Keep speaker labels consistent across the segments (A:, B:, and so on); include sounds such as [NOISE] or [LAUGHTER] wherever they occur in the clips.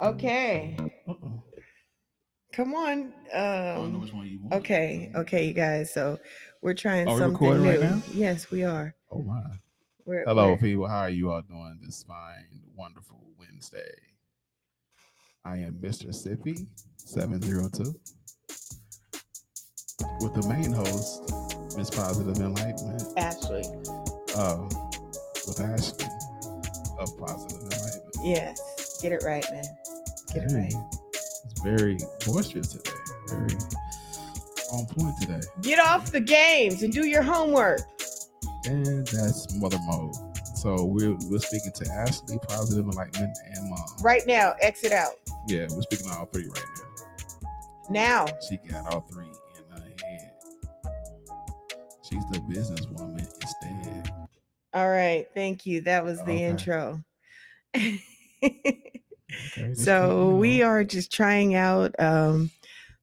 A: Okay. Mm-mm. Come on.
B: Oh,
A: Um,
B: one you
A: okay. Okay, you guys. So we're trying
B: Are we
A: something
B: recording
A: new.
B: right now?
A: Yes, we are.
B: Oh my.
A: We're,
B: Hello,
A: we're-
B: people. How are you all doing this fine, wonderful Wednesday? I am Mr. Sippy 702 with the main host, Miss Positive Enlightenment.
A: Ashley.
B: Um, with Ashley of Positive Enlightenment.
A: Yes. Get it right, man. Get it
B: Dang.
A: right.
B: It's very boisterous today. Very on point today.
A: Get off the games and do your homework.
B: And that's Mother Mode. So we're, we're speaking to Ashley, Positive Enlightenment, and Mom.
A: Right now, exit out.
B: Yeah, we're speaking to all three right now.
A: Now.
B: She got all three in her head. She's the businesswoman instead.
A: All right. Thank you. That was the
B: Okay.
A: intro. [LAUGHS]
B: Okay, this
A: so
B: thing,
A: we
B: [LAUGHS] you know,
A: are just trying out um,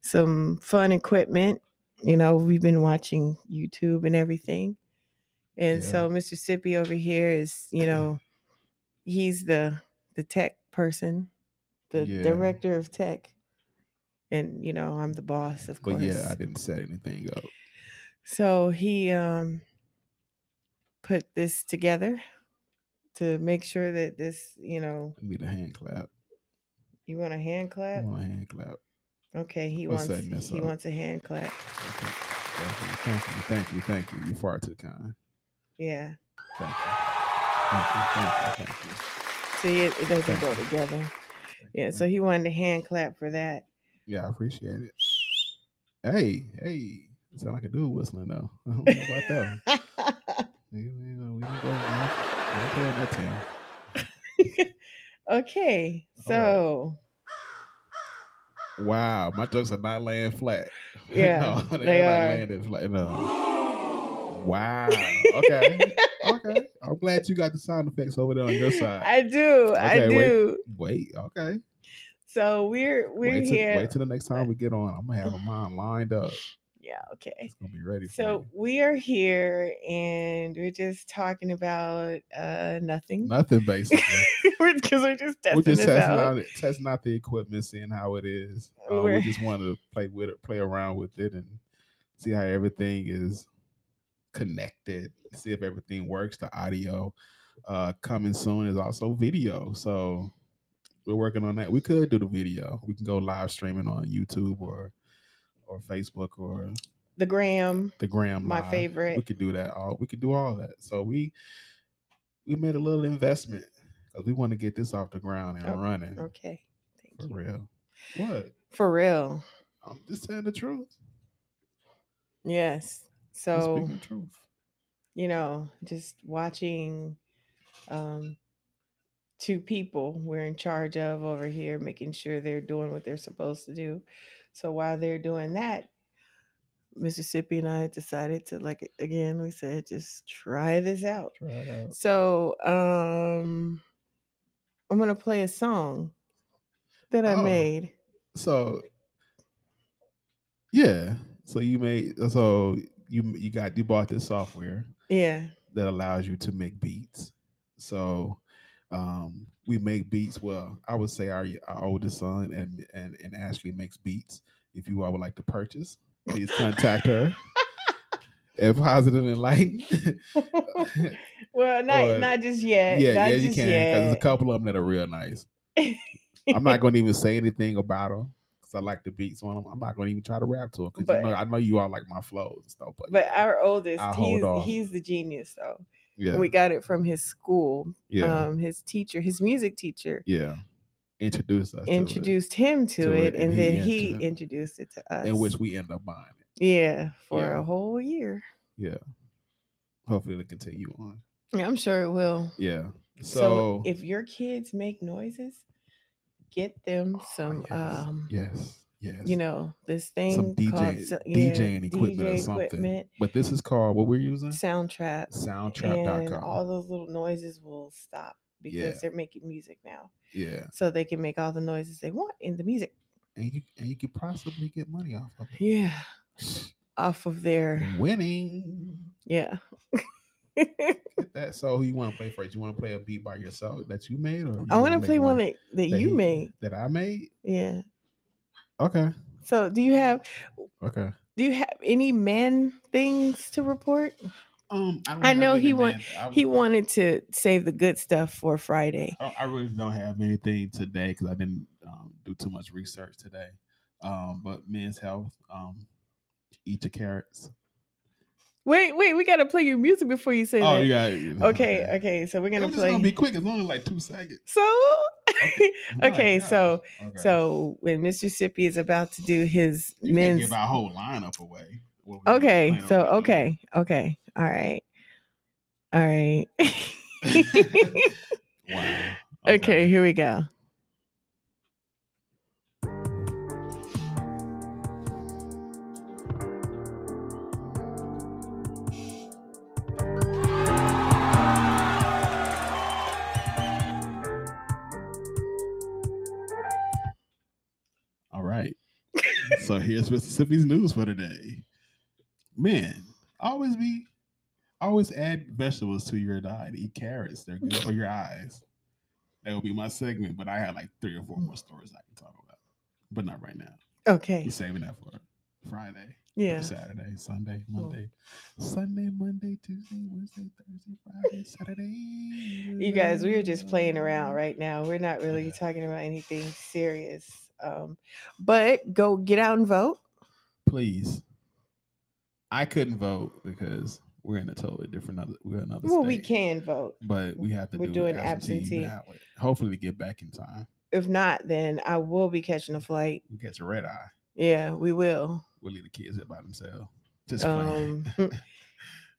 A: some fun equipment. You know, we've been watching YouTube and everything. And
B: Yeah.
A: so Mr. Sippy over here is,
B: [CLEARS THROAT]
A: you know, he's the the tech person, the
B: Yeah.
A: director of tech. And you know, I'm the boss, of course.
B: But yeah, I didn't set anything up.
A: So he um put this together to make sure that this, you know,
B: I need a hand clap.
A: you want a hand
B: I
A: clap?
B: want a hand clap.
A: Okay, he
B: What's
A: wants
B: that mess
A: he
B: up?
A: wants a hand clap.
B: Okay. Thank you. Thank you. Thank you. Thank you. You far too kind.
A: Yeah.
B: Thank you. Thank you. Thank you. Thank you.
A: See it, it doesn't
B: Thank
A: go
B: you.
A: together. Yeah, so
B: Thank
A: he wanted a hand clap for that. [LAUGHS]
B: you. yeah, I appreciate it. Hey, hey. Sound like a dude whistling though. [LAUGHS] I don't know about that.
A: [LAUGHS]
B: We, we, we don't go, we don't- we don't play on that team.
A: okay.
B: right.
A: So
B: Wow, my jokes are not laying flat. [LAUGHS]
A: Yeah,
B: no, [LAUGHS] they,
A: they
B: are
A: are.
B: not landing flat. No. Wow. Okay. okay. I'm glad you got the sound effects over there on your side.
A: [LAUGHS] I do. I
B: Okay, wait.
A: do.
B: wait. Okay.
A: So we're we're
B: wait,
A: here.
B: Till, wait till the next time we get on. I'm gonna have mine lined up.
A: yeah, okay.
B: It's gonna be ready. for
A: So we are here and we're just talking about uh
B: you.
A: nothing.
B: nothing basically.
A: because [LAUGHS] we're just testing
B: we're just
A: this
B: testing
A: out.
B: out. it- testing out the equipment, seeing how it is. Uh, we
A: We're-
B: just wanted to play with it, play around with it, and see how everything is connected. See if everything works. The audio uh, coming soon is also video, so we're working on that. We could do the video. We can go live streaming on YouTube or or Facebook or
A: The gram,
B: the Gram.
A: my
B: Live. We
A: favorite.
B: could do that. All we could do all that. So we we made a little investment because we want to get this off the ground and
A: Oh,
B: running.
A: Okay. Thank
B: For
A: you.
B: real. What?
A: For real.
B: I'm just saying the truth.
A: Yes.
B: I'm
A: So,
B: speaking the truth.
A: you know, just watching um two people we're in charge of over here making sure they're doing what they're supposed to do. So while they're doing that, Mississippi and I decided to like again we said just try this out.
B: Try it out.
A: So um I'm gonna play a song that I
B: Oh.
A: made.
B: So yeah. So you made so you you got you bought this software
A: Yeah.
B: that allows you to make beats. So um we make beats. Well, I would say our, our oldest son and, and and Ashley makes beats. If you all would like to purchase, please contact her at positive and light. [LAUGHS]
A: well, not
B: Or-
A: not just yet.
B: yeah,
A: not
B: yeah, you
A: just
B: can. Because there's a
A: Yet.
B: couple of them that are real nice. I'm not going to even say anything about them because I like the beats on them. I'm not going to even try to rap to them because
A: But-
B: you know, I know you all like my flows and stuff. But,
A: but our oldest,
B: I'll hold
A: he's
B: off.
A: he's the genius though.
B: yeah,
A: We got it from his school.
B: yeah,
A: Um, his teacher, his music teacher,
B: yeah. Introduce us.
A: introduced him to,
B: to
A: it,
B: it,
A: and,
B: and he
A: then
B: into
A: he
B: it.
A: introduced it to
B: to
A: us.
B: it, in which we end up buying it.
A: yeah, for
B: Yeah.
A: a whole year.
B: Hopefully, it'll continue on.
A: Yeah, I'm sure it will.
B: Yeah. So,
A: So, if your kids make noises, get them some
B: Oh, yes,
A: um
B: yes, yes,
A: you know, this thing
B: some DJ
A: called so- yeah,
B: DJing equipment or
A: DJ
B: something.
A: equipment,
B: But this is called what we're using.
A: Soundtrap, and
B: Soundtrap.com.
A: all those little noises will stop because
B: Yeah.
A: they're making music now.
B: yeah,
A: So they can make all the noises they want in the music.
B: and you and you could possibly get money off of
A: Yeah.
B: it.
A: Off of their
B: Winning.
A: yeah. [LAUGHS]
B: Get Mm-hmm. that. So who you want to play first? You want to play a beat by yourself that you made, or you
A: I want
B: wanna
A: to
B: make
A: play one that, that
B: that
A: you
B: he-
A: made.
B: that I made?
A: Yeah.
B: Okay,
A: So do you have
B: okay.
A: do you have any man things to report?
B: Um,
A: I
B: have
A: know
B: any
A: he wa-
B: man- I-
A: He wanted to save the good stuff for Friday.
B: I, I really don't have anything today because I didn't um, do too much research today. Um, but men's health, um, eat your carrots.
A: Wait, wait, we gotta play your music before you say
B: Oh,
A: that.
B: you got
A: Okay, okay. So we're
B: I'm
A: gonna
B: just gonna
A: play.
B: be quick. It's only like two seconds.
A: so [LAUGHS]
B: My
A: Okay,
B: gosh.
A: so-
B: Okay.
A: so when Mr. Sippy is about to do his
B: you can't
A: men's
B: give our whole lineup away. what we
A: Okay,
B: plan on
A: so
B: doing.
A: okay, okay, all right, all
B: [LAUGHS]
A: right. [LAUGHS]
B: wow.
A: okay, here we go.
B: All right. so here's Mississippi's news for today. Man, always be always add vegetables to your diet. Eat carrots. They're good for your eyes. That will be my segment, but I had like three or four more stories I can talk about. But not right now.
A: Okay,
B: We're saving that for Friday,
A: yeah.
B: Saturday, Sunday,
A: Cool.
B: Monday. Sunday, Monday, Tuesday, Wednesday, Thursday, Friday, Saturday.
A: You guys, we are just playing around right now. We're not really
B: Mm. Yeah.
A: talking about anything serious. Um, but go get out and vote.
B: please. I couldn't vote because we're in a totally different other we're in another
A: Well, we
B: state,
A: can vote.
B: But we have to
A: We're
B: do
A: doing absentee.
B: ballot. Hopefully get back in time.
A: If not, then I will be catching a flight.
B: We catch a red eye.
A: Yeah, we will.
B: We'll leave the kids here by themselves. Just
A: Um, [LAUGHS]
B: playing.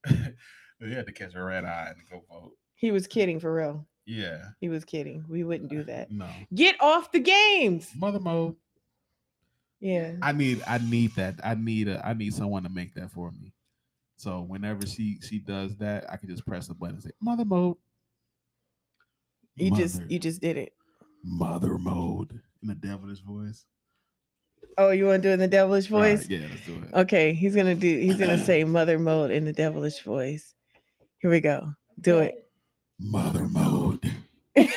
B: [LAUGHS] we had to catch a red eye and go vote.
A: he was kidding for real.
B: Yeah.
A: He was kidding. We wouldn't do that.
B: No.
A: Get off the games.
B: Mother mode.
A: Yeah.
B: I need I need that. I need a I need someone to make that for me. So whenever she she does that, I can just press the button and say, Mother mode.
A: You just
B: Mother.
A: you just did it.
B: mother mode in a devilish voice.
A: Oh, you want to do it in the devilish
B: Right,
A: voice? Uh,
B: yeah, let's do it.
A: Okay, he's gonna do. He's gonna say mother mode in the devilish voice. Here we go. Do [LAUGHS]
B: Mother mode. [LAUGHS]
A: it.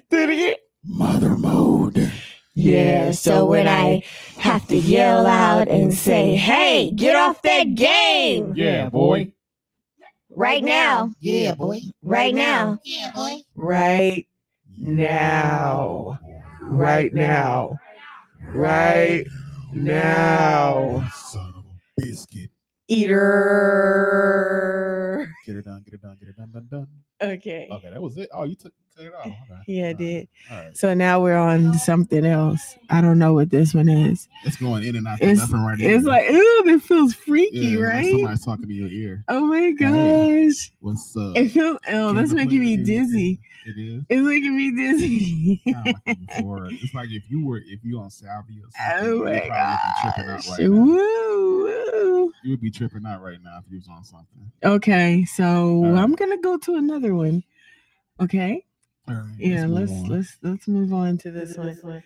A: [LAUGHS] do it again.
B: Mother mode.
C: Yeah, so when I have to yell out and say, hey, get off that game
B: Yeah, boy.
C: right now,
D: Yeah, boy.
C: right now,
D: Yeah, boy.
A: Right now. Right now. Right now.
B: Son of a biscuit.
A: Eater.
B: Get her done, get her done, get her done, done, done.
A: Okay.
B: Okay, that was it. Oh, you took, took it off. Okay.
A: Yeah, I
B: All right,
A: did.
B: All right.
A: So now we're on something else. I don't know what this one is.
B: It's going in and out.
A: It's-
B: left and right
A: It's
B: ear.
A: like, ooh, that feels freaky,
B: Yeah, like
A: right?
B: Somebody's talking to your ear.
A: Oh my
B: Yeah.
A: gosh.
B: What's up?
A: It feels oh,
B: Can
A: that's
B: you
A: making me
B: believe it?
A: dizzy.
B: It is.
A: It's making me dizzy.
B: kind of like a forward. It's like if you were if you on salvia or something,
A: [LAUGHS] oh
B: you
A: my
B: would probably be tripping out
A: gosh.
B: right now.
A: Woo, woo.
B: You would be tripping out right now if you was on something.
A: Okay, so
B: right.
A: I'm gonna go to another one. Okay.
B: All right,
A: Yeah,
B: move
A: let's
B: on.
A: let's let's move on to this one.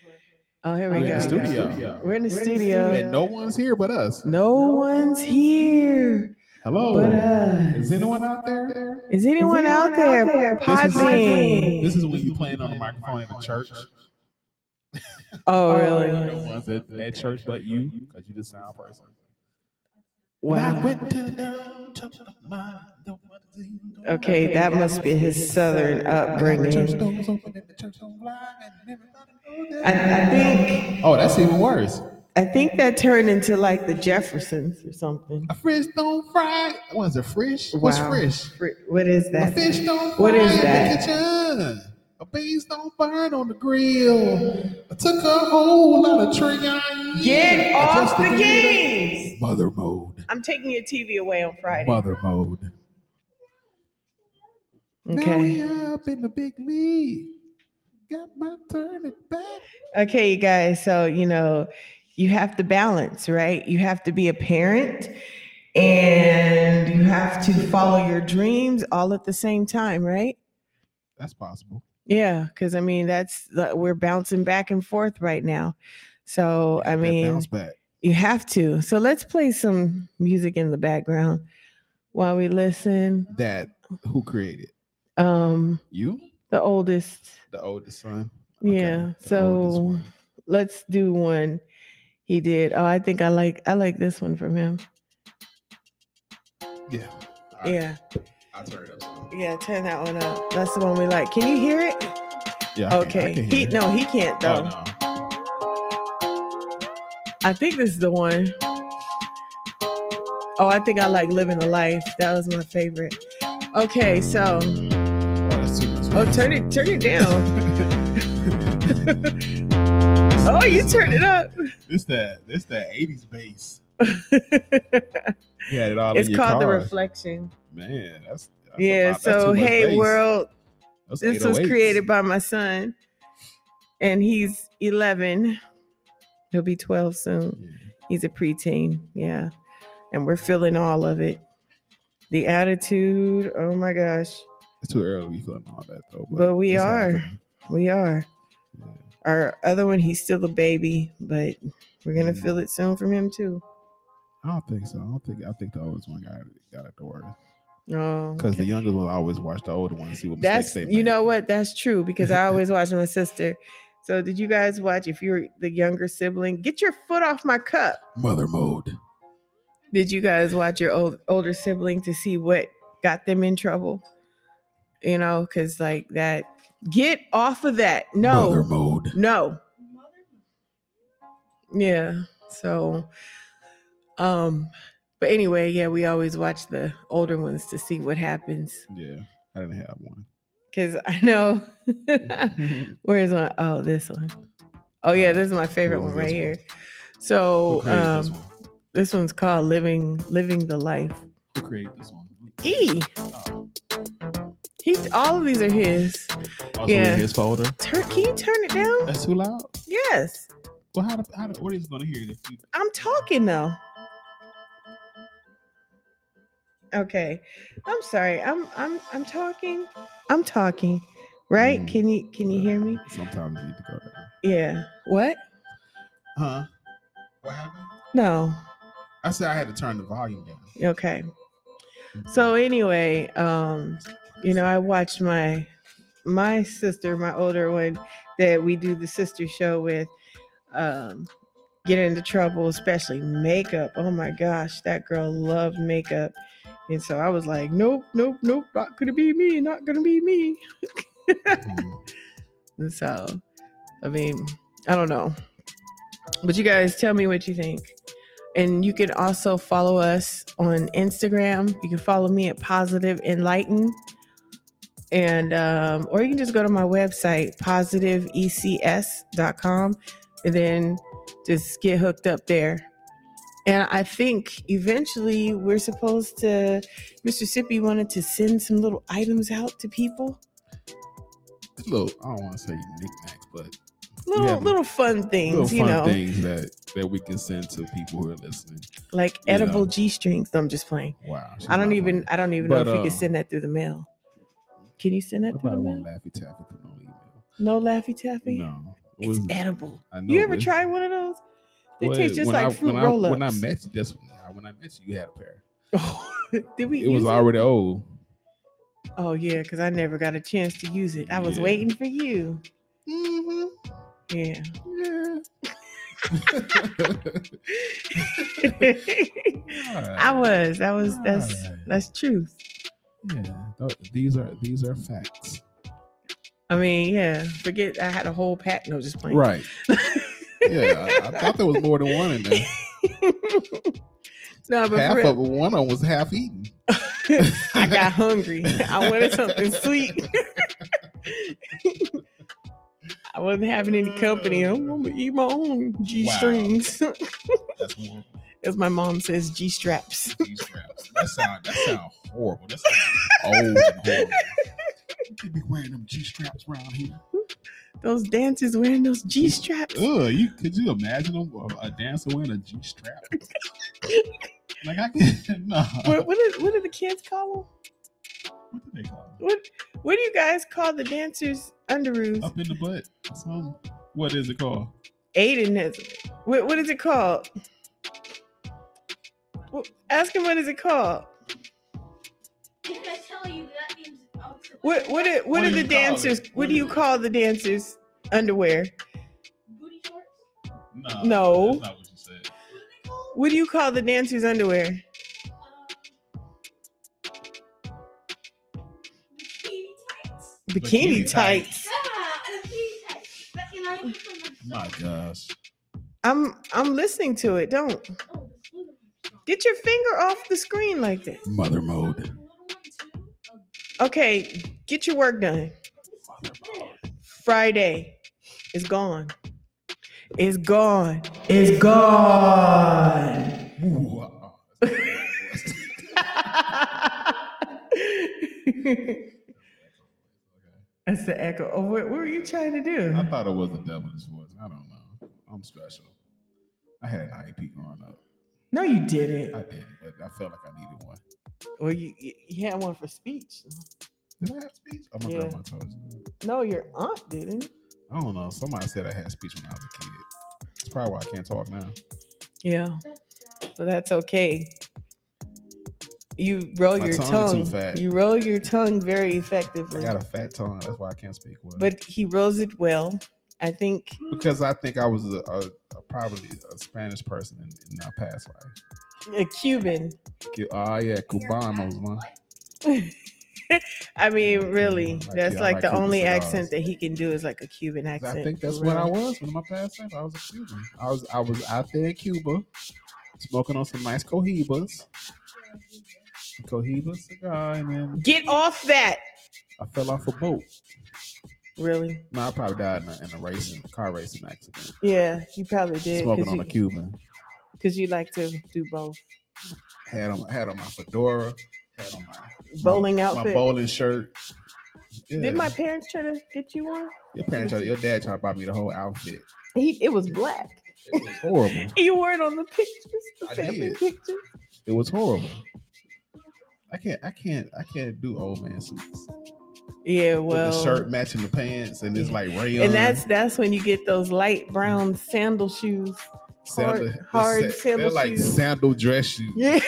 A: Oh, here
B: We're
A: we
B: in
A: go.
B: the studio.
A: We're in the
B: And
A: studio.
B: no one's here but us.
A: No one's here.
B: Hello.
A: But, uh,
B: is anyone out there?
A: Is anyone out there?
B: This is-
A: Podbean.
B: This is when you playing on the microphone at the church.
A: Oh,
B: No
A: really?
B: one's at that church but you, because you the sound person.
A: Wow. Okay, that must be his southern upbringing. I, I think
B: Oh, that's even worse.
A: I think that turned into like the Jeffersons or something.
B: A fish don't fry. What is it? Fish? Uh, What's
A: Wow.
B: fish?
A: Fr- What is
B: A
A: that?
B: fish don't fry
A: What is
B: in
A: that?
B: the kitchen. A beans don't burn on the grill. I took a whole lot of tree onions.
A: Get
B: I
A: off the
B: toasted it.
A: games!
B: Mother mode.
A: I'm taking your TV away on Friday.
B: Mother mode. Now we
A: Okay.
B: up in the big league. Got my turn at bat.
A: Okay, you guys. So, you know, you have to balance, right? You have to be a parent and you have to follow your dreams all at the same time, right?
B: That's possible.
A: Yeah, because I mean, that's the- we're bouncing back and forth right now. So, I
B: That
A: mean,
B: bounce back.
A: you have to. So, let's play some music in the background. while we listen.
B: That who created
A: Um,
B: you,
A: the oldest.
B: the oldest son?
A: Yeah,
B: the
A: so-
B: oldest one.
A: Let's do one. He did. Oh, I think I like I like this one from him.
B: yeah, All right,
A: Yeah,
B: I'll turn it up.
A: yeah. Turn that one up. That's the one we like. Can you hear it?
B: Yeah, I can- I [LAUGHS]
A: Okay.
B: can
A: He
B: hear it.
A: no, he can't though.
B: Oh, no.
A: I think this is the one. Oh, I think I like living a life. That was my favorite. Okay, so
B: Oh, that's too- that's too-
A: oh, turn it turn it
B: [LAUGHS]
A: down. Oh, you turned it up.
B: This that this that eighties bass. You had it all in
A: it's
B: your
A: called the
B: car.
A: reflection.
B: Man, that's, that's a
A: Yeah.
B: lot- that's too
A: So
B: much
A: hey,
B: bass.
A: world.
B: That's
A: This was
B: 808s.
A: created by my son, and he's 11. He'll be 12 soon.
B: Yeah.
A: He's a preteen. Yeah. And we're feeling all of it. The attitude. Oh my gosh.
B: It's too early to be feeling all that though.
A: But we
B: it's all
A: are.
B: good.
A: We are.
B: Yeah.
A: Our other one, he's still a baby, but we're going to
B: Mhm.
A: feel it soon from him too.
B: I don't think so. I don't think I think the oldest one got it- got it worse
A: Oh.
B: because the younger one always watch the older one and see what mistakes
A: That's
B: they
A: you
B: make.
A: know what that's true because I always watch my sister. So did you guys watch if you're the younger sibling, get your foot off my cup?
B: mother mode.
A: Did you guys watch your old, older sibling to see what got them in trouble? You know, because like that, get off of that. No,
B: mother mode.
A: no. Yeah. So, um, but anyway, yeah, we always watch the older ones to see what happens.
B: Yeah, I didn't have one.
A: Because I know, [LAUGHS] where is one? Oh, this one. Oh, yeah, this is my favorite
B: What
A: one
B: was
A: right
B: this
A: here.
B: one? Who
A: So,
B: created this
A: um,
B: one?
A: this one's called living living the life.
B: Who created this one?
A: E.
B: Oh,
A: He, all of these are his.
B: also
A: Yeah.
B: in his folder.
A: Turn, can you turn it down?
B: That's too loud.
A: Yes,
B: Well, how do, how do, what is going to hear it if you?
A: I'm talking though. Okay, I'm sorry. I'm I'm I'm talking. I'm talking. Right?
B: Mm.
A: Can you can you hear me?
B: Sometimes you need to go down.
A: Yeah. What?
B: Huh? What happened?
A: No.
B: I said I had to turn the volume down.
A: Okay. So anyway, um, you know, I watched my my sister, my older one that we do the sister show with, um, get into trouble, especially makeup. Oh my gosh, that girl loved makeup. And so I was like, nope, nope, nope, not gonna be me, not gonna be me.
B: Mm.
A: And so, I mean, I don't know. But you guys tell me what you think. And you can also follow us on Instagram. You can follow me at Positive Enlighten. And, um, or you can just go to my website, positiveecs.com, and then just get hooked up there. And I think eventually we're supposed to, Mr. Sippy wanted to send some little items out to people.
B: Look, I don't want to say knickknacks, but
A: Little,
B: Yeah.
A: little fun things,
B: little
A: you
B: fun
A: know.
B: things that that we can send to people who are listening.
A: like
B: You
A: edible
B: know.
A: G strings. No, I'm just playing.
B: Wow.
A: I don't even. I don't even
B: But,
A: know if you
B: uh,
A: can send that through the mail. Can you send that through the
B: Nobody want
A: mail?
B: Laffy Taffy to no email.
A: No laffy taffy.
B: No, it
A: It's
B: wasn't-
A: edible.
B: I know
A: you ever
B: it's-
A: try one of those? They
B: Well,
A: taste just
B: when
A: like
B: I,
A: fruit
B: when
A: roll
B: I, when I
A: ups.
B: met you, that's nah, when I met you. You had a pair.
A: [LAUGHS] Did we?
B: It was
A: use
B: already old.
A: Oh yeah, because I never got a chance to use it. I was
B: Yeah.
A: waiting for you.
B: Mm-hmm.
A: Yeah. [LAUGHS]
B: Yeah. [LAUGHS]
A: I was. That was. That's.
B: Alright.
A: That's truth.
B: yeah. th- These are these are facts.
A: I mean, yeah. Forget I had a whole pack. No, just playing. [LAUGHS]
B: Right. yeah. I, I thought there was more than one in there.
A: no, but for
B: Half
A: real.
B: of one of them was
A: [LAUGHS]
B: half eaten.
A: I got
B: [LAUGHS]
A: hungry. I wanted something sweet. [LAUGHS] I wasn't having any company. I'm gonna eat my own G strings, [LAUGHS]
B: That's one.
A: as my mom says, G straps.
B: These straps. That sound that sound horrible. That sound old and horrible. You could be wearing them G straps around here.
A: Those dancers wearing those G straps.
B: Ugh, you could you imagine a, a dancer wearing a G
A: [LAUGHS]
B: strap? like I [LAUGHS] can no.
A: What, what, do, what do the kids call them?
B: What do they call
A: What What do you guys call the dancers
B: it?
A: underoos?
B: Up in the butt. Some, what is it called?
A: Aiden has. What, what is it called? Well, ask him what is it called. What what are, what,
B: What
A: are
B: do
A: the
B: you call it?
A: dancers? What
B: What
A: do
B: is
A: you
B: it?
A: call the dancers? Underwear.
D: Booty shorts?
B: No,
A: No.
B: that's not what you said.
A: What do you call the dancers' underwear?
D: Um, bikini
A: Bikini,
B: Bikini
D: tights?
A: tights.
B: tights.
D: Yeah, bikini tights. But, you know, I went from the-
B: My gosh.
A: I'm I'm listening to it. Don't
D: Oh, the swimming pool.
A: get your finger off the screen like that.
B: Mother
D: Little
B: mode.
D: one, too. Oh,
A: Okay, get your work done.
D: this is there.
A: Friday is gone. It's gone. It's gone.
B: Ooh, [LAUGHS] uh-uh.
A: [LAUGHS] That's the echo. Oh, what, what were you trying to
B: I
A: do?
B: thought it was the devil's voice. I don't know. I'm special. I had an IEP growing up.
A: No, you
B: I
A: didn't.
B: did, but I felt like I needed one.
A: Well, you you you had one for speech.
B: Did I have speech? Oh, my
A: Yeah.
B: grandma told you.
A: No, your aunt didn't.
B: I don't know. Somebody said I had speech when I was a kid. That's probably why I can't talk now.
A: Yeah, but that's okay. You roll
B: My
A: your
B: tongue
A: tongue.
B: is too fat.
A: You roll your tongue very
B: I
A: effectively.
B: got a fat tongue. That's why I can't speak well.
A: but he rolls it well. I think
B: because I think I was a, a, a probably a Spanish person in, in my past life.
A: a Cuban.
B: Cu- Oh yeah, Cubanos, man.
A: I mean, really,
B: Mm, Like,
A: that's
B: yeah,
A: like
B: like
A: the
B: Cuban
A: only
B: cigars.
A: accent that he can do is like a Cuban accent.
B: I think that's
A: for
B: what I
A: real.
B: was in my past life. I was a Cuban. I was I was out there in Cuba, smoking on some nice cohibas, cohiba cigar, and then
A: Get off that.
B: I fell off a boat.
A: Really?
B: No, I probably died in a, in a racing car racing accident.
A: Yeah, you probably did
B: Smoking on a
A: because you,
B: Cuban.
A: 'cause you like to do both.
B: Had on had on my fedora. Had on my
A: Bowling
B: my,
A: outfit.
B: My bowling shirt. Yeah.
A: Did my parents try to get you one?
B: your parents? tried- Your dad tried to buy me the whole outfit.
A: He, it was black. [LAUGHS]
B: It was horrible.
A: You were on the pictures, the
B: I
A: family
B: did.
A: pictures.
B: It was horrible. I can't, I can't, I can't do old man suits.
A: Yeah,
B: With
A: well,
B: the shirt matching the pants, and it's like rayon.
A: and that's that's when you get those light brown sandal shoes.
B: sandal-
A: hard- hard
B: it's sa-
A: sandal
B: They're like
A: shoes.
B: sandal dress shoes. [LAUGHS]
A: Yeah.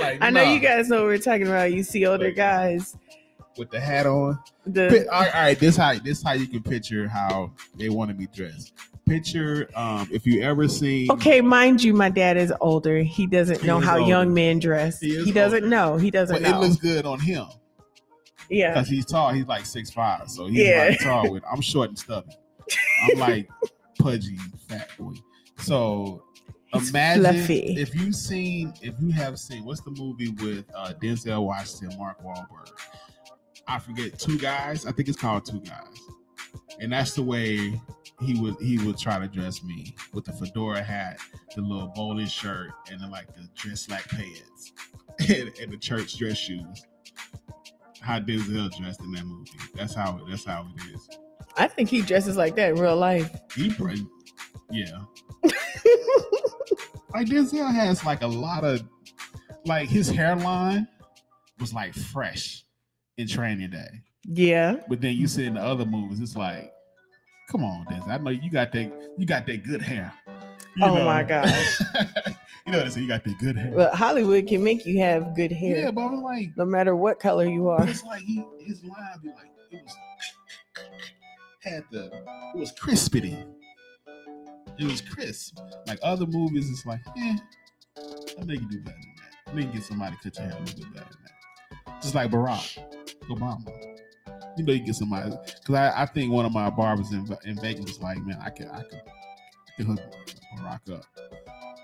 B: like,
A: [LAUGHS] I know
B: nah,
A: you guys know what we're talking about. You see older
B: Like-
A: guys.
B: with the hat on. Pi-
A: The
B: all, right, all right, this how this how you can picture how they want to be dressed. Picture um, if you ever seen.
A: okay, mind you, my dad is older. He doesn't
B: He
A: know
B: is
A: how
B: older.
A: young men dress.
B: He
A: He,
B: is
A: doesn't
B: older.
A: know. He doesn't
B: but
A: know.
B: it looks good on him
A: yeah,
B: because he's tall. He's like six five, so he's
A: Yeah.
B: like tall. With I'm short and stubby.
A: [LAUGHS]
B: I'm like pudgy fat boy. So
A: He's
B: imagine
A: fluffy.
B: if you seen if you have seen what's the movie with uh, Denzel Washington, Mark Wahlberg. I forget two guys. I think it's called Two Guys, and that's the way he would he would try to dress me with the fedora hat, the little bowling shirt, and then like the dress like pants, [LAUGHS] and, and the church dress shoes. How Denzel dressed in that movie. That's how it. That's how it is.
A: I think he dresses like that in real
B: [LAUGHS]
A: life.
B: He bring, yeah. Like Denzel has like a lot of, like his hairline was like fresh in Training Day.
A: yeah,
B: But then you see in the other movies, it's like, come on, Denzel. I know you got that you got that good hair. You
A: Oh, my gosh.
B: [LAUGHS] you know what I'm saying? You got that good hair.
A: but Hollywood can make you have good hair,
B: yeah, but I'm like,
A: no matter what color you
B: but
A: are.
B: it's like he, his line be like, it was had the it was crispity. It was crisp. Like other movies, it's like, eh, I think you do better than that. I think get somebody to cut your hair a little bit better than that. Just like Barack Obama. You know, you get somebody because I, I think one of my barbers in, in Vegas was like, man, I can I can, I can hook Barack up.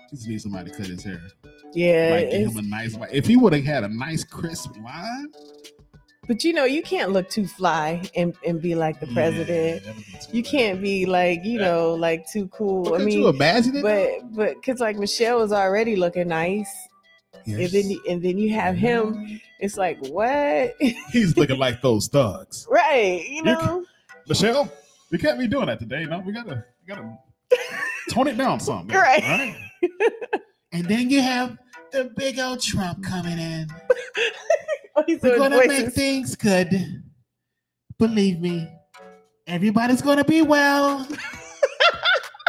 B: Just need somebody to cut his hair.
A: Yeah,
B: Like give
A: it's-
B: him a nice like if he would have had a nice crisp line.
A: but you know you can't look too fly and and be like the
B: Yeah,
A: president.
B: that would be too
A: You
B: bad.
A: can't be like you
B: Yeah.
A: know like too cool.
B: But
A: I
B: could
A: mean,
B: you imagine it?
A: but but because like Michelle was already looking nice, and
B: Yes. Mm-hmm.
A: then you- and then you have him. It's like what, [LAUGHS]
B: He's looking like those thugs.
A: right? You
B: You
A: know, [LAUGHS]
B: Michelle, we can't be doing that today. No, we gotta, we gotta tone it down some. man.
A: [LAUGHS] Right.
B: All right? and then you have the big old Trump coming
A: [LAUGHS]
B: in.
A: Oh, he's
B: We're
A: doing
B: gonna make
A: voices.
B: things good. Believe me, everybody's gonna
A: [LAUGHS]
B: be well.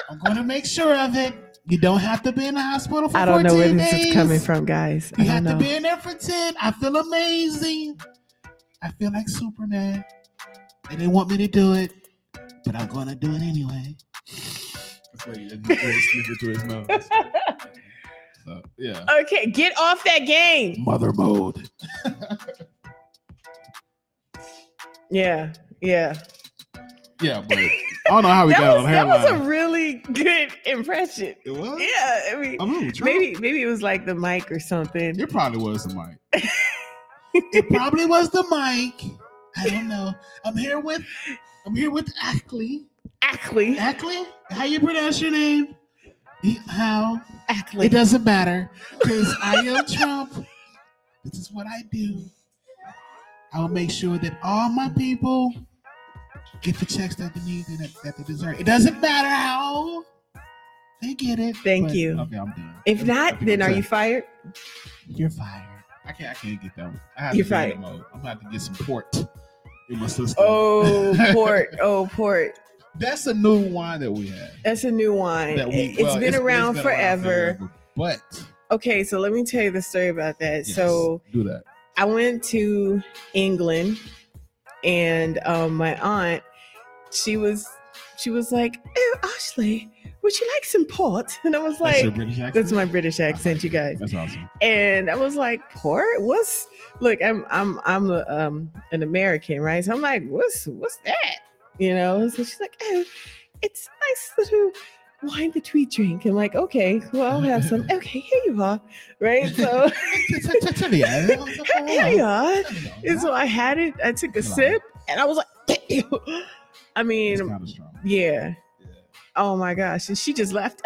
B: I'm gonna make sure of it. You don't have to be in the hospital for
A: I don't know
B: 14
A: where
B: days.
A: this is coming from, guys. I
B: You have
A: don't
B: to
A: know.
B: be in there for 10. I feel amazing. I feel like Superman. They didn't want me to do it, but I'm gonna do it anyway. That's what he did. He sneaked it to his [LAUGHS] nose. So, yeah.
A: Okay, get off that game.
B: Mother mode.
A: Yeah, yeah.
B: Yeah, but I don't know how we
A: that
B: got
A: was,
B: on
A: that was a
B: [LAUGHS] hairline.
A: really good [LAUGHS] impression.
B: It was.
A: Yeah, I mean,
B: I'm gonna try.
A: maybe maybe it was like the mic or something.
B: It probably was the mic. it probably was the mic. I don't know. I'm here with I'm here with Ackley.
A: Ackley,
B: Ackley? How you pronounce your name? E- How?
A: Ackley.
B: It doesn't matter. Because
A: [LAUGHS]
B: I am Trump. This is what I do. I'll make sure that all my people get the checks that they need and that, that they deserve. It doesn't matter how they get it.
A: Thank you.
B: Okay, I'm done.
A: If
B: I
A: not,
B: think
A: then
B: I'm
A: are
B: done.
A: you fired?
B: You're fired. I can't. I can't get that one. I have
A: You're
B: to get
A: fired.
B: it mode. I'm about to get some port in my system. [LAUGHS]
A: Oh, port. Oh, port.
B: that's a new wine that we have.
A: That's a new wine.
B: That we,
A: It- it's
B: well,
A: been around
B: been
A: forever.
B: forever, But
A: Okay, so let me tell you the story about that.
B: yes,
A: So
B: do that.
A: I went to England, and um, my aunt, she was, she was like, "Oh, Ashley, would you like some port?" [LAUGHS] And I was
B: that's your
A: like,
B: British accent.
A: "That's my British accent, you guys."
B: That's awesome.
A: And I was like, "Port? What's?" Look, I'm I'm I'm a, um, an American, right? So I'm like, "What's what's that?" You know. So she's like, "Oh, it's a nice little." Wine that we drink. I'm like, okay, well, I'll have some. Okay, here you are. Right. So [LAUGHS] here you are. And so I had it. I took a
B: Wow.
A: sip, and I was like, [LAUGHS] I
B: It's
A: mean,
B: kind of strong.
A: yeah.
B: Yeah.
A: Oh my gosh! And she just left.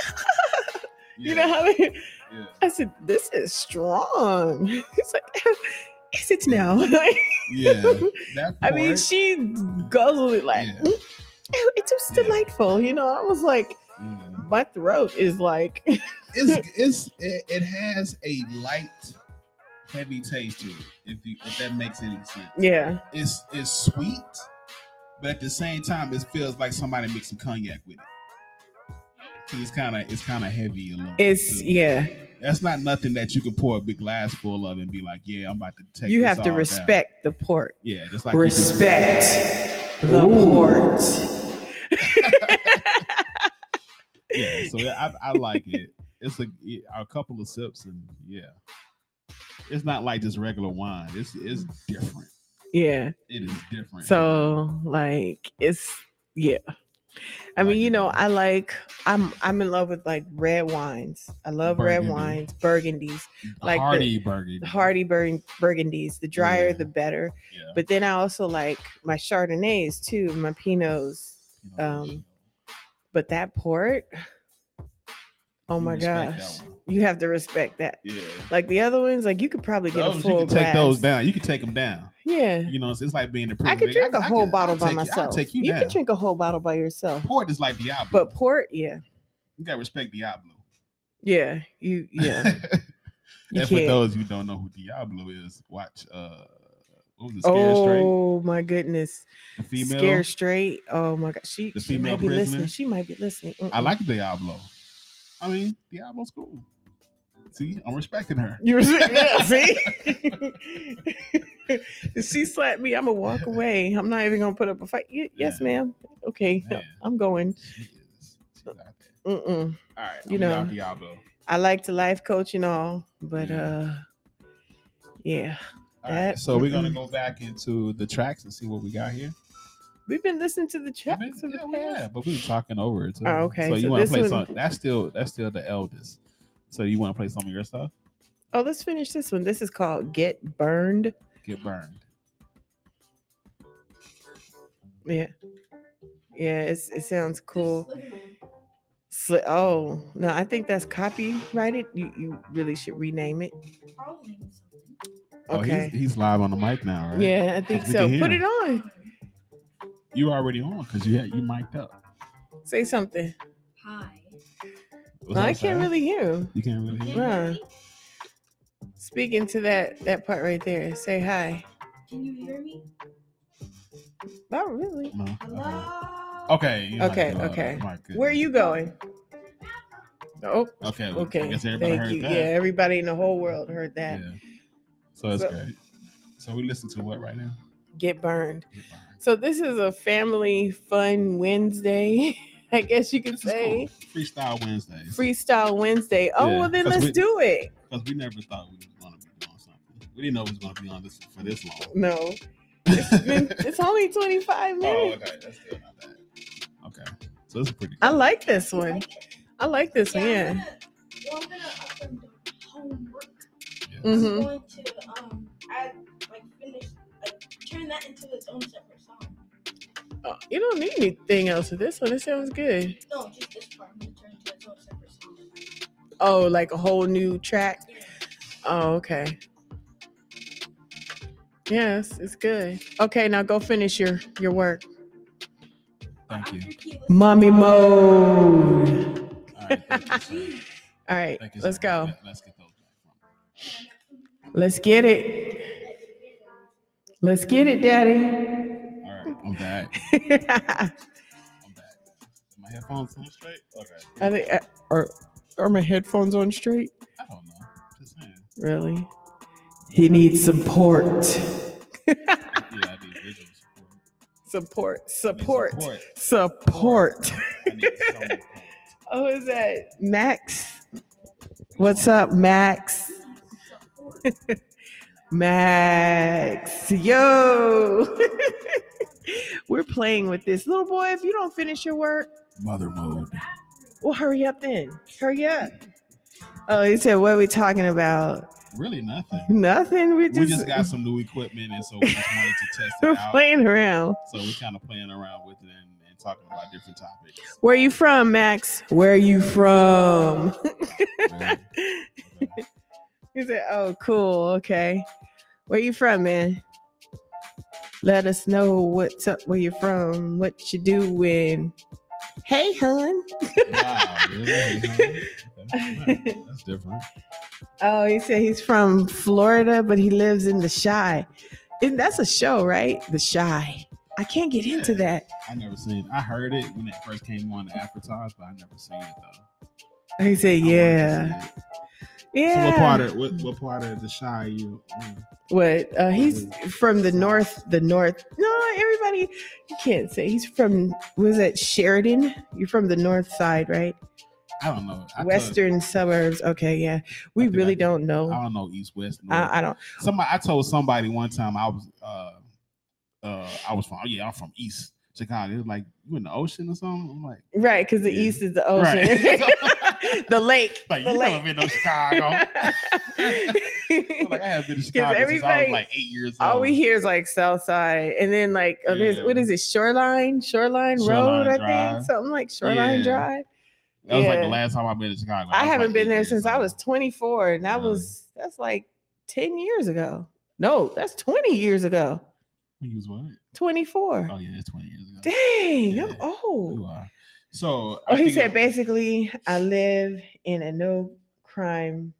A: [LAUGHS] you know
B: Yeah,
A: how I,
B: yeah.
A: I said, "This is strong." [LAUGHS] It's like, is it now? [LAUGHS] Like, [LAUGHS]
B: Yeah. That
A: I mean,
B: port,
A: she guzzled it like,
B: Yeah.
A: "Mm, [LAUGHS] oh, it was
B: Yeah.
A: delightful. You know, I was like,
B: yeah.
A: my throat is like,
B: mm,
A: [LAUGHS]
B: it's it's it, it has a light, heavy taste to it. If you if that makes any sense,
A: yeah,
B: it's it's sweet, but at the same time, it feels like somebody mixed some cognac with it. 'Cause it's kind of it's kind of heavy a little. bit,
A: it's
B: too.
A: yeah.
B: That's not nothing that you can pour a big glass full of and be like, yeah, I'm about to take.
A: You
B: this
A: have to
B: all down.
A: respect the port.
B: Yeah, just like
A: Respect the port.
B: Yeah, so I, I like it. It's a, a couple of sips and yeah, it's not like just regular wine. It's it's different.
A: Yeah.
B: it is different.
A: So like it's yeah. I
B: Like
A: mean, you
B: it.
A: know, I like I'm I'm in love with like red wines. I love
B: Burgundy.
A: red wines, burgundies, like the-
B: Hardy burger,
A: hardy burg- burgundies. The drier,
B: Yeah.
A: the better.
B: Yeah.
A: But then I also like my Chardonnays too, my Pinots.
B: You know,
A: um, But that port, oh
B: you
A: my
B: respect that
A: gosh,
B: one.
A: you have to respect that.
B: Yeah,
A: Like the other ones, like you could probably get a
B: those, you
A: full
B: can take those
A: glass.
B: down. You can take them down.
A: Yeah,
B: You know, it's, it's like being in
A: I
B: prison.
A: could drink
B: a
A: a whole bottle by myself.
B: I'll take you,
A: you
B: down.
A: could drink a whole bottle by yourself.
B: Port is like Diablo.
A: But port, yeah,
B: you gotta respect Diablo.
A: yeah, [LAUGHS] you
B: [LAUGHS]
A: yeah. You
B: and for
A: can't-
B: those who don't know who Diablo is, watch uh, what was it? Scare Straight,
A: Oh my goodness.
B: the female.
A: Scare straight. Oh my god. She,
B: The
A: she
B: female
A: might be
B: prisoner?
A: listening. She might be listening.
B: I
A: Mm-mm.
B: like Diablo. I mean, Diablo's cool. See, I'm respecting her.
A: you were
B: [LAUGHS]
A: saying- yeah, see? If [LAUGHS] she slapped me, I'm gonna walk away. I'm not even gonna put up a fight. Ye- Yes,
B: Yeah.
A: ma'am. Okay,
B: Man.
A: I'm going.
B: She is. She's out there.
A: Mm-mm.
B: All right,
A: You
B: I'm
A: know.
B: down Diablo.
A: I like to life coach and all, but
B: Yeah.
A: uh yeah.
B: All right,
A: That-
B: so we're gonna
A: mm-mm.
B: go back into the tracks and see what we got here.
A: We've been listening to the
B: Yeah,
A: tracks
B: man,
A: in the
B: yeah,
A: past.
B: we- yeah, but we were talking over it. Too.
A: Oh, okay,
B: So you
A: so
B: want to
A: this
B: play
A: one-
B: some? That's still that's still the eldest. So you want to play some of your stuff?
A: Oh, let's finish this one. This is called Get Burned.
B: Get burned.
A: Yeah. Yeah, it's, it sounds cool.
D: Slytherin.
A: Sli- oh no, I think that's copyrighted. You you really should rename it.
D: I'll name something.
B: Oh, he's,
A: Okay.
B: he's live on the mic now, right?
A: Yeah, I think
B: We can
A: so.
B: hear
A: Put
B: him.
A: it on.
B: You already on because you had you mic'd up.
A: Say something.
D: Hi.
B: What's
A: No,
B: up,
A: I can't
B: Sarah?
A: really hear him.
B: You can't really. Hear me?
A: Huh. Speaking to that that part right there. Say hi.
D: Can you hear me?
A: Not really.
B: No. Okay. Okay.
D: Hello?
B: you uh, might
A: Okay,
B: go out.
A: okay.
B: My goodness.
A: Where are you going? Oh,
B: Okay. well, I
A: okay.
B: guess everybody
A: Thank
B: heard
A: you.
B: that.
A: Yeah, everybody in the whole world heard that.
B: Yeah. So it's
A: So-
B: great. So we listen to what right now?
A: get burned. So this is a family fun Wednesday, [LAUGHS] I guess you could
B: It's cool.
A: say.
B: Freestyle Wednesdays.
A: Freestyle Wednesday. Oh
B: Yeah,
A: well, then
B: 'cause
A: let's
B: we-
A: do it.
B: Because we never thought we were going to be doing something. We didn't know we was going to be on this for this long.
A: No,
B: [LAUGHS]
A: Then
B: oh,
A: it's only twenty five minutes.
B: okay. That's still not bad. Okay. So this is pretty
A: I
B: cool.
A: like this one. I like this one.
D: Yeah.
A: Yeah.
D: I'm gonna- Well, I'm gonna up them to homework.
B: Yeah.
A: Mhm.
D: I'm going to um, I like finish like turn that into its own separate song.
A: Oh, you don't need anything else with this one. It sounds good.
D: No, just this part. I'm gonna turn it into its own separate song.
A: Oh, like a whole new track.
D: Yeah.
A: Oh, okay. Yes, it's good. Okay, now go finish your your work.
B: Thank you.
D: After Keyless-
A: Mommy mode.
B: All right. Thank you, sir.
A: All right,
B: Thank you, sir.
A: let's go.
B: Let- Let's get those back from
A: Let's get it. Let's get it, [LAUGHS] Daddy.
B: you. All right. I'm back. I'm back. Is My headphones on straight? Okay.
A: I think, uh, are are my headphones on straight?
B: I don't know. Just saying.
A: Really? He needs support.
B: Yeah, I need visual support.
A: support.
B: I need
A: Support.
B: support.
A: Support.
B: I need someone. to help.
A: Oh, is that Max? What's up, Max? [LAUGHS] Max, yo. [LAUGHS] We're playing with this. Little boy, if you don't finish your work,
B: Mother mode.
A: well, hurry up then. Hurry up. Oh, he said, what are we talking about?
B: Really nothing.
A: Nothing. We're [LAUGHS] just,
B: we just got some new equipment, and so we just wanted to test
A: [LAUGHS] we're
B: it out.
A: playing around.
B: So we're kind of playing around with it and, and talking about different topics.
A: [LAUGHS] Where you from, Max? Where you from? He said, "Oh, cool. Okay, where you from, man? Let us know what's up. Where you from? What you doing? Hey, hun.
B: wow, really? Okay. Alright, That's different.
A: Oh, he said he's from Florida, but he lives in the shy. And that's a show, right? The shy. I can't get into that.
B: I never seen. I heard it when it first came on to advertise, but I never seen it though.
A: He said,
B: I
A: yeah,
B: wanted to see it.
A: yeah.
B: So what part of what, what part of the shy you? in?
A: What uh, he's from the north, the north. No, everybody, you can't say he's from. Was it Sheridan? You're from the north side, right?
B: I don't know. I
A: Western suburbs. Okay, yeah, we
B: think I
A: really
B: do.
A: don't know.
B: Told, I don't know East West. North.
A: I, I don't.
B: Somebody I told somebody one time I was uh uh I was from oh, yeah I'm from East Chicago. It was like you in the ocean or something. I'm like
A: Right, because the
B: Yeah.
A: east is the ocean,
B: [LAUGHS]
A: [LAUGHS]
B: Right.
A: the lake,
B: like
A: the
B: you
A: lake.
B: never
A: [LAUGHS]
B: been to Chicago. I'm [LAUGHS] like I have been to Chicago since I
A: everybody-
B: was like eight years
A: [LAUGHS]
B: old.
A: All we hear is like south side, and then like oh, there's
B: Um, Yeah.
A: what is it? Shoreline, Shoreline, Road,
B: Shoreline
A: I
B: Drive.
A: think something like Shoreline
B: Yeah.
A: Drive.
B: That was like
A: Yeah.
B: the last time I've been to Chicago.
A: I
B: was,
A: haven't
B: like,
A: been
B: eight
A: there
B: years
A: since I
B: old.
A: was 24, and that
B: Really?
A: was that's like 10 years ago. No, that's 20 years ago.
B: When you was what?
A: 24.
B: Oh yeah, it's twenty years ago.
A: Dang,
B: Yeah.
A: I'm old.
B: You are. So I
A: Oh, he
B: think
A: said
B: it-
A: basically, I live in a no crime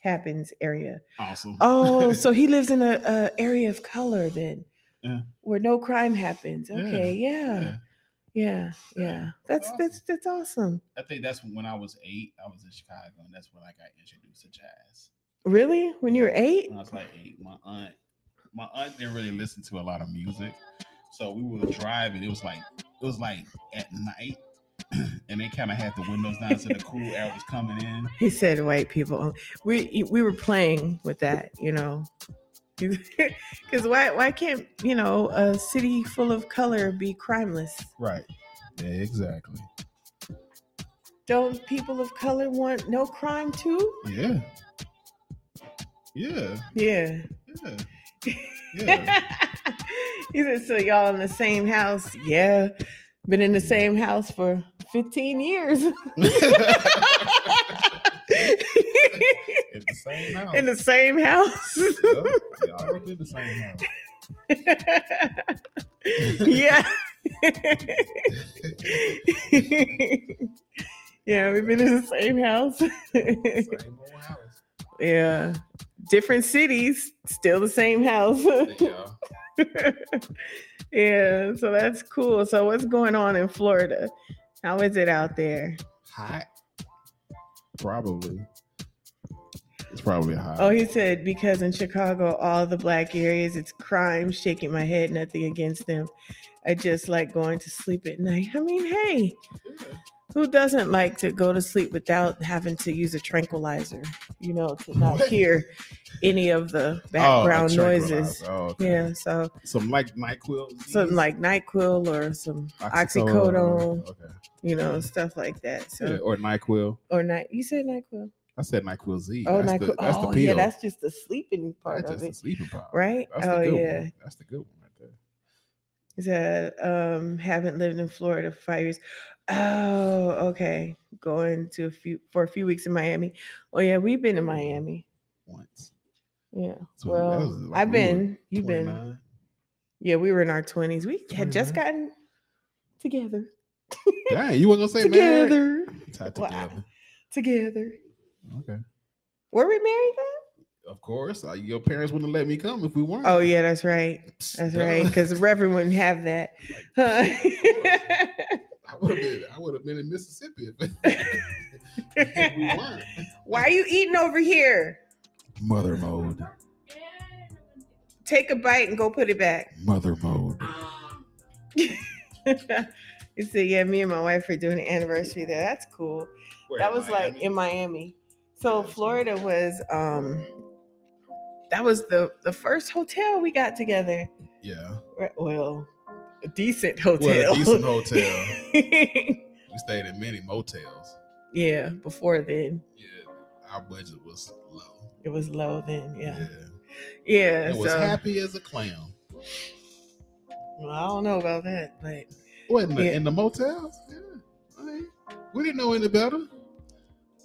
A: happens area.
B: awesome. [LAUGHS]
A: Oh, so he lives in a, a area of color then,
B: Yeah.
A: where no crime happens.
B: Yeah,
A: Okay, yeah,
B: Yeah.
A: yeah, yeah. That's
B: awesome.
A: that's that's awesome.
B: I think that's when I was eight. I was in Chicago, and that's when I got introduced to jazz.
A: Really? When you were eight?
B: When I was like eight, my aunt, my aunt didn't really listen to a lot of music, so we were driving. It was like it was like at night, [CLEARS THROAT] and they kind of had the windows down so the cool air was coming in.
A: He said white people. only." We we were playing with that, you know. [LAUGHS] Because why why can't you know a city full of color be crimeless?
B: Right. Exactly.
A: Don't people of color want no crime too?
B: Yeah. Yeah.
A: Yeah.
B: Yeah.
A: [LAUGHS] he said, so y'all in the same house? Yeah. Been in the same house for 15 years. [LAUGHS]
B: [LAUGHS] It's the same house.
A: in the same house. [LAUGHS]
B: Yeah, y'all look in the same house.
A: yeah. [LAUGHS] yeah, we've been in the same house. [LAUGHS]
B: Same old house.
A: yeah. Different cities, still the same house. [LAUGHS]
B: Yeah.
A: yeah, so that's cool. So what's going on in Florida? How is it out there?
B: Hot. Probably. It's probably high.
A: Oh, he said because in Chicago, all the black areas, it's crime. Shaking my head, nothing against them. I just like going to sleep at night. I mean, hey, who doesn't like to go to sleep without having to use a tranquilizer? You know, to not hear any of the background
B: Oh, a
A: noises.
B: tranquilizer. Oh, okay.
A: Yeah, so
B: Some like Nyquil.
A: something like Nyquil or some oxycodone,
B: Okay.
A: you know, stuff like that. So
B: Yeah, or Nyquil.
A: or not? You said Nyquil.
B: I said Nyquil Z.
A: Oh,
B: that's
A: Nyquil.
B: The, that's
A: oh,
B: the pill.
A: yeah, that's just the sleeping part
B: That's
A: of
B: just the
A: it,
B: sleeping part.
A: right?
B: That's
A: oh,
B: the good
A: yeah.
B: One. That's the good one right there.
A: He said, um, haven't lived in Florida for five years. Oh, okay. Going to a few for a few weeks in Miami. Oh yeah, we've been in Miami.
B: Once.
A: Yeah.
B: So Mm-hmm. that
A: well,
B: was like
A: I've
B: we were
A: been. You've been.
B: 29.
A: Yeah, we were in our twenties. We had just
B: 29?
A: gotten together,
B: Dang, you were gonna say married?
A: together,
B: Tied
A: Well, I-
B: together.
A: together.
B: Okay.
A: Were we married then?
B: Of course, uh, your parents wouldn't let me come if we weren't. [LAUGHS]
A: Oh yeah, that's right.
B: Psst,
A: That's
B: duh.
A: right. Because the Reverend wouldn't have that.
B: [LAUGHS]
A: [LAUGHS] Huh?
B: I would have been. I would have been in Mississippi if, [LAUGHS] if [LAUGHS] we weren't.
A: Why are you eating over here?
B: Mother mode.
A: Take a bite and go put it back. [LAUGHS]
B: Mother mode.
A: you said, yeah, me and my wife are doing an anniversary there. That's cool.
B: Where,
A: That was like
B: Miami?
A: in Miami. So Florida was um that was the the first hotel we got together.
B: yeah.
A: Right, Well, a decent
B: Well,
A: hotel. [LAUGHS]
B: a decent hotel. we stayed in many motels.
A: yeah, before then.
B: Yeah, our budget was low.
A: It was low then, yeah. uh,
B: I
A: Yeah,
B: It was
A: so
B: happy as a clown.
A: well, I don't know about that,
B: [LAUGHS]
A: but
B: What in the,
A: Yeah.
B: in the motels? Yeah. I mean, we didn't know any better.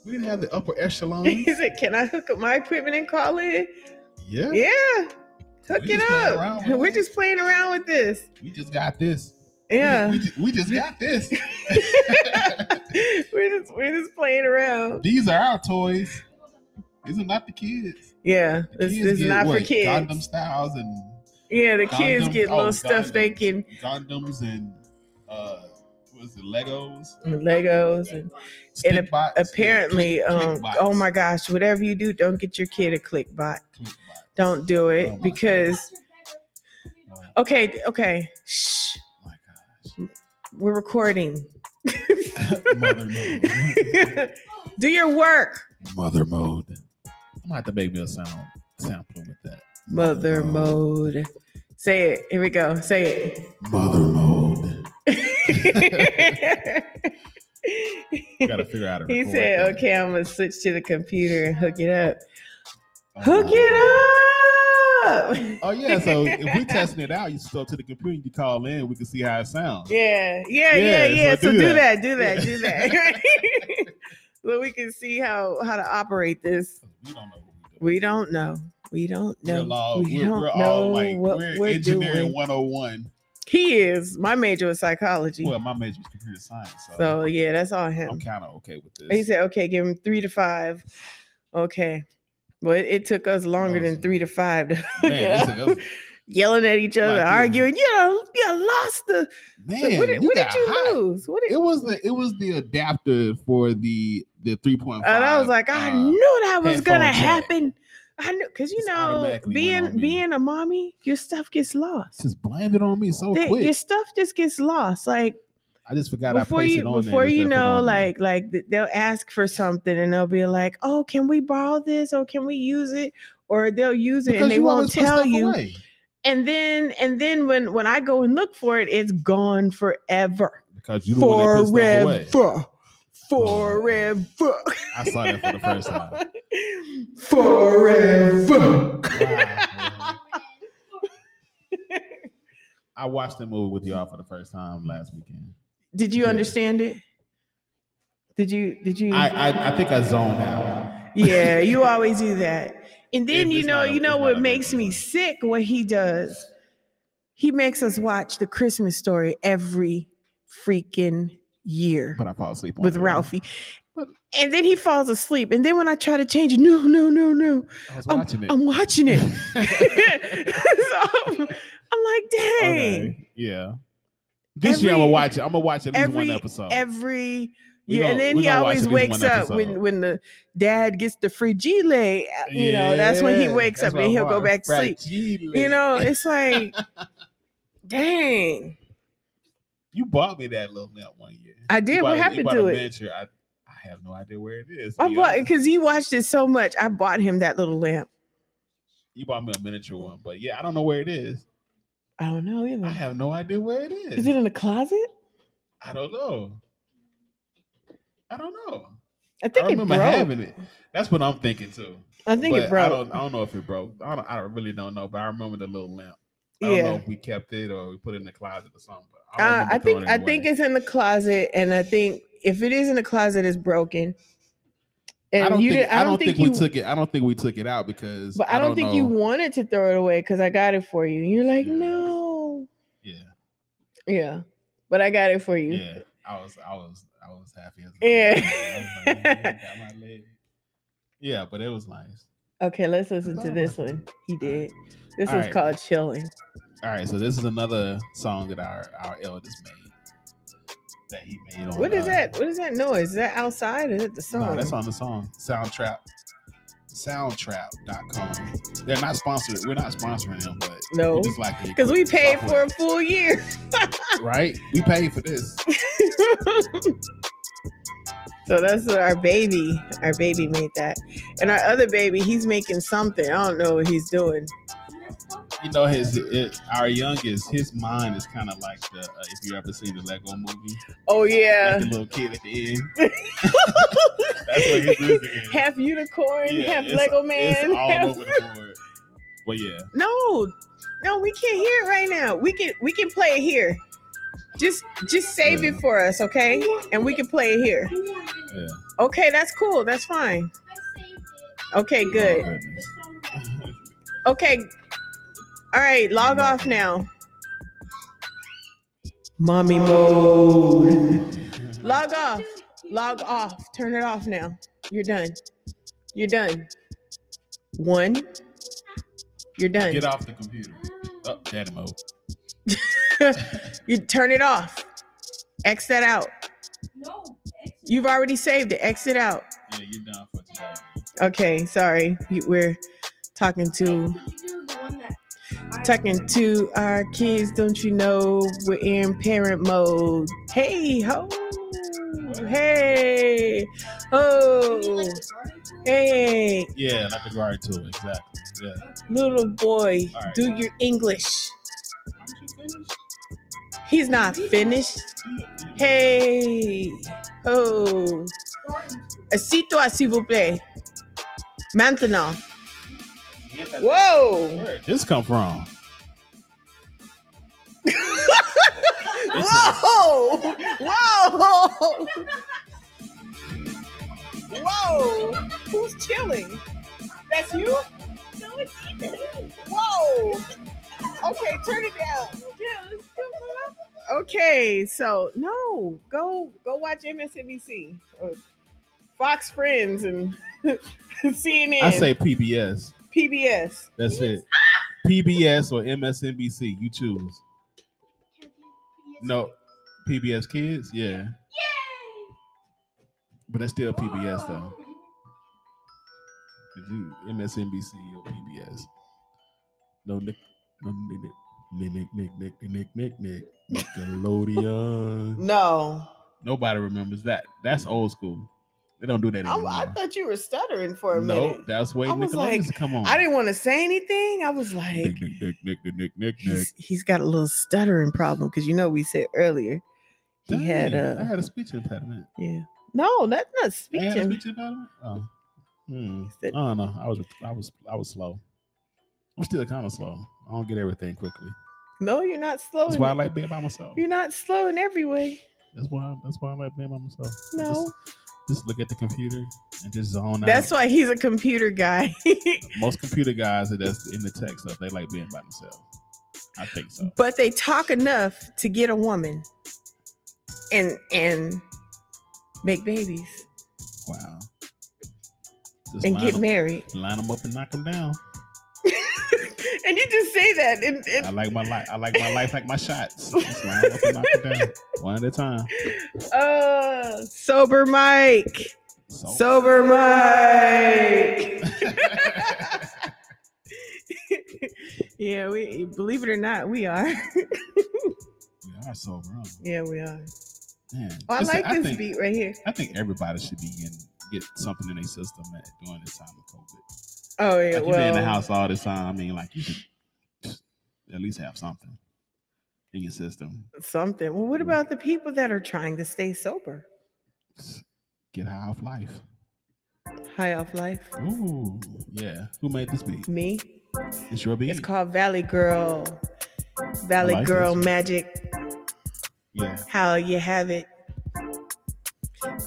B: We didn't have the upper
A: [LAUGHS]
B: echelon.
A: he said, Can I hook up my equipment and call it?
B: yeah.
A: Yeah. Hook
B: We
A: it
B: just playing around
A: up.
B: with
A: [LAUGHS] We're
B: it.
A: just playing around with this.
B: We just got this. We ju-
A: Yeah. [LAUGHS]
B: [LAUGHS] We ju- we just, got this.
A: we're just we're just playing around.
B: These are our toys. These are not the kids.
A: Yeah,
B: The
A: this,
B: kids
A: this is
B: get,
A: not
B: what,
A: for kids.
B: Gundam styles and
A: yeah, the kids
B: Gundam-
A: get
B: oh,
A: little stuff they
B: Gundams.
A: can
B: Gundams and uh, what is it? Legos.
A: Legos and
B: Stick
A: ap-
B: box, yeah,
A: apparently,
B: click-
A: um,
B: click
A: oh
B: box,
A: my gosh, whatever you do, don't get your kid a click bot.
B: click box.
A: Don't do
B: Oh my
A: it
B: God.
A: because
B: Oh
A: okay, okay, shh,
B: my gosh.
A: we're
B: [LAUGHS]
A: recording. [LAUGHS]
B: Mother mode. [LAUGHS]
A: do your work,
B: Mother mode. I'm gonna have to make me a sound sample with that.
A: mother mode. Say it. Here we go. Say
B: Mother mode.
A: it.
B: We gotta figure out. how to
A: [LAUGHS] He
B: record
A: said,
B: that.
A: "Okay, I'm gonna switch to the computer and hook it up.
B: Oh,
A: Hook
B: my God.
A: it up."
B: Oh yeah, so if we testing it out, you just go to the computer, you call in, we can see how it sounds.
A: [LAUGHS] Yeah, yeah, yeah,
B: Yeah,
A: yeah. So, do, that. do that,
B: Yeah.
A: do that. [LAUGHS] so we can see how how to operate this.
B: We don't know what
A: We don't know. We don't
B: we're
A: know.
B: doing.
A: we
B: We're, all, we're,
A: don't
B: we're
A: know
B: all like
A: what
B: we're,
A: we're
B: engineering
A: doing.
B: 101.
A: He is. My major was psychology.
B: Well, my major is computer science, so,
A: so yeah, that's all him.
B: I'm kind of okay with this.
A: He said, okay, give him three to five. Okay. Well, it, it took us longer than
B: Awesome.
A: three to five to [LAUGHS] hook
B: Man,
A: it
B: listen,
A: up.
B: that was-
A: yelling at each other,
B: Like, yeah.
A: arguing, you know, you lost the
B: man,
A: So what did,
B: you
A: what did
B: got
A: you
B: hot.
A: lose? What did,
B: It was the it was the adapter for the the 3.5.
A: and I was like, I
B: uh,
A: knew that was gonna
B: headphone jack.
A: happen. I knew because you
B: Just
A: know,
B: automatically went on
A: being
B: mute.
A: being a mommy, your stuff gets lost.
B: just blamed it on me so
A: That-
B: quick.
A: your stuff just gets lost. Like
B: I just forgot I
A: before
B: placed
A: you
B: it on
A: before
B: there
A: you
B: instead of putting it
A: know,
B: on there.
A: like like th- they'll ask for something and they'll be like, Oh, can we borrow this or can we use it? Or they'll use it
B: Because
A: and they
B: you
A: won't
B: always put
A: tell
B: stuff
A: you.
B: away.
A: And then and then when when I go and look for it, it's gone forever.
B: because you the one that put stuff away.
A: Forever. Forever.
B: I saw that for the
A: [LAUGHS]
B: first time.
A: Forever.
B: Wow. I watched the movie with y'all for the first time last weekend.
A: Did you
B: Yeah.
A: understand it? Did you? Did you?
B: I I, I think I zoned out.
A: yeah,
B: [LAUGHS]
A: you always do that. And then
B: If
A: you
B: it's
A: know,
B: not a-
A: you know
B: it's not
A: what
B: a
A: makes me
B: regular.
A: sick. What he does, he makes us watch the Christmas story every freaking year
B: But I fall asleep on
A: with
B: it.
A: Ralphie. And then he falls asleep. And then when I try to change it, no, no, no, no.
B: I was
A: I'm-
B: watching it. [LAUGHS]
A: I'm watching it. [LAUGHS] so I'm like, dang.
B: Okay, Yeah. This
A: Every-
B: year I'm gonna watch it. I'm gonna watch at least
A: every-
B: one episode.
A: Every yeah, and then he always wakes up when when the dad gets the frigile. uh, You know, that's when he wakes up and he'll go back to sleep. You
B: [LAUGHS]
A: know, it's like, dang,
B: you bought me that little lamp one year.
A: I did.
B: You bought
A: What
B: a- you
A: happened
B: bought
A: to
B: a
A: it? Oh,
B: miniature. I, I have no idea where it is. to
A: I
B: be
A: bought
B: honest.
A: because he watched it so much. I bought him that little lamp.
B: you bought me a miniature one, but yeah, I don't know where it is.
A: I don't know either.
B: I have no idea where it is.
A: Mm. Is it in a closet?
B: I don't know. I don't know.
A: I
B: I,
A: think it
B: remember
A: broke.
B: having it. That's what I'm thinking too.
A: I think
B: but
A: it
B: I
A: broke.
B: don't, I don't know if it broke. I, don't, I really don't know, but I remember the little lamp. I don't know
A: Yeah.
B: if we kept it or we put it in the closet or something. But I,
A: Uh,
B: remember
A: I
B: throwing
A: think
B: it
A: I think
B: away.
A: it's in the closet, and I think if it is in the closet, it's broken. And
B: I don't
A: you
B: think,
A: did. I don't think,
B: we
A: you.
B: took it. I don't think we took it out because.
A: but I don't, think
B: know.
A: you wanted to throw it away because I got it for you. And you're like,
B: Yeah.
A: no.
B: Yeah,
A: Yeah, but I got it for you.
B: yeah. I was, I was, I was happy. As a
A: Yeah.
B: kid. I was like, "Yeah, I got
A: [LAUGHS]
B: my leg." yeah, but it was nice.
A: Okay, let's listen to this one. He did. This is
B: Alright.
A: called chilling.
B: All right, so this is another song that our our eldest made. That he made on.
A: What is
B: uh,
A: that? What is that noise? Is that outside? Is it the
B: No,
A: song?
B: that's on the song Soundtrap. Soundtrap.com. They're not sponsored. We're not sponsoring them, but
A: No.
B: we just like the
A: Because we paid
B: equipment
A: for a full year. [LAUGHS]
B: software, [LAUGHS] right. We paid for this.
A: so that's our baby. Our baby made that. And our other baby, he's making something. I don't know what he's doing.
B: You know, his it, our youngest, his mind is kind of like the uh, if you ever seen the Lego movie,
A: Oh,
B: like
A: yeah.
B: the little kid at
A: [LAUGHS]
B: the end. That's what [LAUGHS] his music is.
A: half unicorn,
B: Yeah,
A: half
B: it's-
A: Lego
B: It's
A: man. half-
B: all
A: [LAUGHS]
B: over the board. But yeah,
A: No, no, we can't hear it right now. We can we can play it here. Just just save it for us, okay? And we can play it here.
B: yeah.
A: Okay, that's cool. That's fine. Okay,
B: Oh,
A: good.
B: goodness.
A: Okay. All right, log off now. Mommy mode. Log off. Log off. Turn it off now. You're done. You're done. One. You're done. [LAUGHS]
B: Get off the computer. Oh, daddy mode.
A: You turn it off. X that out.
D: No.
A: You've already saved it. X it out.
B: Yeah, you're done for today.
A: Okay, sorry. You- We're talking to talking to our kids. Don't you know we're in parent mode? Hey ho, hey ho, hey
B: Yeah, like the guard tool, exactly. Yeah.
A: little boy,
B: All right.
A: do your English. He's not finished. Hey ho, asito s'il vous plaît. Maintenant. Whoa.
B: Where did this come from?
A: Whoa! Whoa! Whoa! Who's chilling? That's you?
D: No, it's Ethan.
A: Whoa! Okay, turn it down. Okay, so no, go go watch MSNBC, or uh, Fox Friends, and [LAUGHS] CNN.
B: I say PBS.
A: PBS.
B: That's it. PBS or MSNBC, you choose. No, PBS Kids, yeah. But that's still PBS though. If you- MSNBC or PBS. No Nick, no Nick, Nick, Nick, Nick, Nick, Nick, Nick, Nick, Nick, Nickelodeon.
A: No,
B: Nobody remembers that. That's old school. They don't do that
A: I,
B: anymore.
A: I thought you were stuttering for a
B: no,
A: minute.
B: that's way
A: I was
B: Nickelodeon
A: like,
B: used to come on.
A: I didn't want to say anything. I was like,
B: Nick, Nick, Nick, Nick, Nick, Nick, Nick, Nick.
A: he's, he's got a little stuttering problem because you know we said earlier he had
B: Dang, I
A: a
B: had a speech impediment.
A: yeah no that's not
B: I had a
A: speaking
B: speech impediment. Oh, hmm.
A: He
B: I
A: said-
B: don't know. I was, I was, I was slow. I'm still kind of slow. I don't get everything quickly.
A: no you're not slow
B: That's
A: in-
B: why I like being by myself.
A: you're not slow in every way
B: That's why. That's why I like being by myself. I
A: no
B: Just, just look at the computer and just zone
A: that's
B: out.
A: why he's a computer guy [LAUGHS]
B: Most computer guys that that's in the tech stuff, they like being by themselves. I think so.
A: but they talk enough to get a woman and and make babies
B: Wow. Just
A: and
B: line
A: get
B: up-
A: married [LAUGHS]
B: Line them up and knock them down.
A: and you just say that, and, and [LAUGHS]
B: I like my life. I like my life like my shots. Just line up and knock it
A: [LAUGHS]
B: down. One at a time.
A: uh, sober Mike,
B: So, [LAUGHS]
A: sober Mike. yeah, we believe it or not, we are. [LAUGHS]
B: we are sober. huh?
A: yeah, we are.
B: Man,
A: Oh, I
B: Listen,
A: like this
B: think,
A: beat right here.
B: I think everybody should be in get something in their system at, during this time of COVID.
A: Oh yeah,
B: Like you've
A: well,
B: been in the house all this time. I mean, like you should just at least have something in your system.
A: something. Well, what about the people that are trying to stay sober?
B: Get high off life.
A: High off life.
B: Ooh, yeah. Who made this beat?
A: Me.
B: It's your beat.
A: It's called Valley Girl. Valley
B: like
A: Girl
B: this.
A: Magic.
B: yeah.
A: How you have it.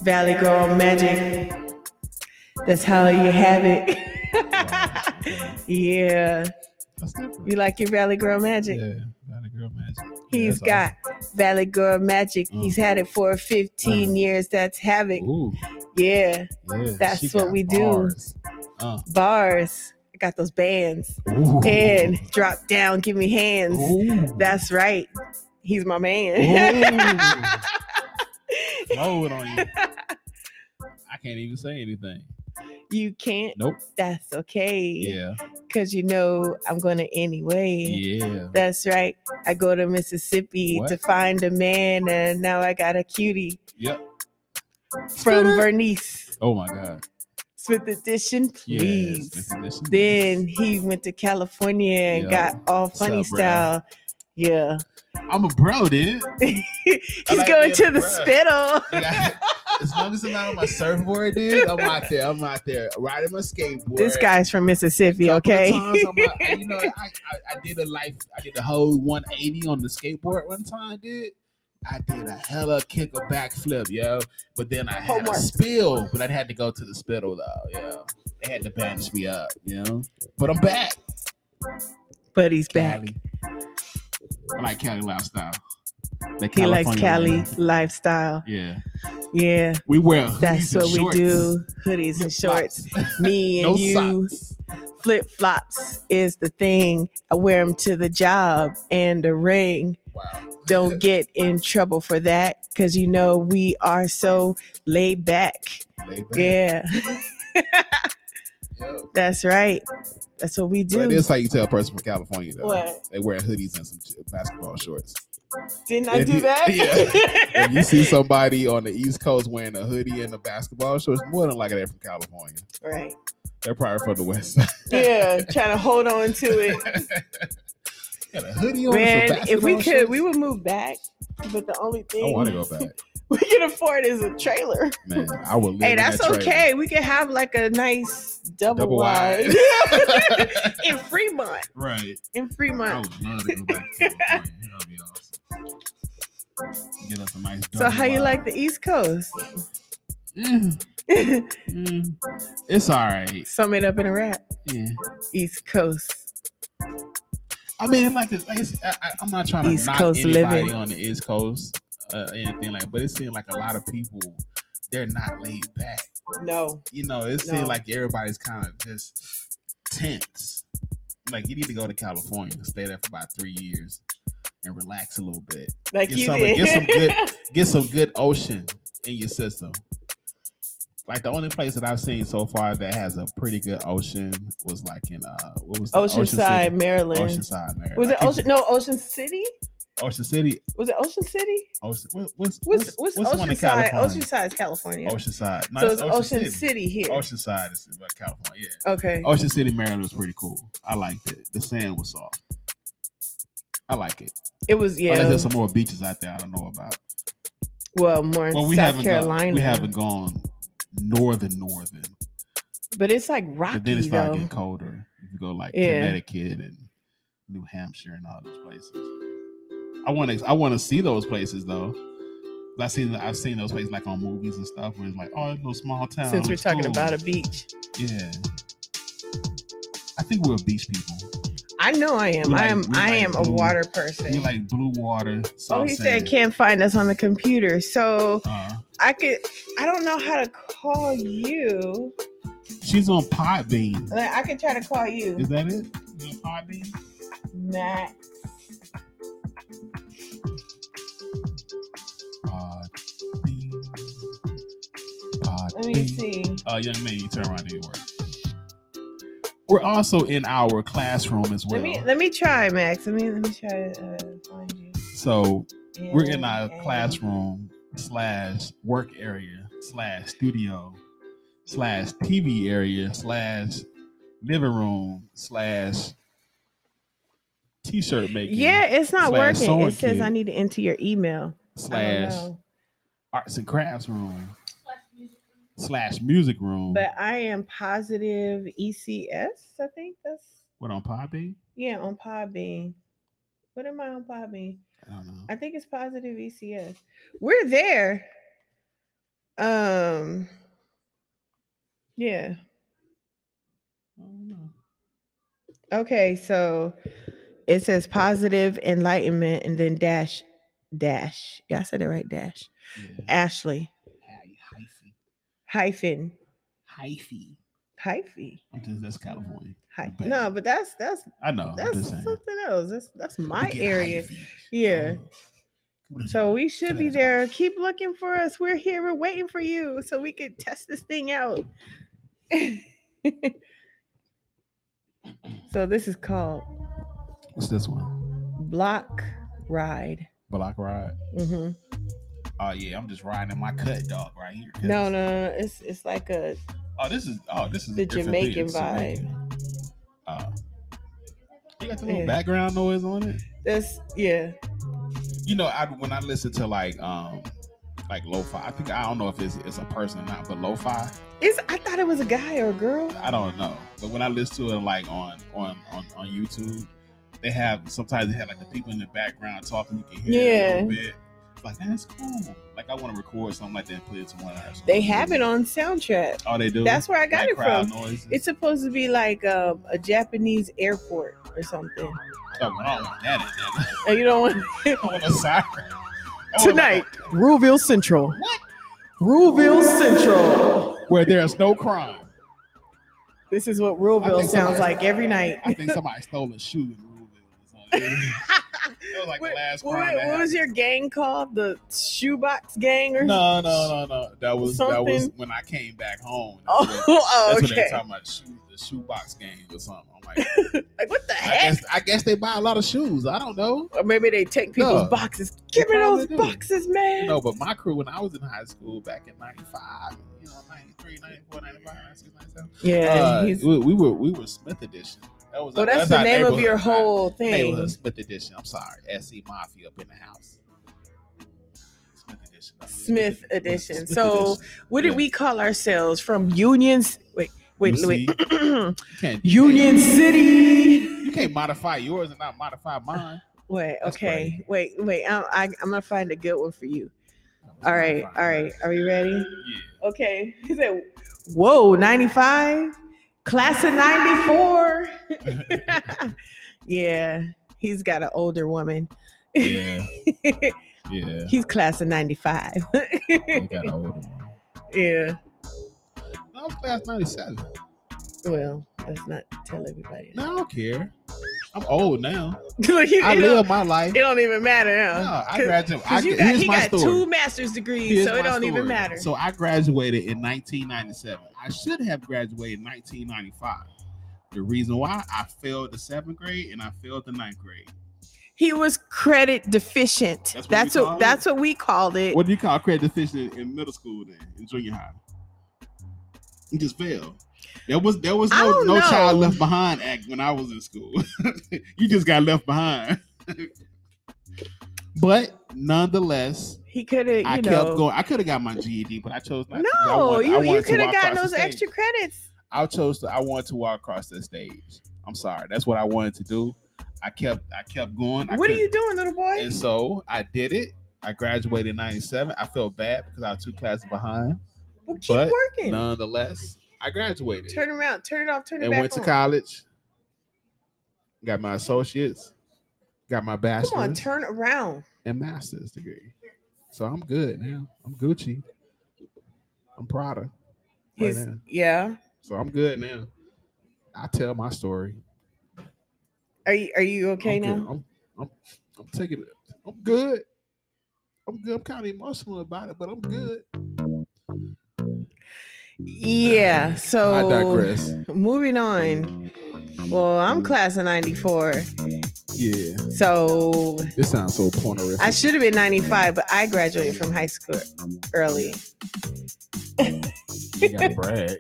A: Valley Girl Magic. That's how you have it. [LAUGHS]
B: Wow, okay.
A: yeah.
B: That's different.
A: You like your Valley Girl Magic?
B: Yeah, not a girl magic.
A: He's got Valley Girl Magic.
B: Mm.
A: He's had it for 15
B: Mm.
A: years. That's havoc.
B: Ooh,
A: Yeah.
B: yeah,
A: That's
B: she
A: what
B: got
A: we do.
B: bars. Uh,
A: Bars. I got those bands.
B: ooh.
A: And drop down, give me hands.
B: Ooh.
A: That's right. He's my [LAUGHS] man.
B: Ooh. Blow it on you. I can't even say anything.
A: [LAUGHS] you can't.
B: Nope.
A: That's okay.
B: Yeah.
A: Cause you know I'm gonna anyway.
B: Yeah.
A: That's right. I go to Mississippi to
B: What?
A: find a man, and now I got a cutie
B: Yep.
A: from Bernice.
B: Oh my God.
A: Smith edition,
B: Yes.
A: please.
B: Missy Missy.
A: Then he went to California and
B: Yeah.
A: got all funny
B: up, bruh?
A: style. Yeah.
B: I'm a bro, dude.
A: He's
B: like
A: going
B: being
A: to
B: a
A: the
B: bruh.
A: spittle. [LAUGHS]
B: as long as I'm out on my surfboard, dude, I'm out there. I'm out there riding my skateboard.
A: This guy's from Mississippi,
B: couple of
A: okay?
B: times on my- you know, I, I, I did a life, I did a whole 180 on the skateboard one time, dude. I did a hella kick a backflip, yo. But then I had
A: Homework.
B: a spill, but I had to go to the spittle though, yo. They had to bandage me up, you know. But I'm back.
A: [LAUGHS] But he's back.
B: Cali. I like Cali lifestyle. That
A: He likes Cali
B: California
A: lifestyle.
B: living. Yeah,
A: Yeah.
B: we wear.
A: That's
B: hoodies and
A: what we
B: shorts.
A: do. Hoodies and
B: [LAUGHS]
A: shorts. Me and
B: No
A: you.
B: socks.
A: Flip flops is the thing. I wear them to the job and the ring.
B: Wow.
A: Don't get in trouble for that because you know we are so laid back.
B: Laid back.
A: Yeah,
B: Yo.
A: that's right. That's what we
B: But
A: do.
B: that's how you tell a person from California though.
A: What?
B: They wear hoodies and some j-
A: [LAUGHS]
B: basketball shorts.
A: Didn't I
B: if
A: do [LAUGHS]
B: you-
A: that?
B: When you see somebody on the East Coast wearing a hoodie and a basketball shorts, more than likely they're from California.
A: Right.
B: They're probably from the West Side. [LAUGHS]
A: Yeah, [LAUGHS] trying to hold on to it.
B: Got a hoodie on.
A: Man, if [LAUGHS] we could, we
B: would.
A: would move back. But the only
B: I want to
A: thing
B: go back.
A: [LAUGHS] we can afford is a trailer.
B: Man, I would. Live
A: Hey,
B: in
A: that's
B: that trailer. [LAUGHS]
A: okay. We can have like a nice double,
B: Double
A: wide [LAUGHS]
B: wide. [LAUGHS]
A: in Fremont.
B: right.
A: In
B: I
A: Fremont.
B: would love to go back to California. That'd be awesome. Get us a nice.
A: So how you
B: double-wide.
A: like the East Coast? [LAUGHS]
B: Mm, mm. It's all right.
A: Sum it up in a rap.
B: Yeah.
A: East Coast.
B: I mean, like it's, it's, I, I- I'm not trying to
A: East
B: knock
A: Coast
B: anybody
A: living.
B: on the East Coast, uh, anything like. But it seems like a lot of people they're not laid back.
A: No.
B: You know, it seems
A: No.
B: like everybody's kind of just tense. Like you need to go to California, stay there for about three years, and relax a little bit.
A: Like
B: Get
A: you
B: some-
A: did.
B: get some good- Get some good ocean in your system. Like the only place that I've seen so far that has a pretty good ocean was like in uh, what was the Ocean City?
A: [LAUGHS] Oceanside, Maryland.
B: Oceanside, Maryland.
A: Was
B: I
A: it
B: keep-
A: Ocean no Ocean City?
B: Ocean City.
A: Was it Ocean City?
B: Ocean. What, what's
A: What's what's,
B: the one in
A: Oceanside?
B: California?
A: Oceanside is California.
B: Oceanside. No,
A: so it's Ocean,
B: Ocean
A: City. here.
B: Oceanside is about California. Yeah.
A: Okay.
B: Ocean City, Maryland was pretty cool. I liked it. The sand was soft. I like it.
A: It was
B: Unless
A: yeah.
B: there's Oh, some more beaches out there I don't know about.
A: Well, more in
B: Well, we
A: South
B: haven't
A: Carolina.
B: Gone, we haven't gone northern northern.
A: But it's like
B: But then it
A: rocky
B: started
A: though.
B: getting colder. You go like
A: Yeah.
B: Connecticut and New Hampshire and all those places. I want to I want to see those places though. I seen I've seen those places like on movies and stuff where it's like oh it's a little small town.
A: Since we're
B: it's
A: talking
B: cool.
A: about a beach.
B: yeah. I think we're beach people.
A: I know I am.
B: We
A: I
B: like-
A: am
B: we
A: I
B: like
A: am a
B: blue.
A: water person.
B: We like blue water.
A: oh,
B: soft
A: he
B: sand.
A: said can't find us on the computer. So
B: Uh,
A: I could I don't know how to call you.
B: she's on Podbean.
A: Uh. Like, I could try to call you.
B: Is that it? on Podbean?
A: Matt.
B: Podbean.
A: Let me
B: Podbean.
A: see.
B: Uh, young man, you turn around and you work. We're also in our classroom as well.
A: Let me let me try, Max. Let me let me try to uh, find you.
B: so we're in our
A: Yeah.
B: classroom slash work area slash studio slash TV area slash living room slash t-shirt making
A: Yeah, it's not
B: slash
A: working.
B: sewing
A: It says
B: kit.
A: I need to enter your email. I don't
B: slash
A: know.
B: arts and crafts room
D: Slash music.
B: slash music room.
A: But I am positive ECS. I think that's
B: what on Podbean?
A: yeah on Podbean. What am I on Podbean?
B: I don't know.
A: I think it's positive ECS. We're there. Um. Yeah.
B: I don't know.
A: Okay. So it says positive enlightenment and then dash dash. Yeah, I said it right. Dash.
B: Yeah.
A: Ashley
B: Hyphy.
A: hyphen
B: Hyphy.
A: hyphy.
B: I'm just that's California.
A: Hy-
B: But-
A: no, but that's that's
B: I know. I'm
A: that's
B: just saying.
A: something else. That's that's
B: We
A: my
B: get
A: area.
B: hyphy.
A: Yeah.
B: Oh. What is
A: So
B: it?
A: we should be there. Keep looking for us. We're here. We're waiting for you so we could test this thing out. [LAUGHS] so this is called
B: What's this one?
A: Block Ride.
B: Block ride.
A: Mhm.
B: Oh yeah, I'm just riding in my cut dog right here. 'cause-
A: No, no, no, it's it's like a
B: Oh, this is oh this is
A: The
B: a different
A: Jamaican
B: thing.
A: vibe.
B: Jamaican. Oh. You got the little
A: Yeah.
B: background noise on it.
A: this yeah.
B: you know, I when I listen to like um like lo-fi, I think I don't know if it's it's a person or not, but lo-fi,
A: It's I thought it was a guy or a girl.
B: I don't know. But when I listen to it like on on on, on YouTube, they have sometimes they have like the people in the background talking, you can hear it a little bit. Like that's cool. Like I want to record something like that and put it to one of our
A: They
B: songs.
A: have it on soundtrack.
B: Oh, they do.
A: That's where I got
B: Like
A: it
B: crowd
A: from.
B: noises.
A: It's supposed to be like um, a Japanese airport or something.
B: something wrong with that. [LAUGHS] is it?
A: And you don't want
B: I want a siren. I want, like,
A: tonight. Ruleville Central. Oh What? Ruleville Central.
B: where there's no crime.
A: This is what
B: I
A: Ruleville
B: think
A: sounds
B: somebody-
A: like every [LAUGHS] night.
B: I think somebody stole a shoe in Louisville.
A: [LAUGHS]
B: or something. It was like
A: Wait,
B: the last
A: what,
B: crime.
A: what
B: that
A: was your gang called? The Shoebox Gang or
B: happened. no, no, no, no. That was that was
A: Something-
B: when I came back home.
A: Oh,
B: That's what-
A: oh, [LAUGHS]
B: that's what they were
A: okay.
B: talking about shoe, the shoebox game or something. I'm like,
A: Like what the
B: I
A: heck?
B: guess I guess they buy a lot of shoes. I don't know.
A: Or maybe they take people's
B: No.
A: boxes.
B: They
A: Give me those
B: probably do.
A: boxes, man.
B: You know, but my crew when I was in high school back in '95, you know, '93, '94, '95, '96, '97.
A: yeah.
B: Uh,
A: he's-
B: we, we were we were Smith edition. That was
A: oh,
B: our-
A: that's,
B: our
A: the name of
B: neighborhood-
A: your
B: our
A: whole thing.
B: neighborhood Smith edition. I'm sorry, SC Mafia up in the house. Smith edition.
A: Smith edition.
B: [LAUGHS] Smith
A: So-
B: edition.
A: What did
B: Yeah.
A: we call ourselves from unions? Wait, wait,
B: You
A: wait. [CLEARS THROAT]
B: You can't,
A: Union City.
B: You can't modify yours and not modify mine.
A: Wait,
B: That's
A: okay.
B: crazy.
A: Wait, wait. I, I, I'm gonna find a good one for you. [LAUGHS] All right, all right. Are we ready?
B: Yeah.
A: Okay. [LAUGHS] He said, "Whoa, 95, class of [LAUGHS] 94." yeah, he's got an older [LAUGHS] woman.
B: Yeah. Yeah.
A: he's class of 95.
B: We got an older [LAUGHS] one.
A: [LAUGHS] yeah.
B: I was class 97.
A: Well, let's not tell everybody. [LAUGHS]
B: No, I don't care. I'm old now.
A: Look, you-
B: I
A: it, don't,
B: live my life.
A: it don't even matter now.
B: No, I
A: 'Cause-
B: graduated.
A: 'cause
B: I,
A: you
B: get-
A: got,
B: here's
A: he
B: my
A: got
B: story.
A: two master's degrees,
B: Here's
A: so it
B: my
A: don't even
B: story.
A: matter.
B: So I graduated in 1997. I should have graduated in 1995. The reason why I failed the seventh grade and I failed the ninth grade.
A: he was credit deficient.
B: That's what we
A: That's what,
B: call it?
A: that's what we called it.
B: What do you call credit deficient in middle school then, in junior high? You just failed. There was there was
A: I
B: no,
A: don't
B: no
A: know.
B: child left behind act when I was in school. [LAUGHS] you just got left behind. [LAUGHS] but nonetheless,
A: He could have, you
B: I
A: know.
B: kept going. I could have got my GED, but I chose not. to 'cause I
A: No,
B: wanted- I
A: you, you
B: wanted to
A: could have
B: walk
A: gotten
B: across
A: those
B: the stage.
A: extra credits.
B: I chose to. I wanted to walk across the stage. I'm sorry. That's what I wanted to do. I kept. I kept going. I
A: what are
B: couldn't-
A: you doing, little boy?
B: and so I did it. I graduated in 97. I felt bad because I was two classes behind.
A: Well, keep
B: but
A: working.
B: Nonetheless, I graduated
A: Turn around, turn it off, turn it
B: and
A: back
B: went to
A: on.
B: college. Got my associates, got my
A: Come on,
B: bachelor's
A: turn around.
B: and master's degree. So I'm good now. I'm Gucci. I'm Prada. Right
A: He's-
B: now.
A: yeah.
B: So I'm good now. I tell my story.
A: Are you are you okay
B: I'm good.
A: now?
B: I'm, I'm, I'm taking it. I'm good. I'm good. I'm kind of emotional about it, but I'm good.
A: Yeah. So
B: I digress.
A: Moving on. Well, I'm class of '94,
B: Yeah,
A: so
B: this sounds so pornographic.
A: I should have been '95, but I graduated from high school early.
B: you gotta [LAUGHS] brag.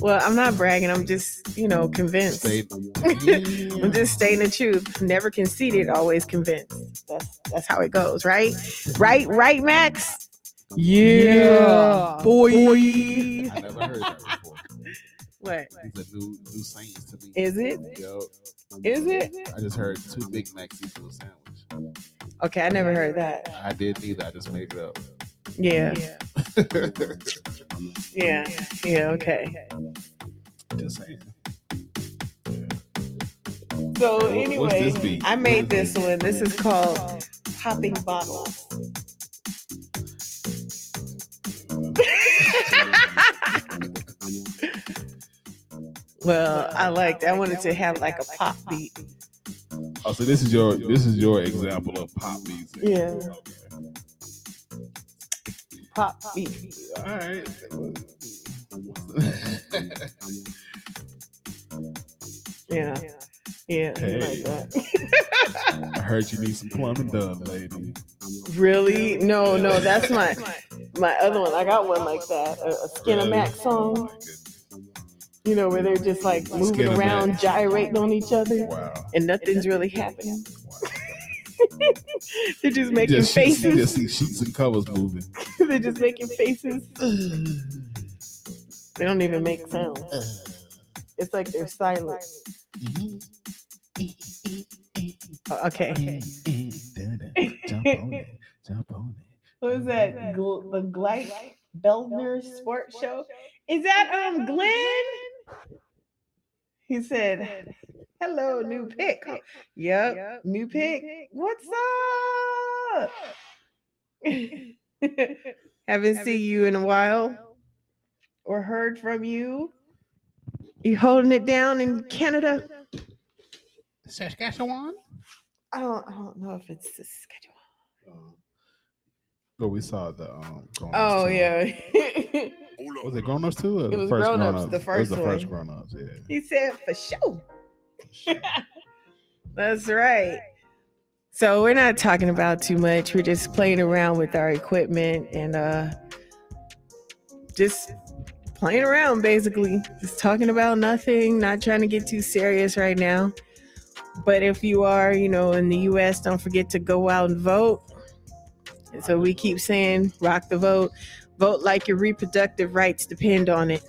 A: Well, I'm not bragging. I'm just, you know, convinced.
B: Stay-
A: I'm just stating the truth. Never conceited, always convinced. That's that's how it goes, right? Right, right, Max.
B: Yeah.
A: boy.
B: I never heard that before.
A: What
B: These are new, new sayings to me.
A: is it?
B: Yo,
A: Is it?
B: I just heard two Big Macs equal a sandwich.
A: Okay, I never heard that.
B: I didn't either. I just made it up. [LAUGHS]
A: Yeah,
B: just
A: yeah, yeah. Okay.
B: saying.
A: So
B: Wha- what's this
A: anyway,
B: beat?
A: I made
B: What is
A: this one. This is called popping bottles. well, I liked. I wanted to have like a pop beat.
B: Oh, so this is your this is your example of pop music.
A: Yeah.
B: Okay.
A: Pop beat.
B: All right. [LAUGHS]
A: Yeah, yeah.
B: Hey.
A: Like that.
B: I heard you need some plumbing done, lady.
A: Really? No, no, that's my my other one. I got one like that, a, a Skinner
B: Really?
A: Mac song. You know, where they're just like moving
B: Skinner Mac.
A: around, gyrating on each other,
B: Wow.
A: and nothing's really happening. [LAUGHS]
B: wow.
A: They're just making
B: just sheets- you
A: faces.
B: just see sheets and covers moving.
A: [LAUGHS] they're just making faces. They don't even make sound. It's like they're silent. O- Oh, Okay.
B: Jump on it. Jump on it.
A: What is that? Gl- the Gleich Beldner Sports Show? Is that um Glenn? He said, "Hello, new pick." Huh. Yep, new pick. What's up? [LAUGHS] Haven't seen you in a while or heard from you. You holding it down in Canada?
B: Saskatchewan?
A: I don't, I don't know if it's Saskatchewan.
B: But we saw the um. Grown Ups
A: Oh [LAUGHS]
B: too.
A: yeah.
B: Was it grown ups too? Or
A: It
B: the
A: was
B: first
A: Grown
B: grown
A: Ups,
B: ups.
A: the first
B: it was the first
A: one.
B: grown ups. Yeah.
A: He said for sure. [LAUGHS] That's right. So we're not talking about too much. We're just playing around with our equipment and uh just playing around basically. Just talking about nothing, not trying to get too serious right now. But if you are, you know, in the US, don't forget to go out and vote. And so we keep saying rock the vote. Vote like your reproductive rights depend on it.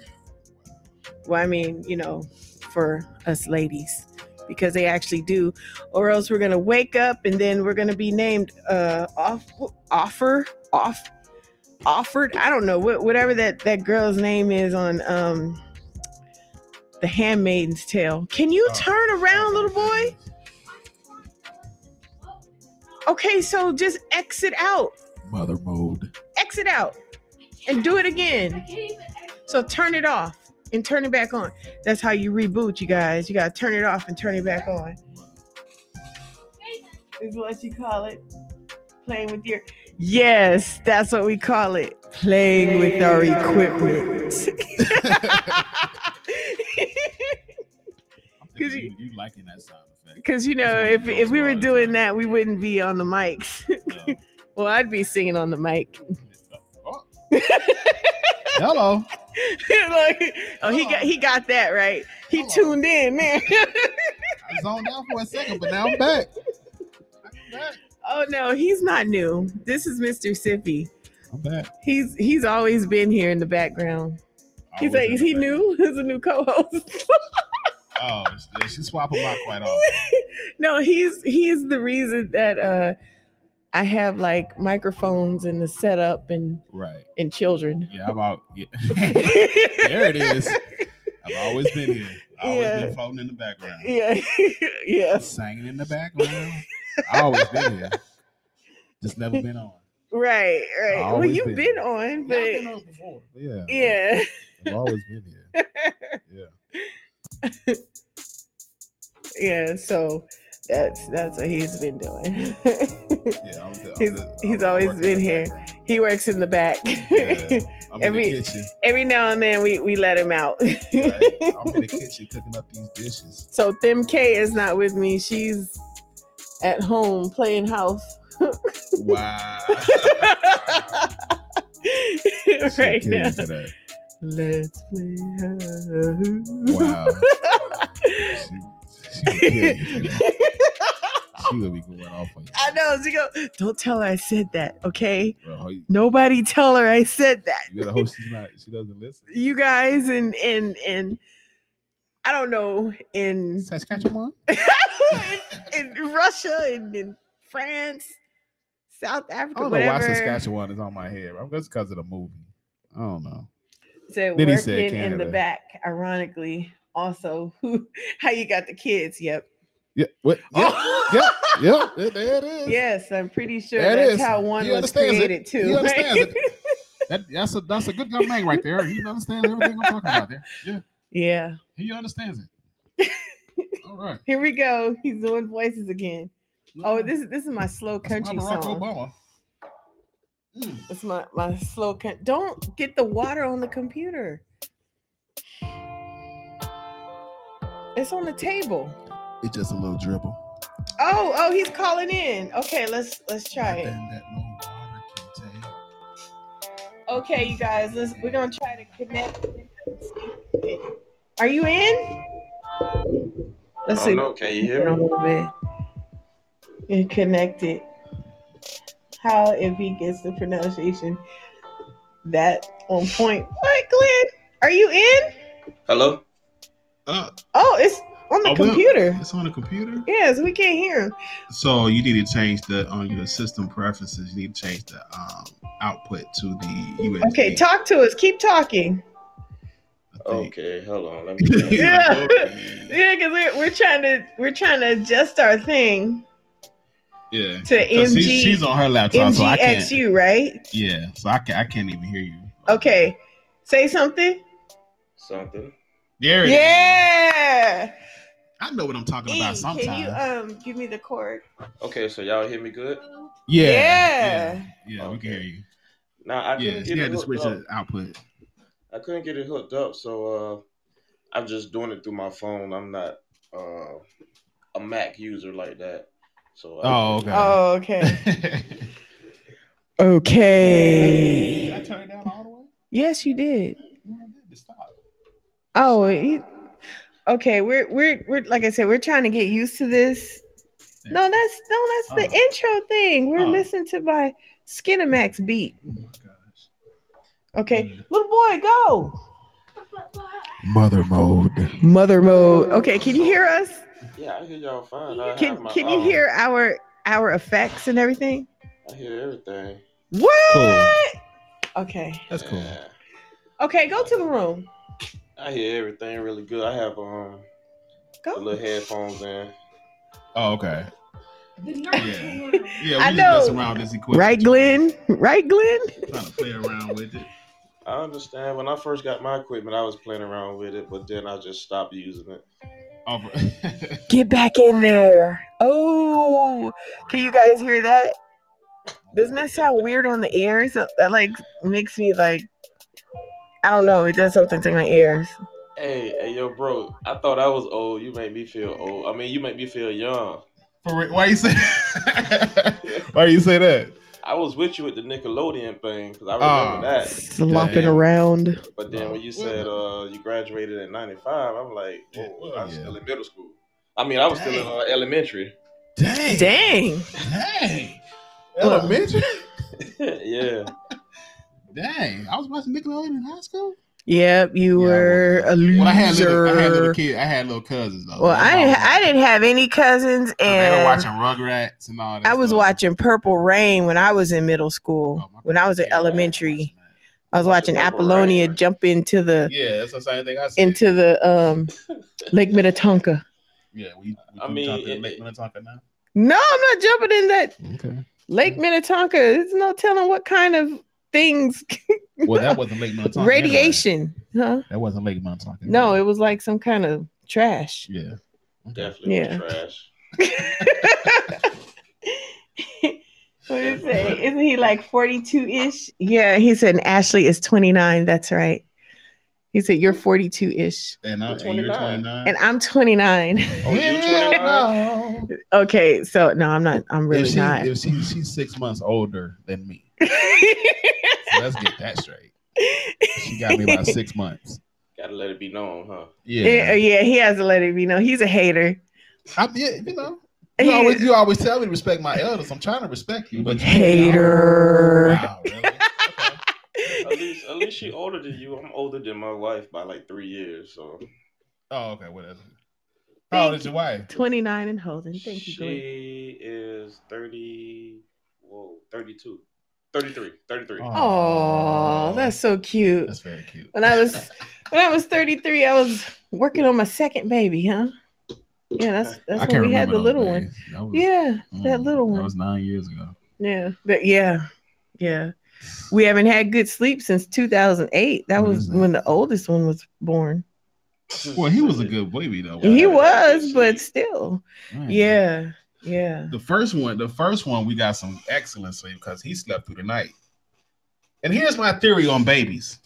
A: Well, I mean, you know, for us ladies because they actually do or else we're gonna wake up and then we're gonna be named uh off offer off offered i don't know wh- whatever that that girl's name is on um the handmaiden's tale can you
B: Oh.
A: turn around little boy okay so just exit out
B: Mother mode.
A: exit out and do it again so turn it off and turn it back on. That's how you reboot, you guys. You gotta turn it off and turn it back on. Is what you call it. Playing with your Yes, that's what we call it. Playing with our equipment. [LAUGHS]
B: Cause
A: you-
B: you liking that sound effect?
A: Cause you know, if if we were doing that, we wouldn't be on the mics. [LAUGHS]
B: Um,
A: Well, I'd be singing on the mic. [LAUGHS]
B: Oh. Hello.
A: like, oh, he got he got that right. He tuned in there.
B: I zoned out for a second, but now I'm back. I'm back.
A: [LAUGHS] oh no, he's not new. This is Mr. Sippy.
B: I'm back.
A: He's he's always been here in the background. He's
B: Always
A: like,
B: in
A: is
B: the
A: he
B: back.
A: new? [LAUGHS] He's a new co-host.
B: Oh, she- she swap them out quite often.
A: no, he's he's the reason that uh I have like microphones and the setup and
B: Right.
A: and children. [LAUGHS]
B: Yeah, I'm out. Yeah. there it is. I've always been here. I've always
A: Yeah.
B: been floating in the background.
A: yeah, [LAUGHS] yes,
B: Singing in the background. I always been here. Just never been on.
A: right, right. Well,
B: Always
A: you've
B: been.
A: been on,
B: Yeah, I've been
A: but
B: on before. Yeah.
A: yeah.
B: I've always been here. Yeah.
A: yeah, so that's that's what he's been doing. [LAUGHS]
B: Yeah, I'm the- I'm
A: He's-
B: the-
A: he's
B: I'm
A: always
B: working in
A: been
B: the
A: here.
B: background.
A: he works in the back.
B: Yeah. I'm
A: Every-
B: in the kitchen.
A: [LAUGHS] Every now and then we, we let him out.
B: right? I'm in
A: [LAUGHS]
B: the kitchen cooking up these dishes.
A: so Them K is not with me. She's at home playing house [LAUGHS]
B: Wow. [LAUGHS] She
A: right
B: kidding
A: now.
B: for that.
A: Let's play house.
B: Wow. she, she, would kill you for that. she would be going off on you.
A: I know. She go, don't tell her I said that, okay?
B: Bro, you
A: Nobody tell her I said that.
B: you gotta hope she's not. She doesn't listen.
A: You guys and and and I don't know in [LAUGHS]
B: Saskatchewan.
A: in, in Russia and in France, South
B: I
A: Africa,
B: don't know why
A: whatever.
B: Saskatchewan is on my head. I'm just because of the movie. I don't know.
A: Said
B: Then he
A: working
B: said
A: in the
B: Canada.
A: back, ironically. Also, [LAUGHS] who how you got the kids? Yep.
B: Yeah. What? Yeah.
A: Oh.
B: yeah. yeah. yeah, There it
A: [LAUGHS]
B: is.
A: Yes, I'm pretty sure
B: There it
A: that's
B: is.
A: how one
B: He
A: was
B: understands it.
A: created too.
B: He understands
A: [LAUGHS] right?
B: it. That, that's a that's a good young man right there. He understands everything I'm talking about there. Yeah.
A: Yeah.
B: He understands it.
A: [LAUGHS]
B: All right.
A: Here we go. He's doing voices again. Oh, this is this is my slow
B: That's
A: country
B: my Barack
A: song.
B: Obama. Mm.
A: It's my my slow country. Don't get the water on the computer. It's on the table.
B: It's just a little dribble.
A: Oh, oh, he's calling in. Okay, let's let's try it.
B: Nothing that no water can take.
A: Okay, you guys, let's we're gonna try to connect. Are you in? Let's
E: I
A: see.
E: don't know. Can you
A: a
E: hear me?
A: little bit and connect it. How if he gets the pronunciation that on point. What, Glenn? Are you in?
E: Hello.
F: Uh,
A: Oh, it's on the
F: Oh, well.
A: computer.
F: it's on a computer.
A: Yes, we can't hear him.
F: So you need to change the on your system preferences. You need to change the um, output to the USB.
A: Okay, talk to us. Keep talking.
F: I think.
E: Okay. Hold
F: [LAUGHS]
E: on. Let me.
A: Yeah. Yeah, because we're, we're trying to we're trying to adjust our thing [LAUGHS]
F: yeah.
A: to
F: 'Cause
A: MG,
F: she's, she's on her laptop, so I can't.
A: MGXU, right?
F: Yeah, so I, can, I can't even hear you.
A: Okay. Say something.
E: Something.
F: There it is.
A: Yeah.
F: I know what I'm talking
A: E,
F: about sometimes.
A: can you um give me the chord?
E: Okay. So y'all hear me good?
F: yeah.
A: Yeah.
F: Yeah, yeah, we can hear you.
E: Nah, I
F: Yeah,
E: couldn't
F: you
E: get
F: had
E: it
F: to
E: hooked
F: switch
E: up.
F: the output.
E: I couldn't get it hooked up, so uh, I'm just doing it through my phone. I'm not uh, a Mac user like that. So. I-
F: Oh, okay.
A: Oh, okay.
F: Did
A: okay.
F: I turn it down all the way?
A: Yes, you did.
F: No, I did. Stop.
A: Oh, you- okay. We're we're we're like I said, we're trying to get used to this. No, that's no, that's the
F: Oh.
A: intro thing. We're
F: Oh.
A: listening to by Skinamax beat.
F: Oh my gosh. Mm.
A: Okay, little boy, go.
B: Mother mode.
A: Mother mode. Okay, can you hear us?
E: Yeah, I hear y'all fine. I have
A: Can
E: my,
A: can you
E: um,
A: hear our our effects and everything?
E: I hear everything.
A: What? Okay.
B: That's cool.
E: Yeah.
A: Okay, go to the room.
E: I hear everything really good. I have um
A: Go.
E: the little headphones in.
F: Oh, okay.
D: The
F: Yeah.
D: nurse yeah.
F: Yeah, we
A: I
F: just mess
A: know.
F: around with this equipment.
A: Right, Glenn? Right, Glenn?
F: Trying to play around with it.
E: I understand. When I first got my equipment, I was playing around with it, but then I just stopped using it.
F: Oh, bro.
A: Get back in there. Oh, can you guys hear that? Doesn't that sound weird on the ears? That that, like makes me like, I don't know. It does something to my ears.
E: Hey, hey, yo, bro. I thought I was old. You made me feel old. I mean, you make me feel young.
F: [LAUGHS] For real, why you say? [LAUGHS] why you say that?
E: I was with you at the Nickelodeon thing because I
F: Oh.
E: remember that.
A: Slopping
F: Damn.
A: around.
E: But then when you said uh, you graduated in '95, I'm like,
B: Oh,
E: whoa, I was
F: Yeah.
E: still in middle school. I mean, I was still in uh, elementary. [LAUGHS]
F: Dang.
A: Dang.
F: Dang.
A: Look.
F: Elementary.
E: yeah.
F: Dang. I was watching Nickelodeon in high school.
A: Yep, you
F: Yeah, I
A: were a loser.
F: Well, I had little, I had little kids. I had little cousins though.
A: well,
F: That's
A: I
F: why
A: didn't.
F: was-
A: I didn't have any cousins,
F: They were
A: and
F: watching Rugrats and all that.
A: I was
F: stuff.
A: watching Purple Rain when I was in middle
F: Oh,
A: school.
F: my
A: When I was in
F: goodness.
A: elementary, I was watching
E: Purple Rain.
A: Apollonia jump into the
F: Yeah, that's the same thing I said.
A: into the um Lake Minnetonka.
F: yeah, we. we
E: I
F: I
E: mean,
F: mean, talking,
E: it-
F: Lake Minnetonka now.
A: No, I'm not jumping in that
B: Okay.
A: Lake Minnetonka. There's no telling what kind of things
F: Well, that wasn't Lake Minnetonka. anyway.
A: radiation, huh?
F: That wasn't Lake Minnetonka.
A: No,
F: anyway.
A: it was like some kind of trash.
F: Yeah.
E: Definitely
A: Yeah.
E: yeah. trash.
A: What is it? Isn't he like 42 ish? Yeah, he said, and Ashley is 29. That's right. He said, You're 42 ish.
B: And, I,
E: You're
B: and you're
E: 29.
B: 29.
A: And I'm 29.
E: Oh, you 29?
A: Okay, so no, I'm not. I'm really
B: if she,
A: not.
B: If she, she's six months older than me.
A: [LAUGHS]
B: So let's get that straight. She got me about six months.
E: Gotta let it be known, huh?
A: yeah,
B: Yeah.
A: yeah, he has to let it be known. He's a hater.
B: I, yeah you know.
A: He-
B: You always, you always tell me to respect my elders. I'm trying to respect you, but you
A: Hater.
B: Wow, really? Okay.
E: At least, at least she older than you. I'm older than my wife by like three years, so
B: Oh, okay, whatever. How old is your wife?
A: 29 and holding. Thank you, Glenn.
E: she is 30, whoa, 32, 33, 33.
A: Oh, that's so cute.
B: that's very cute.
A: When I was when I was 33, I was working on my second baby, huh? Yeah, that's that's when we had the
B: those
A: little one.
B: days. That was-
A: Yeah, that
B: mm,
A: little
B: That
A: one.
B: was nine years ago.
A: Yeah, but yeah, yeah. We haven't had good sleep since 2008. That
B: What
A: was
B: is that?
A: when the oldest one was born.
B: Well, he
E: [LAUGHS]
B: was a good baby though.
E: Yeah,
A: he
E: I haven't had good
A: was, but
E: sleep.
A: still.
B: Man.
A: Yeah, yeah.
B: The first one, the first one, we got some excellent sleep because he slept through the night. And here's my theory on babies: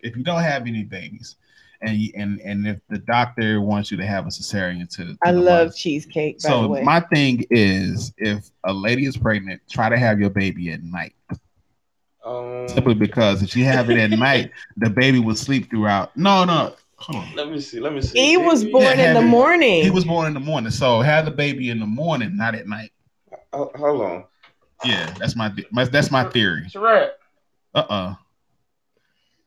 B: if you don't have any babies, and you, and and if the doctor wants you to have a cesarean to, to
A: I
B: the
A: love
B: mother-
A: cheesecake, by the
B: So
A: way.
B: my thing is, if a lady is pregnant, try to have your baby at night.
E: Um,
B: Simply because if you have
A: [LAUGHS]
B: it at night, the baby will sleep throughout. No, no, hold on.
E: let me see, let me see.
A: he was
E: Yeah,
A: born in
B: had
A: the
B: it.
A: morning.
B: He was born in the morning, so have the baby in the morning, not at night.
E: Ho- Hold on,
B: Yeah, that's my, th- my that's my theory.
E: it's right.
B: Uh uh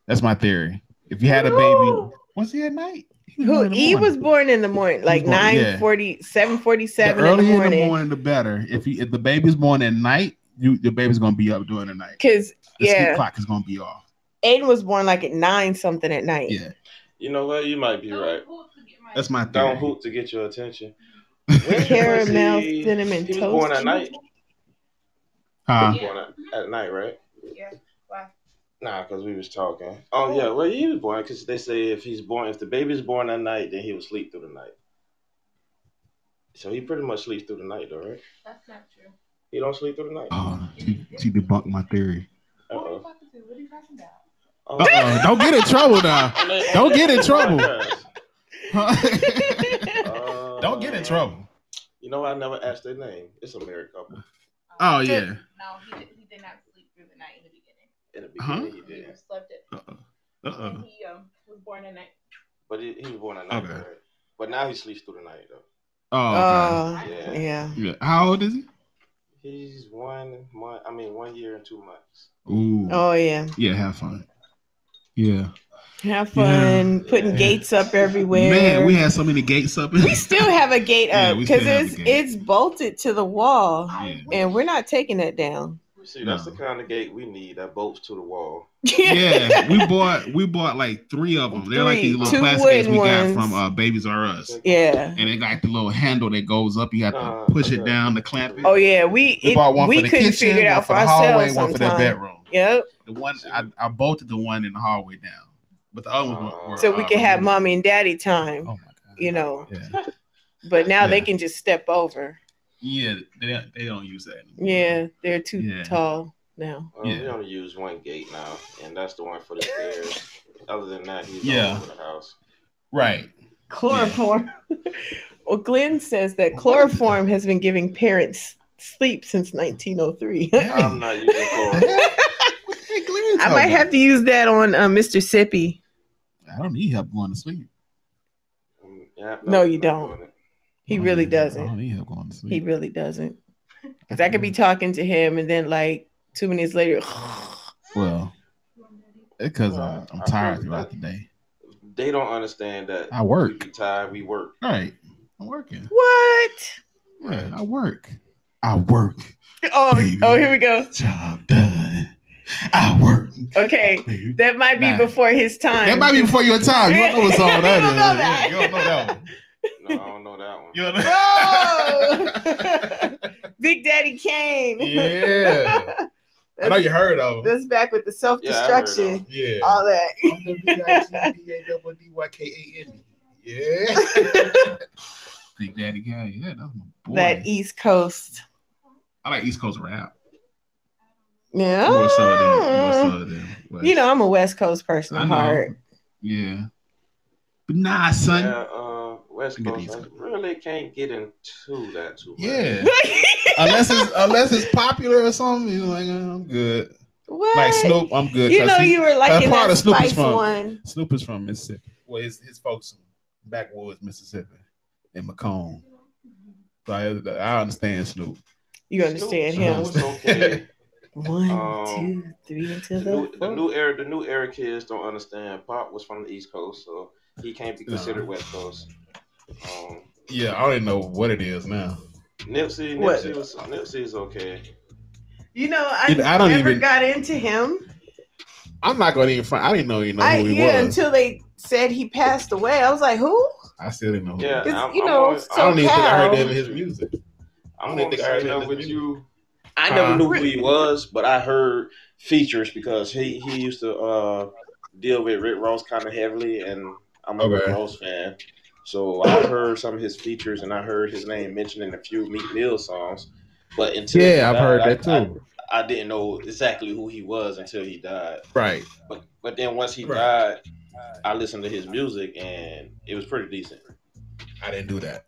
B: That's my theory. If you had a baby, was he at night? was
A: Who
B: born in the
A: he
B: morning.
A: was born in the morning, like
B: was born- yeah.
A: 940, 747
B: the
A: in the
B: earlier in the
A: morning.
B: morning, the better. If you if the baby's born at night, you your baby's gonna be up during the night.
A: Because
B: The
A: Yeah.
B: sleep clock is gonna be off.
A: Aiden was born like at nine something at night. [LAUGHS]
B: Yeah,
E: You know what? You might be
D: Oh.
E: right.
B: that's my theory.
E: Don't hoot to get your
B: [LAUGHS]
E: attention.
A: Caramel
E: Was he-
A: cinnamon
E: He was
A: toast.
E: born at night.
B: Huh?
E: He was born at, at night, right?
D: Yeah. Why?
E: Nah, because we was talking. Oh yeah, well he was born because they say if he's born, if the baby's born at night, then he will sleep through the night. So he pretty much sleeps through the night, though, right?
D: That's not true.
E: He don't sleep through the night.
B: Oh, she, she debunked my theory.
D: What are you
E: Uh-oh.
D: talking to? What are you talking about?
E: Oh.
B: Uh oh, don't get in
A: [LAUGHS]
B: trouble now. [LAUGHS]
E: On the- on
B: Don't
E: the-
B: get in
E: [LAUGHS]
B: trouble.
E: podcast.
B: Huh?
E: Uh,
B: don't get in trouble.
E: You know I never asked their name. It's a married couple.
B: Oh yeah.
D: No, he did, he did not sleep through the night in the beginning.
E: In the beginning,
B: Huh?
E: he
D: He
E: did,
D: just slept it.
B: Uh oh. Uh
D: And
B: oh.
D: he um, was born at night.
E: but he, he was born at night,
B: Okay.
E: right? But now he sleeps through the night, though.
B: Oh.
A: Oh,
E: Yeah.
A: yeah.
B: okay. Yeah. How old is he?
E: He's one month. I mean, one year and two months.
B: Ooh.
A: Oh, yeah.
B: Yeah. Have fun. Yeah.
A: Have fun putting
E: Yeah.
A: gates up everywhere.
B: Man, we
A: we,
B: had so many gates up. In- [LAUGHS]
A: still have a gate
B: Yeah,
A: up
B: we still
A: because
B: have a
A: it's
B: gate.
A: it's bolted to the wall,
B: Yeah.
A: and we're not taking that down. [LAUGHS]
E: See, that's
B: No.
E: the kind of gate we need that bolts to the wall.
B: yeah, we bought we bought like three of them. They're like these
A: Three.
B: little
A: Two
B: plastic gates we
A: wooden
B: got
A: ones.
B: from uh, Babies R Us,
A: yeah.
B: and it got the little handle that goes up. You have
E: Uh,
B: to push it
E: okay.
B: down to clamp it.
A: Oh yeah. We
B: we
A: it-
B: bought one
A: we
B: for the
A: couldn't
B: kitchen,
A: figure it
B: one
A: out
B: for
A: for
B: the hallway,
A: ourselves.
B: one for the
A: sometime.
B: bedroom.
A: Yep.
B: The one I, I bolted the one in the hallway down, but the other ones were, were,
A: So we
B: uh,
A: can have
B: removed.
A: mommy and daddy time,
B: Oh my god!
A: you know.
B: Yeah,
A: [LAUGHS] But now they
B: Yeah.
A: can just step over.
B: yeah they, don't- they don't use that. Anymore.
A: Yeah, they're too
B: Yeah.
A: tall now.
E: Well, We
B: Yeah.
E: only use one gate now, and that's the one for the stairs. Other than that, he's
B: Yeah.
E: all over the house.
B: right.
A: Chloroform. [LAUGHS] well, Glenn says that chloroform has been giving parents sleep since [LAUGHS] 1903.
E: I'm not using
B: What
E: chlorine.
B: the heck Larry
A: Uh-uh. [LAUGHS] I might
B: talking
A: have to use that on uh, Mr. Sippy.
B: about? I don't need help going to sleep.
E: Mm, yeah,
A: No, you
E: I'm not
A: don't.
E: doing it.
A: He
B: I don't
A: really
B: need- I
A: doesn't.
B: don't need help going to sleep.
A: He really doesn't. Because I could
B: Mm-hmm.
A: be talking to him and then, like, two minutes later,
B: [LAUGHS]
A: [SIGHS]
B: Well, because
E: Well,
B: I'm
E: I
B: tired
E: feel
B: throughout
E: that.
B: the day.
E: They don't understand that
B: I
E: we
B: work.
E: be tired, we work.
B: All right. I'm working.
A: what?
B: Yeah, I work. I work.
A: Oh,
B: Baby.
A: oh, here we go.
B: Job done. I work.
A: Okay.
B: Baby.
A: That might be
B: Nah.
A: before his time.
B: That might
A: [LAUGHS]
B: be before your time. You don't know what song that
A: You don't know
B: is.
A: that.
B: Yeah, you don't know that one.
E: No, I don't know that one.
B: You don't know-
A: Oh! Big Daddy [LAUGHS]
B: [LAUGHS]
A: Kane. [LAUGHS]
B: yeah. I know you heard of him.
A: That's back with the self destruction,
B: Yeah.
A: all that.
B: I'm the V I G B A double D Y K A N. Yeah. Big Daddy Kane. Yeah, that's my boy.
A: That East Coast.
B: I like East Coast rap.
A: Yeah.
B: More so than, more so than West.
A: Oh. Mm. You know, I'm a West Coast person
B: I
A: at
B: know. [LAUGHS]
A: heart.
B: Yeah. But nah, son.
E: Yeah, uh, West
B: Look at
E: Coast.
B: these.
E: I really can't get into that too much.
B: Yeah. unless it's unless it's popular or something, you're like, "Uh, I'm good.
A: what?
B: Like Snoop, I'm good.
A: You
B: 'cause
A: know,
B: he-
A: you were liking
B: part
A: that
B: of Snoop is
A: spice
B: from-
A: one.
B: Snoop is from Mississippi. Well, his, his folks from backwoods Mississippi in Macomb. So I, I understand Snoop.
A: You understand
E: Snoop-
A: him.
E: Snoop's
B: [LAUGHS]
E: okay.
A: One, two,
E: Um,
A: three, into
E: the,
A: the,
E: new, the
A: fourth.
E: new era, the new era kids don't understand. Pop was from the East Coast, so he can't be considered West Coast. Um,
B: Yeah, I already know what it is now.
E: Nipsey,
A: What?
E: Nipsey was Nipsey is okay.
A: You know, I,
B: You know, I don't
A: never
B: even-
A: got into him.
B: I'm not going to even front. I didn't know you know
A: I,
B: who he
A: yeah,
B: was.
A: until they said he passed away. I was like, who?
B: I still didn't know. Who
E: Yeah,
B: he was.
A: It's-
E: I'm,
A: you
E: I'm
A: know,
E: always-
A: so
B: I don't even think I heard
A: Cal-
B: that in his music.
E: I'm
B: I didn't
E: gonna
B: think I
E: say
B: heard
E: that
B: that
E: with
B: name.
E: you. I never
B: Huh?
E: knew who he was, but I heard features because he he used to uh, deal with Rick Ross kind of heavily, and I'm a Rick
B: Okay.
E: Ross fan, so I heard some of his features and I heard his name mentioned in a few Meek Mill songs. But until he
B: Yeah, I've
E: died,
B: heard
E: I-
B: that too.
E: I, I didn't know exactly who he was until he died.
B: Right.
E: But but then once he
B: Right.
E: died, I listened to his music and it was pretty decent.
B: I didn't do that.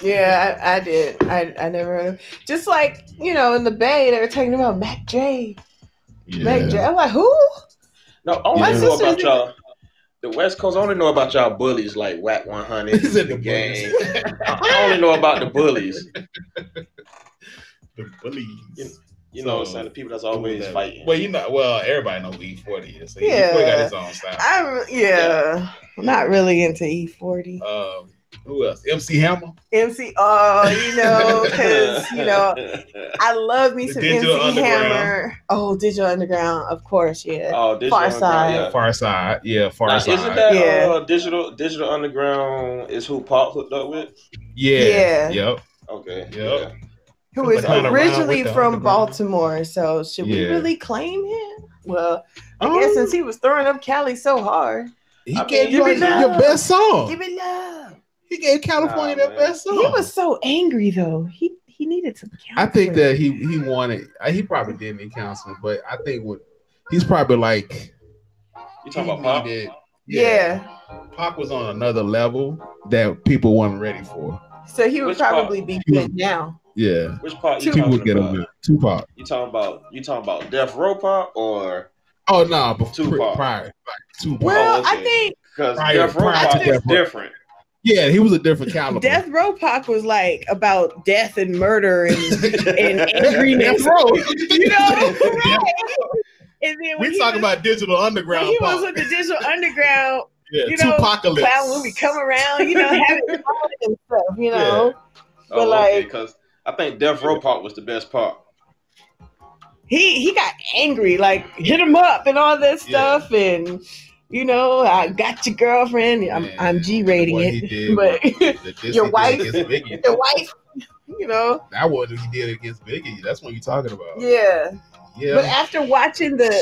A: Yeah, I, I did. I, I never heard of Just like, you know, in the Bay, they were talking about Mac J. Mac
B: [LAUGHS]
A: J. I'm like, who?
E: No, I only
B: My
E: know
A: sister
E: about
A: did-
E: y'all. The West Coast. I only know about y'all bullies like Whack
B: [LAUGHS]
E: One Hundred,
B: He said
E: the
B: the
E: gang.
B: bullies.
E: I I only know about the bullies.
B: [LAUGHS] The bullies.
E: You know, what I'm
B: So,
E: saying the people that's always
B: Who that-
E: fighting.
B: Well,
E: [LAUGHS]
B: you know, well, everybody know E forty is. So
A: Yeah.
B: yeah. E40 got his own style.
A: I'm, yeah, not really into E E40.
B: um, who else? MC Hammer.
A: MC, oh, you know, because, you know, I love me
B: The
A: some
B: Digital
A: MC
B: Underground.
A: Hammer. Oh, Digital Underground, of course, yeah.
E: [LAUGHS] oh, digital
A: Far
E: underground.
A: Side.
E: Yeah.
B: Far Side. Yeah, Far
E: Now,
B: Side.
E: isn't that
A: Yeah.
E: uh, digital? Digital underground is who Paul hooked up with.
B: yeah.
A: Yeah.
B: Yep.
E: Okay.
B: Yep.
A: Who is
B: Like, kinda around
A: originally
B: with the
A: from
B: Underground.
A: Baltimore. So, should we
B: Yeah.
A: really claim him? Well, I
B: Um,
A: guess since he was throwing up Cali so hard.
B: he
E: I mean,
B: gave
E: you
B: your,
A: know-
B: your best song.
A: Give it love.
B: he gave California
E: Nah,
B: their
E: man.
B: best song.
A: He was so angry, though. He he needed some counseling.
B: I think that he he wanted. uh, He probably didn't in counseling, but I think what he's probably like.
E: You talking
B: he
E: about Pop?
B: needed-
A: Yeah.
B: Pac was on another level that people weren't ready for.
A: So he would
E: Which
A: probably be good now.
B: Yeah,
E: Which part? You
B: people
E: talking
B: would get
E: about?
B: him. Tupac.
E: You talking about? You talking about Death Row Pop or
B: Oh no, but
E: Tupac.
B: Tupac. prior, like, Tupac.
A: Well,
E: okay.
A: I think
E: because
B: Prior-
E: Death Row
B: prior
A: to
E: Pop is
B: Death Row.
E: different.
B: yeah, he was a different caliber.
A: Death Row Pac was like about death and murder
B: [LAUGHS]
A: and and
E: [LAUGHS]
A: angriness.
B: Death Row.
A: you know,
B: [LAUGHS]
A: right? And then when
B: we
A: he
B: talking
A: was,
B: about digital
A: when
B: underground.
A: he was
B: pop.
A: with the Digital
B: [LAUGHS]
A: Underground,
B: yeah,
A: you know,
B: Tupacalypse.
A: clown when we come around, you know,
B: [LAUGHS]
A: having fun and stuff, you know. But
E: Oh, okay.
A: like
E: Because I think Death Row Pop was the best Pop.
A: he he got angry, like hit him up and all that
B: Yeah.
A: stuff, and you know, I got your girlfriend. I'm
B: Yeah.
A: I'm G rating
B: What
A: it,
B: he
A: [LAUGHS]
B: did
A: but
B: with the diss
A: your
B: he did
A: wife-
B: against Biggie.
A: your wife, you know,
B: That what he did against Biggie. That's what you talking about.
A: yeah.
B: Yeah.
A: But after watching the,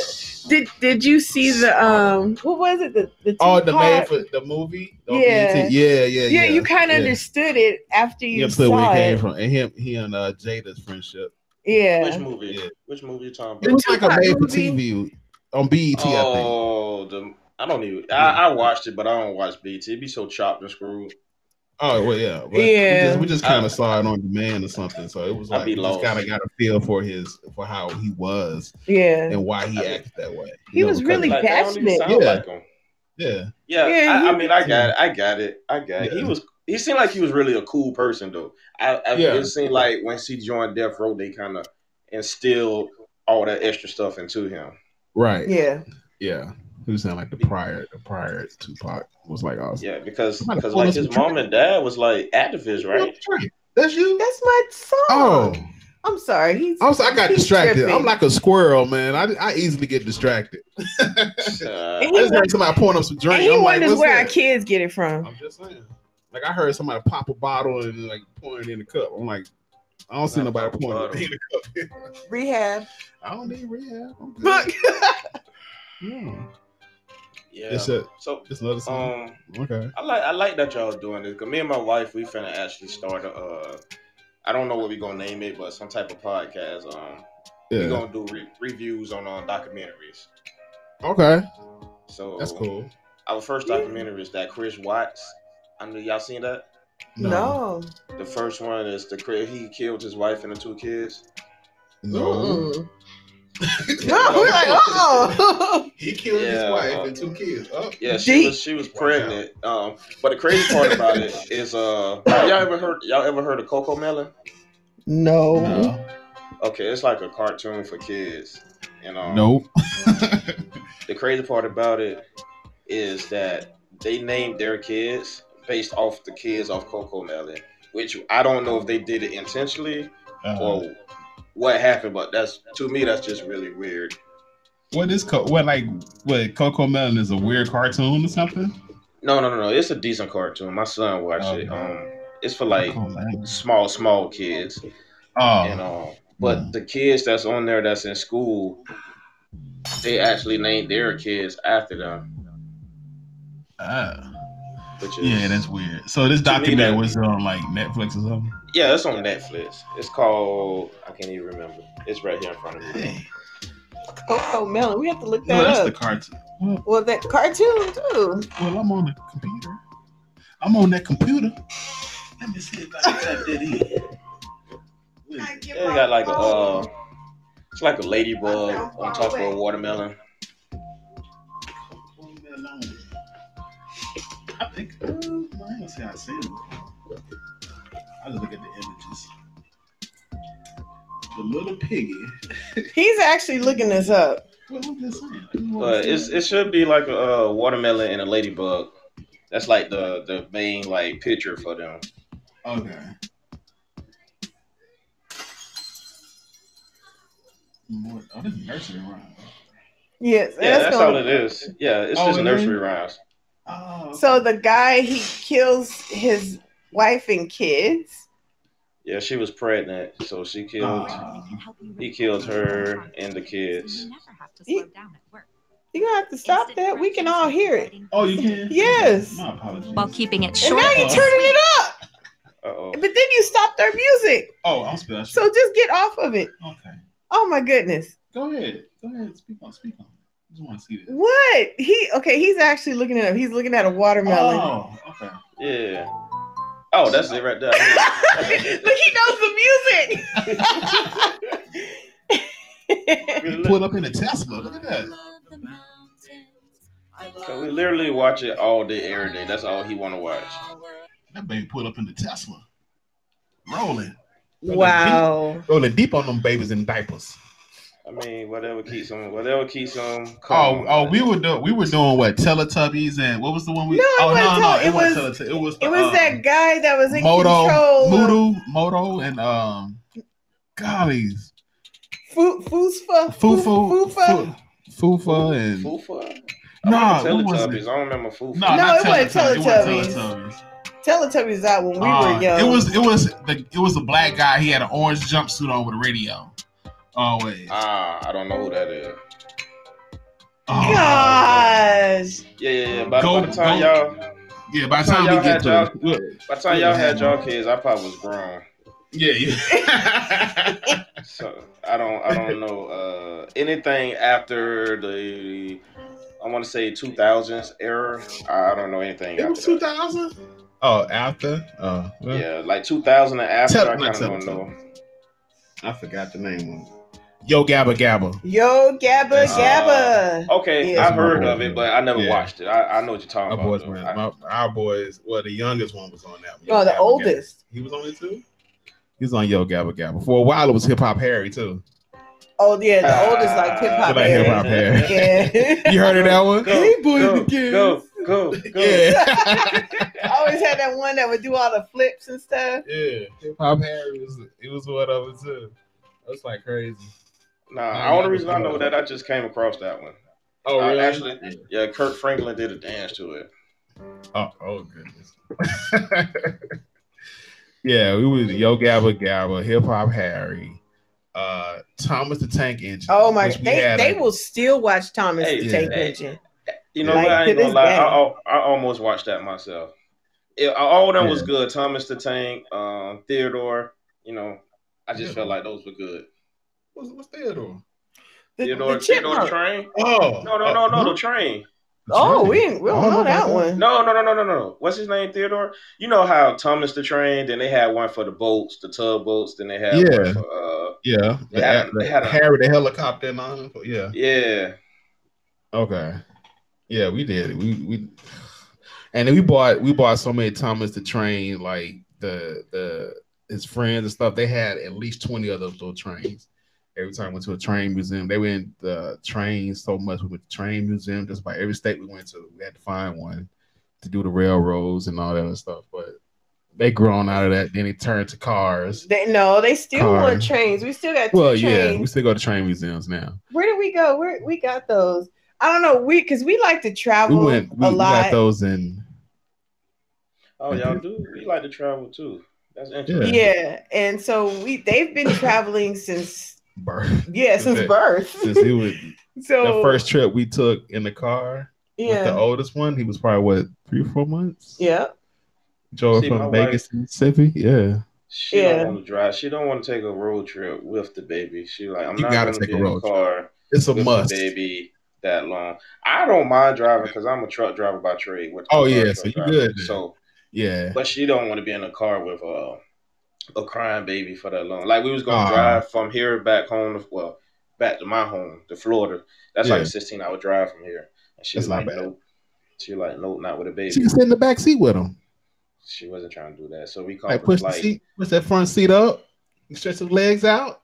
A: did did you see the um what was it the the
B: Oh, the
A: Tupac-
B: made for the movie. The
A: Yeah.
B: BET. yeah, yeah,
A: yeah,
B: yeah.
A: you kind of
B: yeah.
A: understood it after you
B: Yeah, so where
A: saw
B: he
A: it.
B: came from, and him, he and uh, Jada's friendship.
E: Which
A: Yeah,
E: movie?
B: Yeah.
E: Which movie you talking about?
B: It was like a
A: Tupac
B: made for
A: movie?
B: TV on BET. I think.
E: Oh, the I don't even. I, I watched it, but I don't watch BT. It'd be so chopped and screwed.
B: Oh well, yeah, but
A: Yeah.
B: We just, we just kind of saw it on demand or something, so it was
E: I'd
B: like
E: be
B: we just
E: lost.
B: kind of got a feel for his for how he was
A: yeah.
B: and why he
E: I'd be-
B: acted that way.
A: He was
B: because-
A: really-
E: Like, that don't even
A: Passionate.
E: sound
B: Yeah.
E: like him.
B: yeah,
E: Yeah,
A: Yeah,
E: I,
A: he-
E: I mean, I got it. I got it. I got it. He
B: Yeah.
E: was. He seemed like he was really a cool person, though. I, I
B: Yeah.
E: it seemed like when she joined Death Row, they kind of instilled all that extra stuff into him.
B: right, yeah.
A: Yeah,
B: He was saying like the prior, the prior Tupac was like awesome.
E: Yeah, because
B: Somebody
E: because
B: pull
E: like
B: us
E: his
B: a
E: mom and dad was like
B: [LAUGHS]
E: activists, right?
B: That's you.
A: that's my song.
B: Oh,
A: I'm sorry. He's
B: also I got
A: He's
B: distracted.
A: tripping.
B: I'm like a squirrel, man. I, I easily get distracted.
E: Uh,
A: And
B: I
A: he,
B: just heard somebody pouring up some drink.
A: and he
B: I'm like,
A: wonders
B: what's
A: where our
B: that?
A: kids get it from.
B: I'm just saying. Like I heard somebody pop a bottle and like pouring it in the cup. I'm like, I don't see
E: Not
B: nobody
E: pop a
B: pouring
E: bottle.
B: it in the cup. [LAUGHS]
A: Rehab.
B: I don't need rehab. I'm good.
A: Look.
B: Yeah.
E: yeah, Yeah.
B: It's a
E: so
B: it's another song.
E: um
B: okay.
E: I like I like that y'all doing this because me and my wife we finna actually start a uh I don't know what we gonna name it, but some type of podcast. Um, we
B: Yeah.
E: gonna do re- reviews on uh, documentaries.
B: Okay.
E: So
B: That's cool.
E: Our first documentary is that Chris Watts. I know y'all seen that.
A: No.
E: The first one is the Chris he killed his wife and the two kids.
B: No.
A: Mm-mm. Mm.
B: [LAUGHS]
A: No, [LAUGHS] we're like, oh.
B: He killed his
E: Yeah.
B: wife and two kids. Oh.
E: Yeah,
A: Deep.
E: she was, she was pregnant. Um, but the crazy part about it is uh, y'all ever heard y'all ever heard of Coco Melon?
A: no.
B: No.
E: Okay, it's like a cartoon for kids. And um,
B: Nope.
E: the crazy part about it is that they named their kids based off the kids off Coco Melon, which I don't know if they did it intentionally
B: Uh,
E: or what happened, but that's to me that's just really weird.
B: what is co- what like what Coco Melon is a weird cartoon or something?
E: No, no, no, no. It's a decent cartoon. My son watched
B: Okay.
E: it. Um, it's for like
B: Coco Melon.
E: small, small kids.
B: Oh,
E: and all. But the kids that's on there that's in school, they actually named their kids after them,
B: ah.
E: which is
B: yeah, that's weird. So this
E: To me,
B: documentary
E: that-
B: was on like Netflix or something.
E: yeah, it's on Netflix. It's called I can't even remember. It's right here in front of me.
B: Dang.
A: Coco Melon. We have to look that
B: No, that's
A: up.
B: the cartoon. Well,
A: well, that cartoon too.
B: well, I'm on the computer. I'm on that computer. Let me see if I can type that in.
D: I get
E: They
D: my
E: got like a
D: phone.
E: uh, it's like a ladybug on top of a watermelon.
B: Coco Melon. I think. Uh, I don't see I seen it. I just look at the images. The little piggy.
A: He's actually looking this up.
B: What was this saying? I just wanna
E: But
B: see
E: it's
B: that.
E: it should be like a uh, watermelon and a ladybug. That's like the the main like picture for them.
B: Okay. More, oh, this is nursery rhyme.
A: Yes.
E: Yeah, that's
A: gonna-
E: all it is. Yeah, it's
B: Oh,
E: just
B: it is?
E: nursery rhymes.
B: Oh,
A: So the guy he kills his wife and kids.
E: Yeah, she was pregnant, so she killed.
B: Ah.
E: He killed her and the kids.
A: He- You gonna have to stop that. We can all hear it.
B: oh, you can.
A: Yes.
B: My apologies.
G: While keeping it
A: And
G: short,
A: now you're turning it up,
E: Uh oh.
A: but then you stopped our music.
B: oh, I'm special.
A: So just get off of it.
B: okay.
A: Oh my goodness.
B: Go ahead. Go ahead. Speak on. Speak on. I just want to see this.
A: What? He okay, he's actually looking it up. He's looking at a [LAUGHS] watermelon.
B: Oh, okay.
E: Yeah. Oh, that's it right there.
A: Look, he knows
E: [LAUGHS]
A: the music.
E: we,
B: Pulled
E: li-
B: up in a Tesla. Look at that.
E: so we literally watch it all day, every day. That's all he want to watch.
B: That baby pulled up in the Tesla. Rolling.
A: wow.
B: Rolling deep on them babies in diapers.
E: I mean, whatever keeps him, whatever keeps him.
B: Oh,
E: calm.
B: oh, we were doing we were doing what Teletubbies and what was the one we?
A: No, it
B: oh
A: wasn't Tele- it was-
B: Teletubbies. It was
A: It was
E: Uh-uh.
B: uh,
A: that guy that was in
B: Moto,
A: control.
B: Moodle, Moto, and um, gollies,
A: Fu- Fusfa. Fu-
B: Fufu,
A: Fufa.
B: Fu- Fufa, and
E: Fufa.
B: Nah,
E: I remember
B: what was
E: Teletubbies. I don't remember Fufa.
A: No,
B: not
A: it wasn't
B: Teletubbies,
A: Teletubbies.
B: It wasn't Teletubbies.
A: Teletubbies out when we
B: Uh,
A: were young.
B: It was it was the it was a black guy. He had an orange jumpsuit on with a radio. Always.
E: Ah, I don't know who that is.
B: Oh,
A: gosh.
E: Yeah, yeah, yeah. By,
B: Go-
E: by the time
B: go-
E: y'all,
B: Yeah. By the
E: That's
B: time
E: how
B: we
E: y'all
B: get
E: had
B: to
E: y'all-
B: it, we'll-
E: by the time y'all had y'all kids, I probably was grown.
B: yeah, yeah. [LAUGHS]
E: So I don't, I don't know uh, anything after the. I want to say 2000s era. I I don't know anything.
B: it was
E: after
B: two
E: that.
B: thousand. Oh, after. Oh, well,
E: Yeah, like 2000 and after,
B: Tell-
E: I
B: not
E: kind of don't
B: tell-
E: know.
B: I forgot the name of it. Yo Gabba Gabba.
A: Yo, Gabba,
E: Uh,
A: Gabba. Yeah.
E: Okay, I've
B: That's my
E: heard
B: boy,
E: of
B: yeah.
E: it, but I never
B: Yeah.
E: watched it. I, I know what you're talking
B: Our
E: about.
B: boys
E: though.
B: were
E: I-
B: my, our boys. Well, the youngest one was on that. one.
A: Oh,
B: Yo
A: the
B: Gabba
A: oldest.
B: Gabba. He was on it too. He was on Yo Gabba Gabba for a while. It was Hip Hop Harry too.
A: Oh, yeah, [LAUGHS] the
E: Ah,
A: oldest like hip hop.
B: Look like Hip Hop
A: band.
B: Harry.
A: [LAUGHS] Yeah.
B: [LAUGHS] You heard of that one?
E: Go,
B: hey, boys
E: go,
B: and kids.
E: go, go, go.
A: [LAUGHS]
E: [LAUGHS]
B: Yeah,
A: I always had that one that would do all the flips and stuff.
B: yeah. Hip Hop Harry was it was one of it too. That's like crazy. Nah,
E: Nah, the only
B: that
E: reason
B: was
E: I know
B: good.
E: that I just came across that one.
B: Oh,
E: Uh,
B: really?
E: actually- Yeah, Kirk Franklin did a dance to it.
B: Oh, oh goodness. [LAUGHS] yeah, we was Yo Gabba Gabba, Hip Hop Harry, uh, Thomas the Tank Engine.
A: Oh my!
B: which we
A: They
B: had
A: they
B: a-
A: will still watch Thomas
E: Hey,
A: the
B: yeah.
A: Tank
E: Hey.
A: Engine.
E: You know,
A: Like,
E: what? I
A: to
E: ain't gonna
A: this
E: lie.
A: day.
E: I, al- I almost watched that myself. Yeah, all of them was
H: Yeah.
E: good. Thomas the Tank, um, Theodore. You know, I just
B: Yeah.
E: felt like those were good.
B: What's, what's Theodore?
A: The,
E: Theodore,
A: the
E: Theodore
A: chipmunk.
E: Train.
B: Oh,
E: No, no, no, no, the train.
A: Oh, we didn't, we
B: I
A: don't
B: don't know
A: know that
B: about that.
A: one.
E: No, no, no, no, no, no. What's his name? Theodore. You know how Thomas the Train. Then they had one for the boats, the tub boats. Then they had
B: Yeah.
E: one for, uh,
B: Yeah,
E: They had a-
B: the-
E: they had a-
B: Harry the helicopter and all. that. Yeah.
E: yeah.
B: Okay. Yeah, we did. We we and then we bought we bought so many Thomas the train, like the the his friends and stuff. They had at least 20 of those little trains. Every time we went to a train museum, they went the trains so much. We went to train museum just by every state we went to. We had to find one to do the railroads and all that other stuff. But they grown out of that. Then it turned to cars.
A: They, no, they still
B: Car.
A: want trains. We still got two
B: Well,
A: trains.
B: yeah, we still go to train museums now.
A: Where did we go? Where we got those? I don't know. We because we like to
B: We
A: travel
B: went. We,
A: a
B: we
A: lot.
B: got those in
E: Oh, y'all do. We like to travel too. That's interesting.
A: yeah, and so we they've
B: [LAUGHS]
A: been traveling since
B: birth
A: yeah since
B: Okay.
A: birth.
B: [LAUGHS] since he was
A: [LAUGHS] so
B: the first trip we took in the car with the
A: yeah
B: oldest one, he was probably what three or four months.
A: yeah
B: Joel
E: See, my
B: from Vegas, Mississippi. Yeah,
E: She
A: Yeah.
E: don't want to drive. She don't want to take a road trip with the baby. She like, I'm
B: You
E: not
B: gotta
E: going
B: take
E: to
B: a
E: be in the
B: road trip.
E: car
B: it's a
E: with
B: must.
E: the baby that long. I don't mind driving because I'm a truck driver by trade. With
B: Oh,
E: I'm a
B: yeah,
E: truck
B: so you
E: driver.
B: good then.
E: So,
B: Yeah,
E: but she don't want to be in a car with uh, a crying baby for that long. Like we was going
B: Aw.
E: to drive from here back home. To, well, back to my home, to Florida. That's like
B: Yeah.
E: a 16 hour drive from here. And she
B: That's
E: was
B: not
E: like,
B: bad.
E: nope. She like, nope, not with a baby.
B: she can sit in the back seat with him.
E: She wasn't trying to do that. So we called
B: Like
E: the
B: push the
E: flight.
B: seat, push that front seat up, stretch his legs out.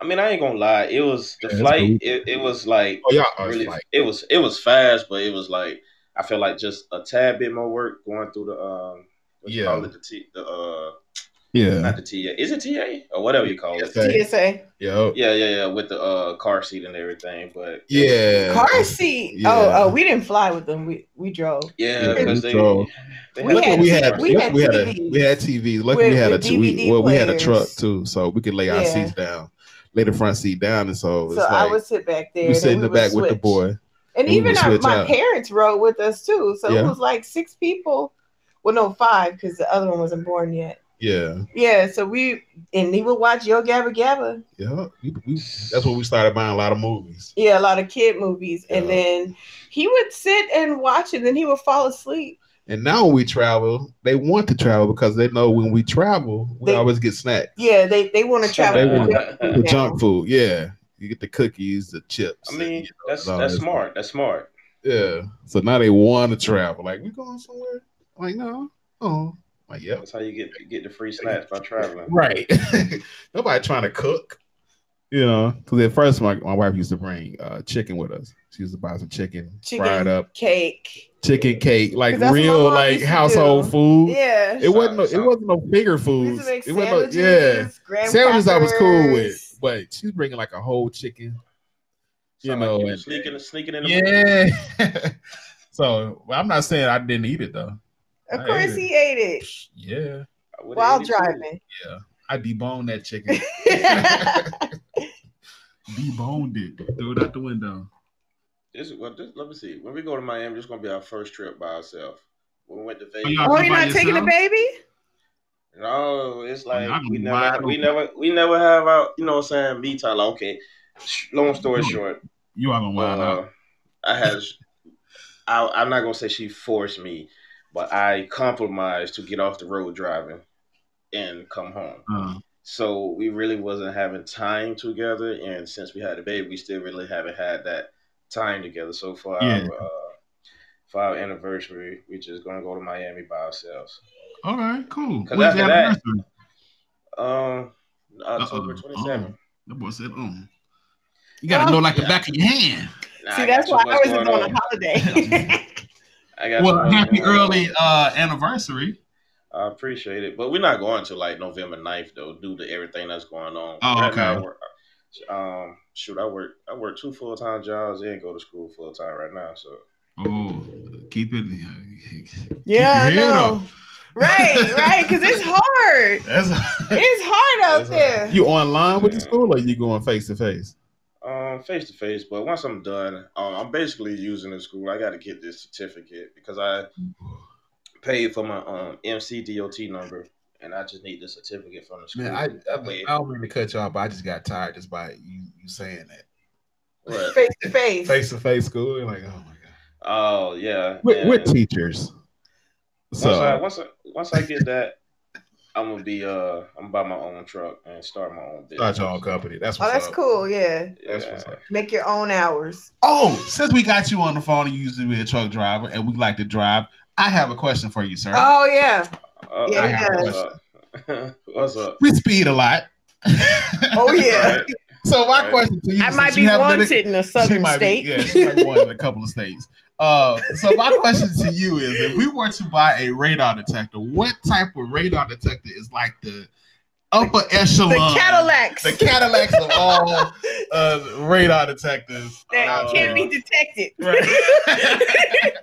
E: I mean, I ain't gonna lie. It was
B: Yeah,
E: the
B: that's cool.
E: flight. It, it was like
B: Oh yeah, oh, it's
E: really.
B: like
E: It was it was fast, but it was like I feel like just a tad bit more work going through the um. What you
B: Yeah.
E: call it the T the uh
B: yeah,
E: not the TA is it TA or whatever you call it.
B: TSA. Okay.
A: TSA
B: yeah,
E: Yeah, yeah, yeah. With the uh car seat and everything, but it
B: yeah.
A: car seat.
B: Yeah.
A: Oh, oh, we didn't fly with them. We we drove.
E: was- yeah,
B: Yeah,
E: because
B: we
E: they,
B: drove.
E: they
A: We
B: Luckily
A: had-
B: we had
A: we
B: we
A: had
B: had we had, a,
A: TVs.
B: we had TVs. Luckily we
A: With-
B: had a
A: with
B: TV.
A: DVD
B: Well, we had a truck
A: players.
B: too, so we could lay our
A: Yeah.
B: seats down, lay the front seat down, and so it's
A: so I
B: like
A: would sit back there.
B: you sit
A: and
B: in
A: we
B: the
A: would
B: back with the
A: switch.
B: boy.
A: And
B: We
A: even
B: would
A: our,
B: switch
A: my
B: out.
A: parents rode with us too. So
B: Yeah.
A: it was like six people. Well, no, five because the other one wasn't born yet.
B: Yeah.
A: Yeah. So we and he would watch Yo Gabba Gabba.
B: Yeah, we, we, that's when we started buying a lot of movies.
A: Yeah, a lot of kid movies. And
B: Yeah.
A: then he would sit and watch it, then he would fall asleep.
B: And now when we travel, they want to travel because they know when we travel, we
A: They-
B: always get snacks,
A: Yeah, they, they want to travel.
B: They wanna-
A: Yeah.
B: the junk food. Yeah, you get the cookies, the chips.
E: [LAUGHS] I
B: and, [LAUGHS]
E: mean,
B: you know,
E: that's
B: all
E: that's
B: that.
E: smart. That's smart.
B: Yeah. So now they want to travel. Like we going somewhere? Like no, oh, like yep.
E: That's how you get get the free snacks by traveling.
B: Right. [LAUGHS] Nobody trying to cook. You know, because at first my, my wife used to bring uh, chicken with us. She used to buy some chicken,
A: Chicken
B: fry it up,
A: cake.
B: chicken cake, like
A: 'Cause that's what my
B: real
A: mom
B: like
A: used to
B: household
A: do.
B: food.
A: Yeah.
B: It wasn't. No,
E: Sorry,
B: it
E: sorry.
B: wasn't no bigger
A: We
B: foods.
A: used to make
B: It wasn't.
A: sandwiches,
B: No, yeah,
A: graham
B: sandwiches I was cool with,
A: crackers.
B: but she's bringing like a whole chicken. You
E: Sound
B: know,
E: like you
B: and-
E: sneaking sneaking in the
B: Yeah. [LAUGHS] so well, I'm not saying I didn't eat it though.
A: Of
B: I
A: course,
B: ate it.
A: he ate it
B: Yeah,
E: movie.
A: while [LAUGHS] driving.
B: I deboned
A: [LAUGHS]
B: that chicken. deboned it. Threw it out the window.
E: This, well, this, let me see. When we go to Miami, this is gonna be our first trip by ourselves. When we went to
B: Oh,
E: Vegas,
B: y'all
A: oh,
B: you
A: you're
B: by
A: not taking the
B: yourself?
A: baby?
E: no, it's like
B: Y'all gonna
E: we
B: be
E: never,
B: wide
E: we
B: open.
E: never, we never have our, you know, what I'm saying me time. Like, okay, sh- long story
B: Really?
E: short,
B: You are gonna wild
E: uh,
B: out.
E: I had, I, I'm not gonna say she forced me, but I compromised to get off the road driving and come home.
B: Uh,
E: So we really wasn't having time together, and since we had a baby, we still really haven't had that time together. So for
B: Yeah.
E: our uh, for our anniversary, we just gonna go to Miami by ourselves.
B: all right, cool.
E: 'Cause
B: When's
E: after
B: your
E: that-
B: anniversary?
E: Um, October
B: Uh-oh.
E: twenty seventh.
B: Oh, that boy said, "Oh, you gotta
A: Oh.
B: know like the
E: Yeah.
B: back of your hand."
A: See, that's why I wasn't on a [LAUGHS] holiday.
E: I got
B: Well,
E: too much
B: happy
E: going on.
B: early uh anniversary.
E: I appreciate it, but we're not going to like November 9th though, due to everything that's going on.
B: Oh,
E: Right
B: okay.
E: now, I work- um, shoot, I work I work two full time jobs and go to school full time right now. So
B: Oh, keep it.
A: yeah, I
B: [LAUGHS] Keep your head
A: know.
B: up.
A: Right, right, because it's hard.
B: That's
A: It's hard out
E: That's hard.
A: there.
B: you online with the school or you going face to face?
E: um, face to face. But once I'm done, um, I'm basically using the school. I got to get this certificate because I paid for my um, MCDOT number, and I just need the certificate from the school.
B: Man, I, I,
E: That way-
B: I don't mean to cut you off, but I just got tired just by you, you saying that.
E: What?
I: Face to face.
B: Face to face school, you're like, oh my God.
E: Oh yeah.
J: with,
E: and
J: with teachers.
E: once
J: So
E: I, once I once I get that, I'm gonna be uh I'm gonna buy my own truck and start my own business.
B: Start your own company. That's
I: Oh,
B: what's
I: that's
B: up.
I: cool. Yeah.
B: That's what's
E: Yeah.
B: up.
I: Make your own hours.
B: Oh, since we got you on the phone, you used to be a truck driver, and we like to drive. I have a question for you, sir.
I: Oh yeah.
E: Uh,
I: Yeah,
E: I
I: it
E: have-
B: does.
E: what's up? [LAUGHS] what's up?
B: We speed a lot.
I: Oh yeah. [LAUGHS]
E: Right.
B: [LAUGHS] so my
E: Right.
B: question to you,
A: I
B: since
A: might be
B: you haven't been in-
A: wanted in a
B: she
A: southern
B: might
A: state.
B: Be, yeah,
A: [LAUGHS]
B: she might be wanted in a couple of states. Uh, so my question to you is, if we were to buy a radar detector, what type of radar detector is like the upper echelon?
I: The Cadillacs
B: The Cadillacs of all uh,
A: [LAUGHS]
B: radar detectors.
A: that
E: Uh,
A: can't be detected.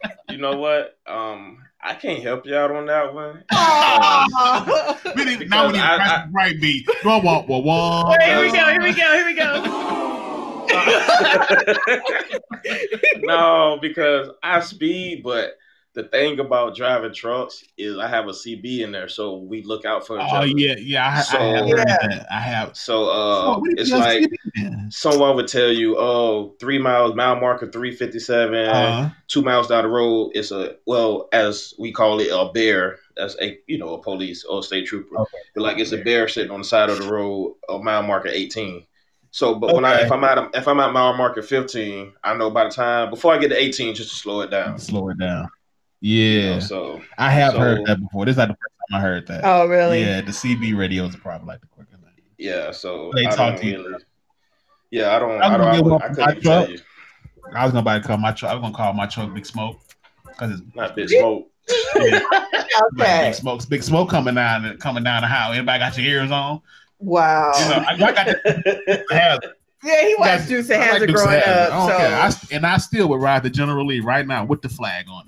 B: [LAUGHS]
E: You know what? Um, I can't help you out on
I: [LAUGHS]
E: that one. [LAUGHS]
B: Oh. we need, now we
E: Because
B: need to
E: I-
B: press
E: I-
B: the right beat. Wah, wah, wah, wah.
A: Wait, here we go. Here we go. Here we go.
E: no, because I speed, but the thing about driving trucks is I have a CB in there, so we look out for each
B: Oh
E: other.
B: yeah, yeah. I, I have
E: So-
B: heard that. I have.
E: So
B: Oh,
E: uh,
B: what if
E: it's
B: you have
E: like
B: CB?
E: someone would tell you, "Oh, three miles, mile marker three fifty seven,
B: Uh,
E: two miles down the road." It's a well, as we call it, a bear. That's a you know a police or state trooper.
B: Okay.
E: But like it's a bear sitting on the side of the road, a mile marker eighteen. So, but when I
B: Okay.
E: if I'm at if I'm at mile marker fifteen, I know by the time before I get to eighteen, just to slow it down.
B: slow it down.
E: You know,
B: Yeah,
E: so
B: I have
E: so-
B: heard that before. This is not the first time I heard that.
A: Oh, really?
B: Yeah, the CB radios are probably like the quicker thing.
E: yeah, so
B: They
E: I
B: talk
E: don't
B: to you.
E: really. Yeah, I don't.
B: I'm
E: I don't.
B: gonna
E: I,
B: get
E: would-
B: one
E: I
B: from
E: couldn't
B: my
E: even tell
B: truck.
E: you.
B: I was gonna buy call my truck. I was gonna call my truck Big Smoke because it's
E: Not big smoke.
B: yeah, like
I: Okay.
B: Big Smoke's Big Smoke coming down coming down the highway. Everybody got your ears on.
I: Wow.
B: You know, I, I got the
I: [LAUGHS]
E: Oh.
B: hazard.
I: Yeah, he
B: Guys,
I: watched Dukes and
B: I
I: Hazard
B: like Dukes
I: growing
B: of Hazzard. I
I: up.
B: don't
I: So
B: care. I st- and I still would ride the General Lee right now with the flag on it.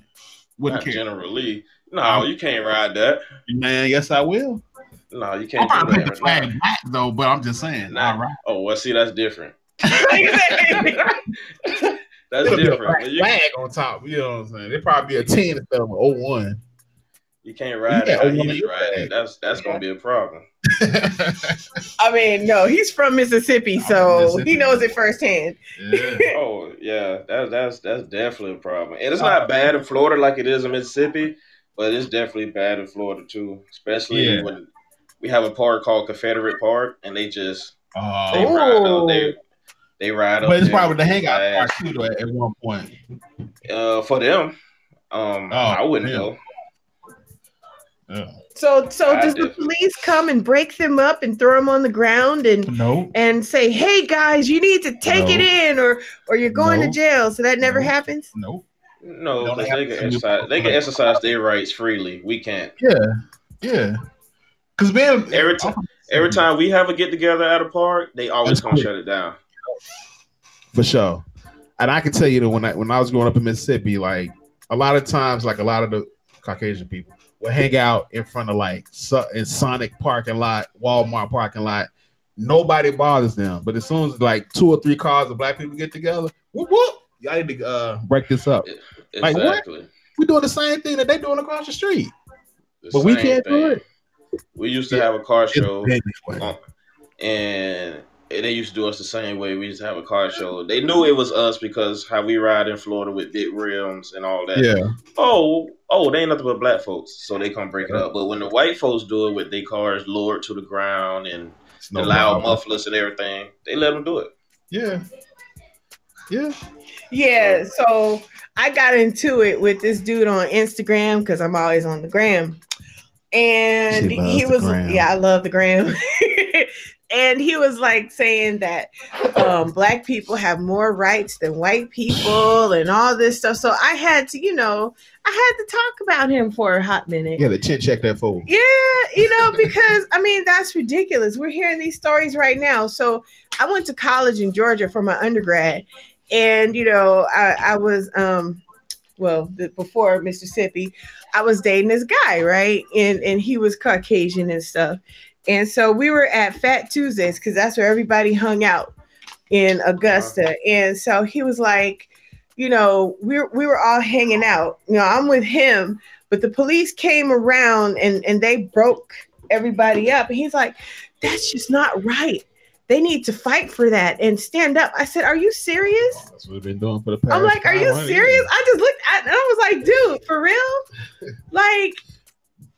B: Wouldn't
E: Not
B: care,
E: General Lee. No, you can't ride that.
B: man. Yes, I will.
E: No, you
B: I'm
E: can't
B: gonna
E: do
B: put the
E: that. right now.
B: flag back though, but I'm just saying.
E: Nah.
B: All right,
E: Oh well, see, that's
B: [LAUGHS]
E: different.
A: [LAUGHS]
E: [LAUGHS] That's
B: It'll be a
E: different. But You,
B: flag on top. You know what I'm saying? It'd probably be a oh ten instead of an [LAUGHS] 01.
E: you can't ride
B: Yeah,
E: it. How
B: I mean,
E: he's riding it. That's that's gonna be a problem.
A: I mean, no, he's from Mississippi,
B: from
A: so
B: Mississippi.
A: he knows it firsthand.
B: yeah.
E: Oh yeah, that's that's that's definitely a problem. And it's
B: Uh,
E: not bad in Florida like it is in Mississippi, but it's definitely bad in Florida too. Especially
B: Yeah.
E: when we have a park called Confederate Park, and they just they
B: Oh.
E: ride up
I: Ooh.
E: they they ride up.
B: But it's
E: there
B: probably the
E: with
B: hangout
E: flags.
B: part too, though, at, at one point.
E: Uh, for them, um,
B: Oh,
E: I wouldn't
B: yeah.
E: go.
B: Yeah.
A: So, so
E: I
A: does the
E: did.
A: police come and break them up and throw them on the ground and
B: No.
A: and say, "Hey guys, you need to take it
B: No.
A: in, or or you're going
B: No.
A: to jail"? So that never
B: No.
A: happens.
B: No.
E: No,
B: Don't
E: 'cause
B: have
E: they can
B: to.
E: exercise. They can exercise their rights freely. We can't.
B: Yeah. Cause man,
E: Every ti- Every time we have a get together at a park, they always
B: That's
E: gonna
B: quick.
E: shut it down.
J: for sure. And I can tell you that when I when I was growing up in Mississippi, like a lot of times, like a lot of the Caucasian people would hang out in front of like so, in Sonic parking lot, Walmart parking lot. Nobody bothers them. But as soon as like two or three cars of black people get together, whoop whoop, y'all need to uh, break this up. Like, what?
E: Exactly.
J: We're doing the same thing that they doing across the street.
E: The
J: But we
E: same
J: can't do
E: thing.
J: it.
E: We used to have a car
J: It's
E: show,
J: been this way.
E: on- and and they used to do us the same way. We used to have a car show. They knew it was us because how we ride in Florida with big rims and all that.
J: Yeah.
E: Oh, oh, they ain't nothing but black folks, so they come break it up. But when the white folks do it with their cars lowered to the ground and
J: It's
E: the
J: no
E: loud
J: problem.
E: mufflers and everything, they let them do it.
J: Yeah. Yeah.
A: Yeah. So I got into it with this dude on Instagram because I'm always on the gram, and
J: She loves
A: he
J: the
A: was
J: gram.
A: yeah, I love the gram. [LAUGHS] And he was like saying that um, black people have more rights than white people and all this stuff. So I had to, you know, I had to talk about him for a hot minute.
J: Yeah, the chin check that fool.
A: Yeah, you know, because I mean, that's ridiculous. We're hearing these stories right now. So I went to college in Georgia for my undergrad, and you know, I, I was um well the, before Mississippi, I was dating this guy, right? And and he was Caucasian and stuff. And so we were at Fat Tuesdays because that's where everybody hung out. in Augusta. And so he was like, you know, we were- we were all hanging out. You know, I'm with him, but the police came around and and they broke everybody up. And he's like, that's just not right. They need to fight for that and stand up. I said, are you serious?
B: That's what we've been doing for the past.
A: I'm like, are you
B: 500
A: serious?
B: years.
A: I just looked at and I was like, dude, for real? Like,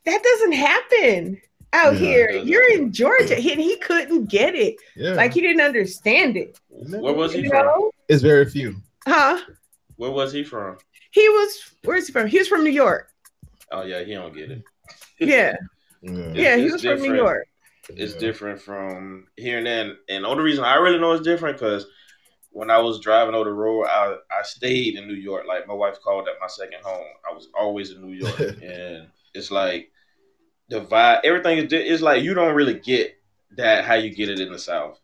A: that doesn't happen out
B: Yeah.
A: here. You're in Georgia. He, he couldn't get it.
B: Yeah.
A: Like he didn't understand it.
E: Where was he
A: You
E: from?
A: know?
B: it's very few.
A: Huh?
E: Where was he from?
A: He was where's he from? He was from New York.
E: Oh yeah, he don't get it.
A: Yeah.
B: Yeah.
A: Yeah, he
E: It's
A: was from New
E: different.
A: York.
E: It's
B: Yeah.
E: different from here and then. And the only reason I really know it's different because when I was driving on the road, I, I stayed in New York. Like my wife called that my second home. I was always in New York, and it's like the vibe. Everything is. di- It's like you don't really get that how you get it in the South.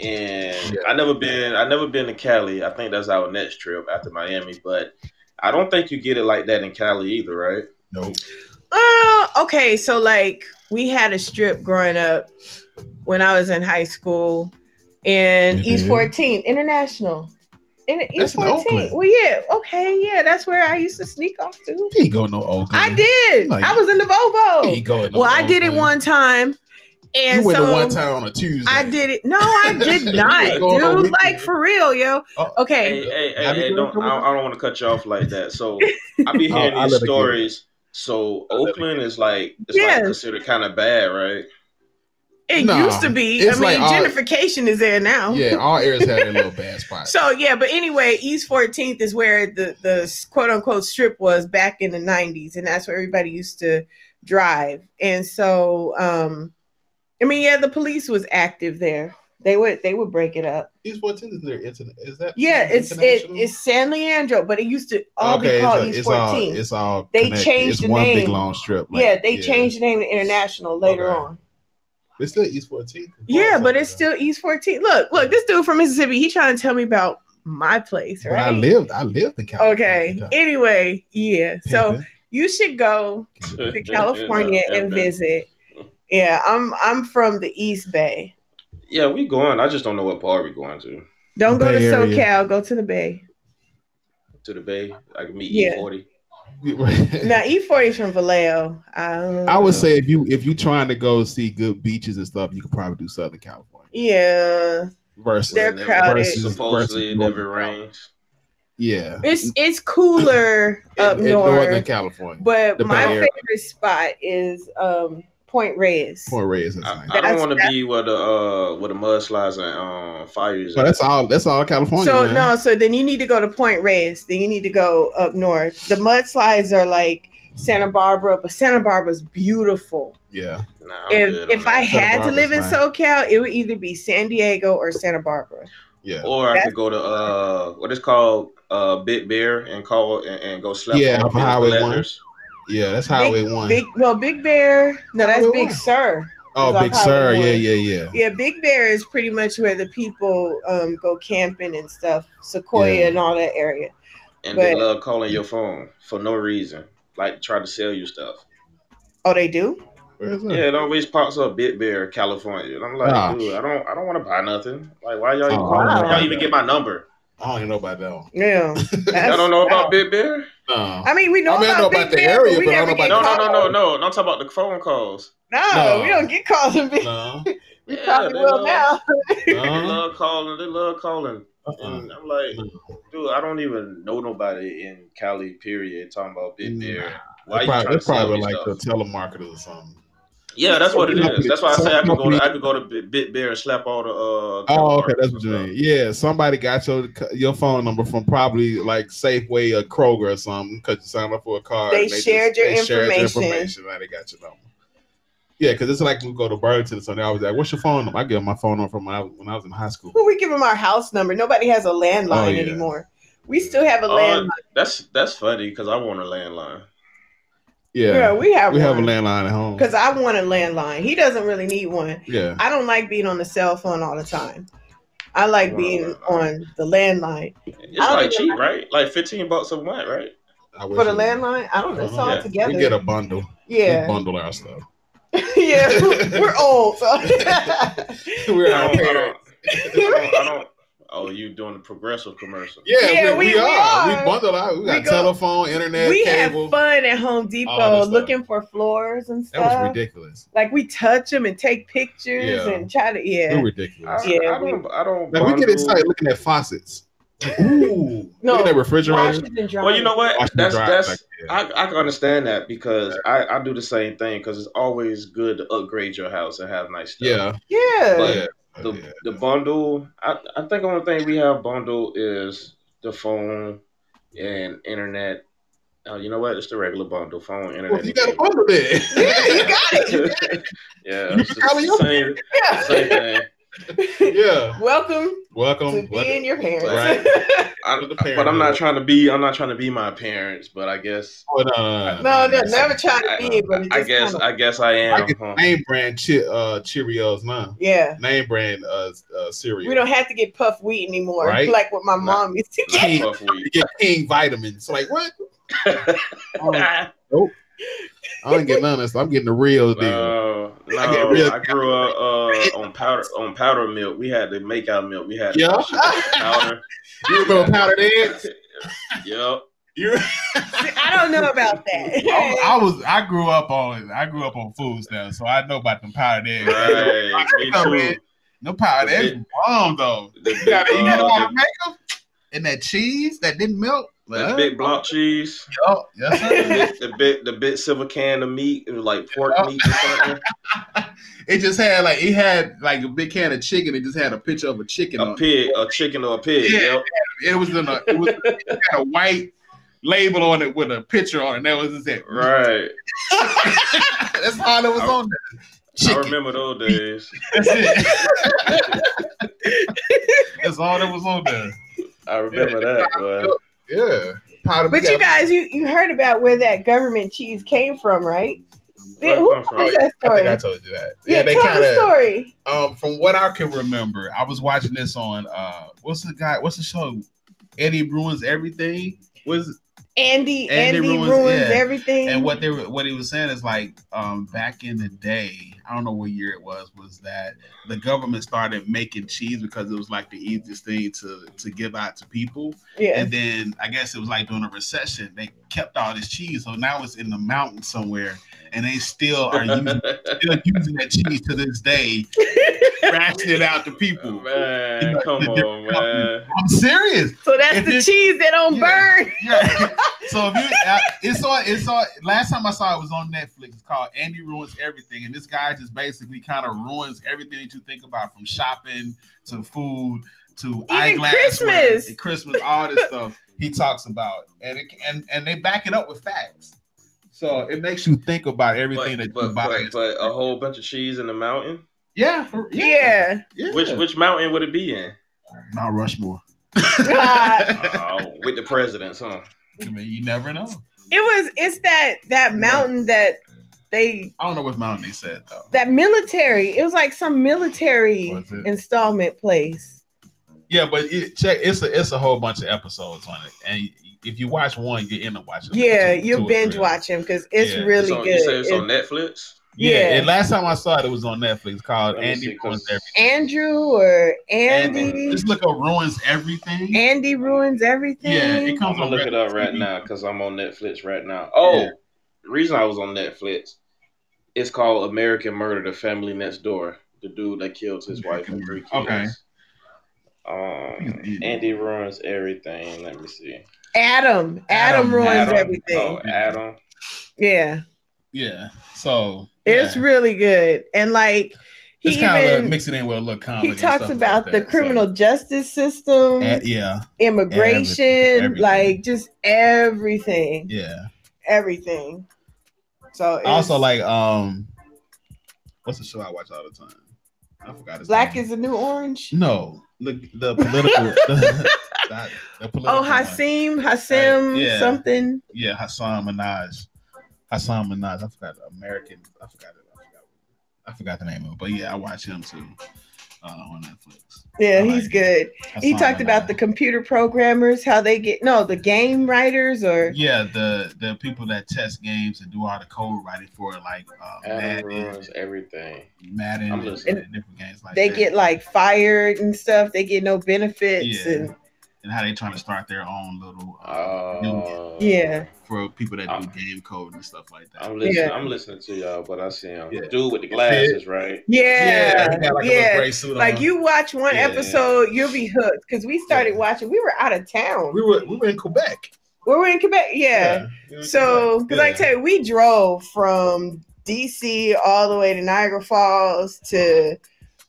E: And I never been. I never been to Cali. I think that's our next trip after Miami. But I don't think you get it like that in Cali either, right?
B: Nope.
A: Oh, okay. So like we had a strip growing up when I was in high school in
B: You
A: East
B: did?
A: 14 International. In East
B: Mm-hmm. That's in
A: 14.
B: Oakland.
A: Well, yeah. Okay, yeah. That's where I used to sneak off to.
B: He ain't go no Oakland.
A: I did.
B: Mm-hmm. Like-
A: I was in the Bobo.
B: He ain't go no
A: well, I did it
B: Oakland.
A: one time.
B: You
A: And
B: went
A: so
B: to one time on a Tuesday.
A: I did it. No, I
B: [LAUGHS]
A: did not,
B: Going on
A: dude.
B: with
A: Like
B: you.
A: for real, yo.
B: Oh,
A: Okay.
E: hey, hey,
B: I
E: hey,
B: be
E: hey,
B: doing
E: don't,
B: something-
E: I, I don't want to cut you off like
A: [LAUGHS]
E: that. So I be
B: Oh,
E: hearing
B: I
E: these
B: let it go.
E: stories. So
B: I let it
E: Oakland is like it's
A: Yes.
E: like considered kind of bad, right?
A: It
B: Nah,
A: used to be. I
B: it's
A: mean,
B: like uh, all-
A: gentrification is there now. [LAUGHS]
B: Yeah, all areas had their little bad spots.
A: So yeah, but anyway, East 14th is where the the quote unquote strip was back in the 90s, and that's where everybody used to drive. And so, um, I mean, yeah, the police was active there. They would they would break it up.
B: East 14th is near internet. Is that
A: Yeah, it's it,
B: international?
A: it's San Leandro, but it used to all
B: Okay,
A: be
B: it's,
A: called
B: a-
A: East
B: it's
A: 14th.
B: all it's all
A: They
B: connected.
A: changed
B: it's
A: the
B: one big
A: name.
B: long strip. like,
A: yeah, they changed the name to International later
B: Okay.
A: on.
B: It's still East 14th.
A: Yeah, but it's still East 14th. Look, look, this dude from Mississippi, he trying to tell me about my place,
B: But
A: right?
B: I lived I lived in California.
A: Okay. Anyway, yeah. So you should go to California
E: Yeah,
A: and
E: man.
A: visit. Yeah, I'm I'm from the East Bay.
E: Yeah, we going. I just don't know what bar we going to.
A: Don't go to
B: Bay Area.
A: SoCal, go to the Bay.
E: To the Bay. I can meet
A: Yeah.
E: E forty. [LAUGHS]
A: Now E40 is from Vallejo. Um,
B: I would say if you if you trying to go see good beaches and stuff, you could probably do Southern California
A: yeah,
B: versus
A: They're crowded.
B: versus- versus
E: Supposedly it never rains.
B: yeah
A: it's it's cooler up
B: in, in
A: north,
B: Northern California.
A: but
B: the
A: my
B: Bay Area.
A: favorite spot is um, Point Reyes.
B: Point Reyes is
E: I,
B: nice.
E: I
A: That's-
E: don't want to be where the uh where the mudslides and um fires.
B: But Oh,
E: at.
B: that's all that's all California.
A: so
B: man.
A: no, so then you need to go to Point Reyes. Then you need to go up north. The mudslides are like Santa Barbara, but Santa Barbara's beautiful.
B: yeah,
E: Nah, I'm
A: if
E: good on
A: if I
E: that.
B: Santa
A: had to live in
B: Barbara's
A: SoCal, it would either be San Diego or Santa Barbara.
B: yeah,
E: or I could go to uh what is called uh Big Bear and call and, and go slap
B: Yeah,
E: on
B: off Highway
E: Bill's
B: one.
E: letters.
B: yeah. That's Highway One.
A: Big well, Big Bear. No, that's
B: Highway
A: Big
B: one.
A: Sur.
B: oh,
A: is
B: Big
A: off
B: Sur.
A: Highway
B: Yeah,
A: one.
B: yeah, yeah.
A: Yeah, Big Bear is pretty much where the people um, go camping and stuff, Sequoia
B: Yeah.
A: and all that area.
E: and they
A: But-
E: love calling your phone for no reason, like try to sell you stuff.
A: Oh, they do.
B: Where is that?
E: Yeah, it always pops up Bit Bear, California, and I'm like,
B: Nah.
E: dude, I don't, I don't want to buy nothing. Like, why y'all even,
B: Ah. Oh,
E: why
A: wow.
E: y'all even get my number?
B: I don't even know about that one. [LAUGHS] Uh,
A: Yeah,
E: Y'all don't know about Bit Bear?
B: No.
A: I mean, we know
B: I mean, I
A: about,
B: know
A: Big
B: about the
A: Bear,
B: area,
A: but we
B: but I
A: never
B: don't know
A: get
E: No,
B: about
E: no,
A: called.
E: no, no, no. Don't talk about the phone calls.
A: No,
B: No.
A: we don't get calls in Big.
B: No.
A: We
E: Yeah,
A: probably
E: they
A: will
E: love-
A: now. [LAUGHS]
E: They
B: No.
E: love calling. They love calling.
B: Uh-uh.
E: And I'm like, dude, I don't even know nobody in Cali. Period. Talking about Bit
B: Nah.
E: Bear. Why
B: probably,
E: you trying to
B: that's
E: sell
B: probably
E: me
B: like
E: stuff?
B: the telemarketers or something.
E: Yeah, that's what it
B: Some
E: is. That's why I say I could go
B: company-
E: to I could go to Bit- Bit Bear and slap all the. Uh,
B: Oh, okay, that's what you
E: telemarketers
B: mean. Yeah, somebody got your your phone number from probably like Safeway or Kroger or something because you signed up for a card.
A: They
B: and just-
A: shared your information.
B: information. Now they got your number. Yeah, because it's like we go to Burlington or something. I was like, "What's your phone number?" I give 'em my phone number from when I was, when I was in high
A: [LAUGHS]
B: school.
A: Well, we give them our house number. Nobody has a landline
B: Oh, yeah.
A: anymore. We still have a
E: Uh,
A: landline.
E: that's that's funny because I want a landline.
A: Yeah,
B: Yeah,
A: we have
B: we have a
A: one.
B: landline at home.
A: Because I want a landline. He doesn't really need one.
B: Yeah,
A: I don't like being on the cell phone all the time. I like
E: Wow.
A: being on the landline.
E: It's
A: I don't
E: like
A: even-
E: cheap, right? Like fifteen bucks a month, right?
B: I wish
A: For the
B: we-
A: landline, I don't know. It's all
B: Yeah.
A: together.
B: We get a bundle.
A: [LAUGHS]
B: We
A: yeah.
B: bundle our stuff.
A: yeah. [LAUGHS] We're old. So.
B: We're
E: I
B: our
E: don't, I
B: parents.
K: [LAUGHS]
E: don't, I don't, I don't, Oh, you doing the progressive commercial?
K: Yeah,
A: Yeah,
K: we,
A: we-
K: we,
A: we
K: are.
A: are.
K: We bundle out. We got
A: go-
K: telephone, internet,
A: we had
K: cable.
A: fun at Home Depot
K: stuff.
A: looking for floors and
K: That was
A: stuff.
K: ridiculous.
A: Like we touch them and take pictures
K: Yeah.
A: and try to yeah.
K: We were ridiculous.
E: I,
A: Yeah,
E: I don't. I don't.
K: Like, we get
E: bundle-
K: excited looking at faucets. Ooh,
A: No,
K: look at that refrigerator.
A: Washes and
E: Well, you know what?
K: Wash and
E: That's
K: dry,
E: that's.
K: like, yeah.
E: I, I can understand that because I, I do the same thing because it's always good to upgrade your house and have nice stuff.
K: yeah,
A: Yeah.
E: But-
K: yeah,
E: the
K: yeah.
E: the bundle. I, I think only thing we have bundle is the phone and internet. Oh, you know what? It's the regular bundle, phone, internet.
K: Well, you got a
E: and
K: bundle there.
A: [LAUGHS]
L: Yeah, you got it.
E: cable. [LAUGHS] yeah, it's
K: probably
E: the same,
L: Yeah.
E: same thing.
K: [LAUGHS] [LAUGHS] yeah,
A: Welcome to
K: welcome.
A: being
K: welcome.
A: your parents.
E: I,
K: The parent.
E: but I'm not trying to be. I'm not trying to be my parents. But I guess.
K: But, uh, [LAUGHS]
L: No, no, never try to
E: I,
L: be it, but it
E: I
L: just
E: guess.
L: kinda-
E: I guess I am.
K: I get
E: huh?
K: name brand che- uh, Cheerios now.
L: yeah.
K: Name brand uh, uh, cereal.
A: We don't have to get puff wheat anymore,
K: Right?
A: [LAUGHS] like what my mom used
E: [LAUGHS]
A: to
E: Not
A: get.
E: puff
K: you [LAUGHS]
E: weed.
K: get King vitamins. Like [LAUGHS] what?
E: no,
K: I don't get none of this. I'm getting the
E: [LAUGHS]
K: real deal.
E: no,
K: I get real- [LAUGHS]
E: I grew up uh, on powder on powder milk. We had the make out milk. We had
K: yeah, [LAUGHS]
E: powder.
K: you remember powdered eggs?
E: yep.
K: You.
A: I don't know about that.
B: Oh,
A: [LAUGHS]
B: I, I was I grew up on I grew up on food stuff, so I know about them powdered eggs.
E: Right. Me
B: Come in.
E: too.
B: No powdered eggs wrong though.
E: The
B: You
E: big,
B: gotta, you gotta know how
E: uh,
B: to make them. And that cheese that didn't melt.
E: the, that big
B: [LAUGHS]
E: block cheese.
B: Oh, yes,
E: The
B: sir.
E: big, the big, the big silver can of meat. It was like pork
B: Yeah.
E: meat or something.
B: it just had like it had like a big can of chicken. It just had a picture of a [LAUGHS] chicken
E: A
B: on it.
E: pig, a chicken or a pig.
B: Yeah.
E: Yep.
B: It was in a it was it had a white label on it with a picture on it. That was just
E: [LAUGHS]
B: it.
E: Right.
B: That's all that was on there.
E: I
B: Chicken.
E: remember those days.
B: That's it. [LAUGHS] That's all that was on there.
E: I remember that. But
K: Yeah, powdered.
A: But you guys, you, you heard about where that government cheese came from, right?
E: Where it
A: Who
E: come from?
A: told us that
K: I
A: story?
K: think I told you that.
A: yeah,
K: they
A: tell the
K: kinda-
A: story.
B: um, from what I can remember, I was watching this on uh, what's the guy? What's the show? Eddie ruins everything. Was
A: Andy, Andy,
B: Andy
A: ruins,
B: ruins- yeah.
A: everything.
B: and what they were, what he was saying is like um, back in the day, I don't know what year it was, was that the government started making cheese because it was like the easiest thing to to give out to people.
A: yeah,
B: And then I guess it was like during a recession, they kept all this cheese, so now it's in the mountain somewhere, and they still
E: [LAUGHS]
B: are using, still using that cheese to this day, rationing it out to people.
E: man, come on, man.
B: I'm serious.
A: so that's
B: if
A: the
B: it-
A: cheese that don't
B: Yeah.
A: burn. [LAUGHS]
B: Yeah. so if you, I, it's on, it's on. Last time I saw it was on Netflix. It's called Andy ruins everything, and this guy just basically kind of ruins everything that you think about, from shopping to food to eyeglass,
A: Christmas.
B: Christmas, all this stuff he talks about, and it, and and they back it up with facts. So it makes you think about everything
E: But,
B: that you
E: but,
B: buy.
E: but, but a whole bunch of cheese in the mountain.
B: yeah, for-
A: Yeah,
B: yeah.
E: Which which mountain would it be in?
B: [LAUGHS] Mount Rushmore?
A: God.
E: Oh, with the presidents, huh?
B: [LAUGHS] I mean, you never know.
A: it was. It's that that mountain that they
B: I don't know what mountain they said though.
A: that military. It was like some military
B: Was it?
A: installment place.
B: Yeah, but it, check it's a it's a whole bunch of episodes on it, and if you watch one, you end up watching.
A: Yeah,
B: two-
A: you
B: two or
A: binge
B: three.
A: watch him because it's
B: Yeah, it's
A: really
E: It's on-
A: good.
E: You say it's
A: It-
E: on Netflix.
B: Yeah,
A: Yeah.
B: and last time I saw it, it was on Netflix called
E: Let me
B: Andy
E: see,
B: Ruins
E: 'cause-
B: Everything.
A: Andrew or
B: Andy-
A: Andy.
B: Just look up ruins everything.
A: Andy ruins everything.
B: yeah, it
E: I'm
B: comes
E: gonna
B: on.
E: look it up right
B: TV.
E: now because I'm on Netflix right now. Oh,
B: Yeah.
E: the reason I was on Netflix, it's called American Murder: The Family Next Door. The dude that killed his wife and three kids.
B: Okay.
E: Um, Andy ruins everything. Let me see.
A: Adam. Adam.
B: Adam,
A: ruins
E: Adam.
A: everything.
E: Oh, Adam.
A: Yeah,
B: Yeah, so
A: it's really good. And like he
B: it's kind of
A: even
B: mix it in with a little comedy.
A: he
B: and
A: talks
B: stuff like
A: about the
B: that, so-
A: criminal justice system,
B: Eh, yeah,
A: immigration,
B: everything, everything.
A: like just everything,
B: yeah.
A: everything. So it's,
B: Also, like um, what's the show I watch all the time? I forgot. his
A: black
B: name.
A: is the new orange.
B: no look
A: [LAUGHS]
B: the political. the, the political
A: Oh,
B: one.
A: Hasim, Hasim,
B: Yeah.
A: something.
B: Yeah, Hassan Minaj. Hassan Minaj. I forgot the American. I forgot it. I forgot, I forgot the name of it. But yeah, I watch him too. uh, on Netflix.
A: Yeah,
B: I
A: he's
B: like
A: good. He talked about the computer programmers, how they get no, the game writers or
B: yeah the the people that test games and do all the code writing for it, like uh,
E: Adam
B: Madden,
E: ruins everything.
B: Madden,
E: I'm
B: and,
E: listening.
B: and different games like
A: they
B: that.
A: get like fired and stuff. They get no benefits
B: Yeah.
A: and
B: and how they trying to start their own little uh, union
E: Oh
A: yeah.
B: for people that do
E: I'm-
B: game code and stuff like that.
E: I'm listening.
A: Yeah.
E: I'm listening to y'all, but I see him.
B: Yeah.
E: Dude with the glasses, right?
A: Yeah.
B: he got, like, a little
A: yeah.
B: gray suit
A: Like
B: on.
A: you watch one
E: Yeah.
A: episode, you'll be hooked. Cause we started
B: Yeah.
A: watching, we were out of town.
B: We were we were in Quebec.
A: We were in Quebec. Yeah. So, because I
B: Yeah.
A: tell you, we drove from DC all the way to Niagara Falls to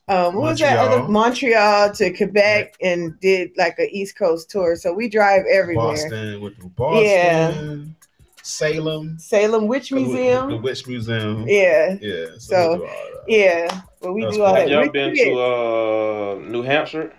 A: um, what was that other
B: Montreal.
A: Montreal to Quebec and did like a East Coast tour. So we drive everywhere.
B: Boston with the Boston, Salem,
A: Salem Witch
B: the-
A: Museum.
B: the Witch Museum.
A: yeah,
B: Yeah,
A: So,
B: we do all that.
A: yeah. But we
B: That's
A: do all
B: cool.
A: that.
E: Have y'all
A: We
E: been
A: did.
E: to uh, New Hampshire?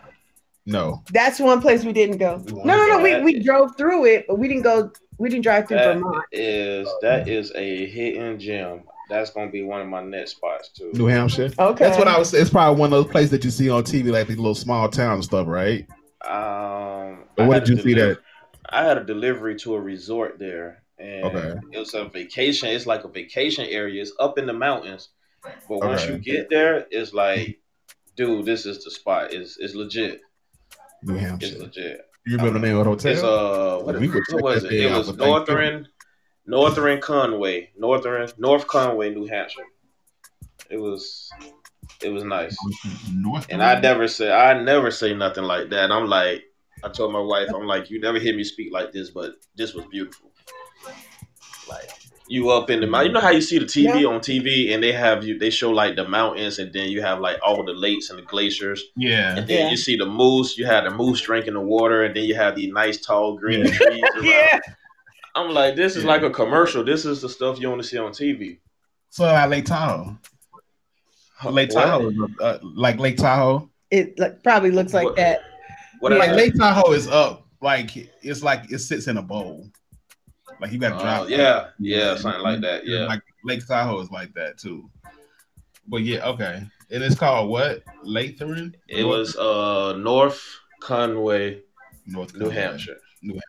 B: no,
A: That's one place we didn't go.
B: We
A: No,
B: wanna
A: no,
E: go
A: no. We,
E: that-
A: we drove through it, but we didn't go. We didn't drive through
E: That
A: Vermont.
E: is
M: Oh.
E: that is a hidden gem. That's gonna be one of my next spots too.
M: New Hampshire.
A: Okay.
M: That's what I was. It's probably one of those places that you see on TV, like these little small town stuff, right?
E: Um,
M: But
E: I
M: what
E: had
M: did
E: a
M: you see
E: deliver- I had a delivery to a resort there, and
M: Okay.
E: it was a vacation. It's like a vacation area. It's up in the mountains, but once
M: Okay.
E: you get there, it's like, dude, this is the spot. It's it's legit.
M: New
E: It's
M: Hampshire.
E: legit.
M: You remember the name of the hotel?
E: It's uh, what,
M: We would check
E: what was
M: that
E: it? It
M: thing out
E: was
M: with
E: Northern, Northern Conway, Northern North Conway, New Hampshire. It was, it was nice.
B: North.
E: And I never say, I never say nothing like that. I'm like, I told my wife, I'm like, you never hear me speak like this, but this was beautiful. Like you up in the mountain. You know how you see the TV
A: Yeah.
E: on TV, and they have you, they show like the mountains, and then you have like all the lakes and the glaciers.
B: yeah,
E: And then
A: Yeah.
E: you see the moose. You have the moose drinking the water, and then you have these nice tall green
A: [LAUGHS]
E: trees.
A: [LAUGHS]
E: Around.
A: Yeah.
E: I'm like, this is
B: Yeah.
E: like a commercial. This is the stuff you only see on TV.
B: so uh, Lake Tahoe, Lake
E: What?
B: Tahoe, is, uh, like Lake Tahoe,
A: It like, probably looks like
E: What-
A: that.
B: [LAUGHS]
E: What
A: Yeah.
E: I-
B: like Lake Tahoe is up, like it's like it sits in a bowl, like you got to
E: Oh,
B: drop.
E: yeah, yeah, something like that. Yeah,
B: like Lake Tahoe is like that too. But yeah, okay, and it's called what? Lathering.
E: it was uh North Conway,
B: North
E: New
B: Carolina.
E: Hampshire.
B: New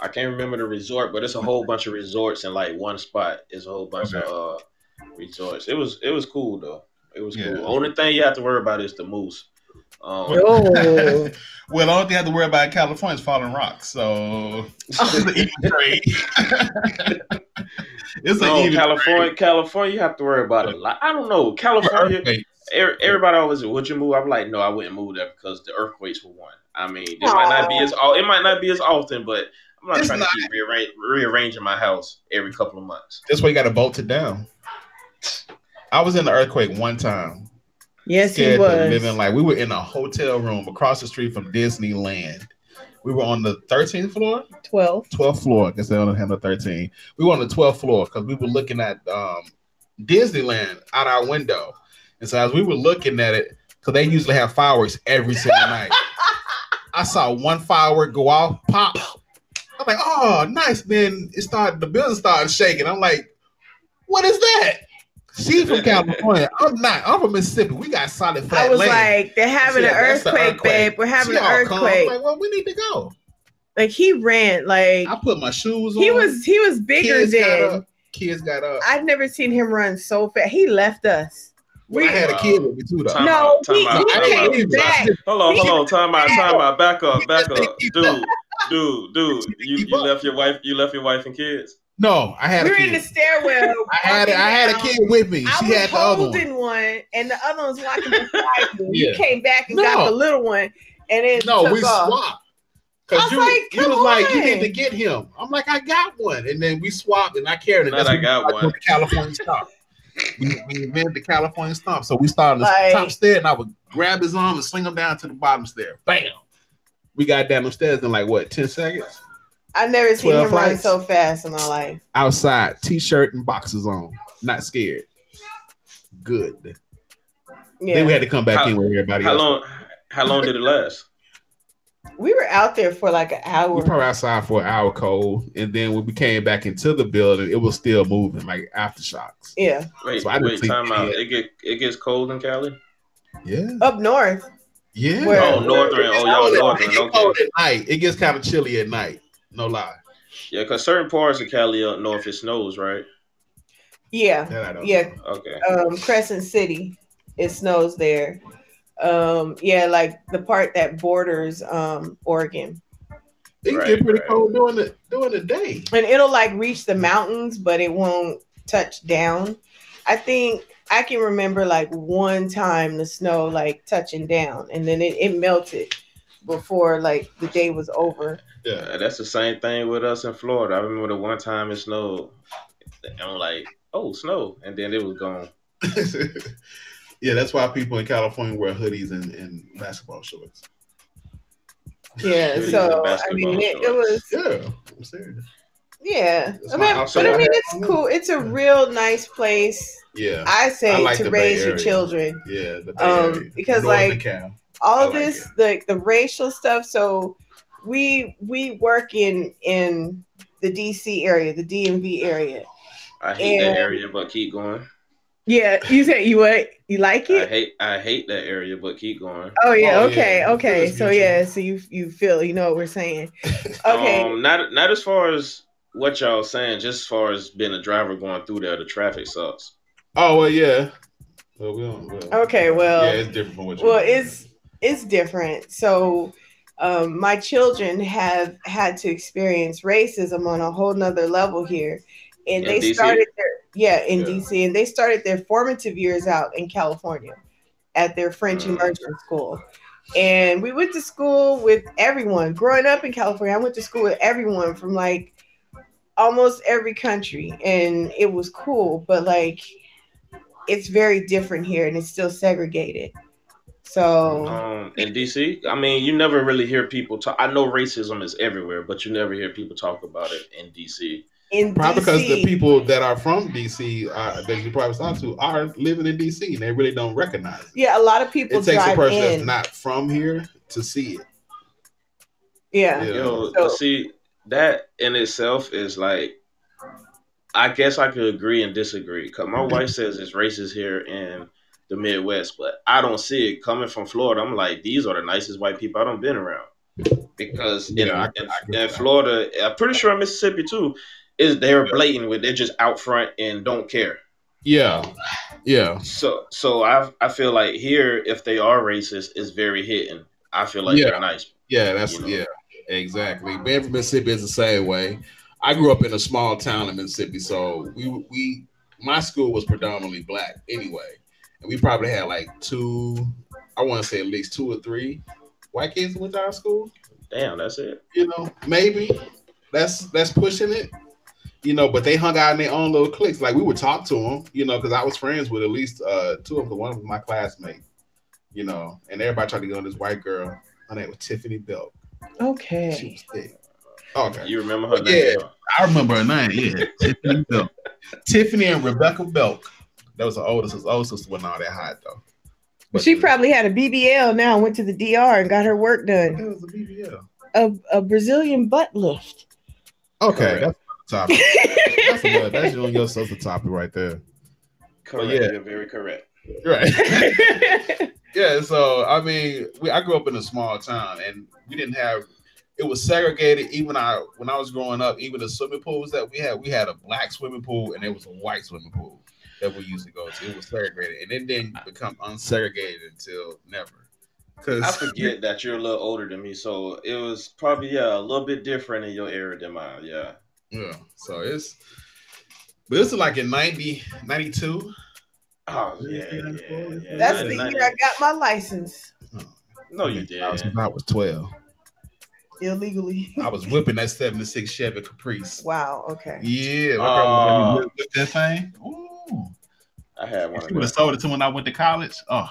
E: I can't remember the resort, but it's a whole bunch of resorts in like one spot. It's a whole bunch of uh resorts. It was it was cool though. It was
B: Yeah.
E: cool. Only thing you have to worry about is the moose. Um,
A: [LAUGHS] Oh.
B: [LAUGHS] Well, the only thing I have to worry about in California is falling rocks, so
E: Oh.
B: it's an even trade.
E: [LAUGHS]
B: it's an
E: no,
B: even
E: Oh, California, California, you have to worry about it. Like, I don't know, California.
B: Earthquake.
E: er- Everybody always, would you move? I'm like, no, I wouldn't move there because the earthquakes were one. I mean, it might not be as all. It might not be as often, but I'm not
B: It's
E: trying to keep rearrange, rearranging my house every couple of months.
B: That's why you got to bolt it down. I was in the earthquake one time.
A: yes, he
B: Scared to
A: was.
B: living like we were in a hotel room across the street from Disneyland. We were on the 13th floor,
A: 12.
B: 12th floor. I guess they only have the 13. We were on the 12th floor because we were looking at um, Disneyland out our window. And so as we were looking at it, because they usually have fireworks every
A: [LAUGHS]
B: single night. I saw one firework go off, pop. I'm like, oh, nice. Then it started, the building started shaking. I'm like, what is that?
A: [LAUGHS]
B: She's from California. I'm not. I'm from Mississippi. We got solid flat
A: I was
B: land.
A: like, they're having
B: Yeah,
A: an
B: that's the
A: earthquake,
B: earthquake.
A: babe. We're having
B: She
A: an
B: all calm. I'm
A: earthquake.
B: like, well, we need to go.
A: Like he ran. Like
B: I put my shoes on.
A: he was he was bigger
B: Kids got
A: than
B: up. Kids got up.
A: I've never seen him run so fast. He left us.
B: I had a kid with me too, though.
E: Time
A: no,
E: out, time
A: he,
E: out,
A: he
E: time
A: came
E: out.
A: back.
E: Hold on, hold on, time out, time out,
B: [LAUGHS]
E: back up, back up,
B: Keep
E: dude,
B: up. [LAUGHS]
E: dude, dude. You
B: Keep
E: you
B: up.
E: left your wife, you left your wife and kids.
B: No, I had
A: We
B: a
A: were in the
B: kid.
A: stairwell.
B: [LAUGHS] I had a, I had a
A: walking
B: kid with me.
A: down. I
B: She
A: was
B: had the other one.
A: holding one. and the other one's walking beside
B: [LAUGHS]
A: you. You
B: Yeah.
A: came back and
B: No.
A: got the little one, and then
B: No,
A: took
B: we
A: off.
B: swapped.
A: I
B: Cause
A: was
B: you,
A: like,
B: you
A: come
B: was like, you
A: on.
B: need to get him. I'm like, I got one, and then we swapped, and I carried it.
E: Not I got
B: went
E: one.
B: to California stomp. we, we invented the California stomp, so we started on the
A: Like-
B: top stair, and I would grab his arm and sling him down to the bottom stair. Bam! We got down the stairs in like what ten seconds.
A: I've never seen
B: 12
A: him run
B: flights.
A: so fast in my life.
B: Outside, t-shirt and boxes on, not scared. Good.
A: Yeah,
B: Then we
A: we,
B: had to come back
E: How-
B: in with everybody
E: How
B: else.
E: long? How long did it last?
B: [LAUGHS]
A: were out there for like an hour.
B: We probably outside for an hour cold, and then when we came back into the building, it was still moving like aftershocks.
A: yeah,
E: Wait,
B: So I didn't
E: wait,
B: see
E: time out.
B: it.
E: It get it gets cold in Cali.
B: Yeah.
A: Up north.
B: Yeah.
A: Where-
E: Oh, Northern. Oh, y'all Northern.
B: It's
E: Okay.
B: cold at night. It gets kind of chilly at night. No lie.
E: Yeah, because certain parts of Cali up north, it snows, right?
A: Yeah.
B: That I don't
A: Yeah.
B: know.
E: Okay.
A: Um, Crescent City. It snows there. Um, yeah, like the part that borders um Oregon.
B: It can
E: Right,
B: get pretty
E: right.
B: cold during the during the day.
A: and it'll like reach the mountains, but it won't touch down. I think I can remember like one time the snow like touching down, and then it, it melted before like the day was over.
B: Yeah. [LAUGHS]
E: Uh, that's the same thing with us in Florida. I remember the one time it snowed. And I'm like, oh, snow. And then it was gone.
B: yeah, that's why people in California wear hoodies and, and basketball shorts.
A: Yeah,
E: Really,
A: so
E: the
A: I mean it, it was
B: Yeah,
E: basketball
B: I'm serious.
A: yeah.
B: That's
A: I
B: my
A: mean,
B: house,
A: but
B: so
A: I
B: I
A: mean
B: have-
A: it's cool. It's a real nice place.
B: Yeah,
A: I say
B: I like
A: to
B: the Bay
A: raise your
B: Area.
A: children.
B: yeah. The Bay
A: Um,
B: Area.
A: because,
B: Northern
A: like,
B: Cal. I
A: all
B: like
A: this like the racial stuff so we we work in in the dc area the dmv area
E: I hate that
A: Yeah.
E: area, but keep going.
A: yeah you said you what you like
E: I
A: it
E: hate I hate that area, but keep going.
A: oh yeah
B: Oh,
A: okay
B: yeah.
A: okay
B: It's
A: so
B: beautiful.
A: yeah so you you feel you know what we're saying okay
E: Um, not not as far as what y'all saying, just as far as being a driver going through there, the traffic sucks.
B: oh well, yeah. Well, we don't, well,
A: Okay, well-
B: yeah, it's different from what you.
A: well it's it's different so um, my children have had to experience racism on a whole nother level here and
E: In
A: they
E: DC?
A: started their yeah in
B: Yeah.
A: dc and they started their formative years out in california at their french
E: Mm.
A: immersion school and we went to school with everyone growing up in california i went to school with everyone from like almost every country and it was cool but like it's very different here and it's still segregated so
E: Um, in DC, I mean, you never really hear people talk. I know racism is everywhere, but you never hear people talk about it in DC.
A: in
B: Probably
A: DC,
B: because the people that are from DC uh, that you probably talk to are living in DC and they really don't recognize it.
A: yeah a lot of people
B: it takes a
A: drive
B: person that's
A: in
B: not from here to see it.
A: yeah.
B: Yeah.
E: You know,
A: So-
E: see that in itself is like, I guess I could agree and disagree. Cause my
B: [LAUGHS]
E: wife says it's racist here in the Midwest, but I don't see it coming from Florida. I'm like, these are the nicest white people I don't been around. Because in,
B: Yeah, I-
E: in,
B: I get
E: in
B: that.
E: Florida, I'm pretty sure in Mississippi too, is they're blatant with they're just out front and don't care.
B: Yeah, yeah,
E: So so I I feel like here if they are racist, it's very hidden. I feel like
B: Yeah.
E: they're nice.
B: yeah. That's
E: You know.
B: yeah, exactly. Being from Mississippi is the same way. I grew up in a small town in Mississippi, so we we my school was predominantly black anyway, and we probably had like two. I want to say at least two or three white kids that went to our school.
E: Damn, that's it.
B: You know, maybe that's that's pushing it. You know, but they hung out in their own little cliques. Like we would talk to them, you know, because I was friends with at least uh, two of them. One was my classmate, you know, and everybody tried to get on this white girl. Her name was Tiffany Belt. She
A: okay
B: was thick. Okay,
E: You remember her
B: Yeah.
E: name? huh?
B: I remember her name. Yeah, Tiffany Belk. Tiffany and Rebecca Belk. That was the oldest. sister. Old sister wasn't all that hot though. But-
A: she probably had a BBL now and went to the DR and got her work
B: Yeah,
A: done.
B: it was a BBL.
A: A, a Brazilian butt lift. [LAUGHS]
B: Okay, that's another topic. That's, another,
A: yeah,
B: that's your, your social topic right there.
E: Correct.
B: yeah.
E: You're very correct.
B: Right. yeah so i mean we, i grew up in a small town and we didn't have it was segregated even i when i was growing up even the swimming pools that we had we had a black swimming pool and there was a white swimming pool that we used to go to it was segregated and it didn't become unsegregated until never
E: I
B: because
E: forget that you're a little older than me, so it was probably yeah a little bit different in your era than mine. Yeah.
B: [LAUGHS] yeah so it's but this is like in 90 92
E: Oh yeah, yeah, yeah.
A: That's the
E: Nice.
A: year I got my license
E: No, Oh, you did.
B: I was, I was 12
A: illegally. [LAUGHS]
B: i was whipping that 76 chevy caprice
A: Wow. Okay.
B: yeah my
E: Oh.
B: grandma whipped that thing Ooh.
E: I had one.
B: If
E: Of
B: you would have
E: those.
B: sold it to when I went to college, oh,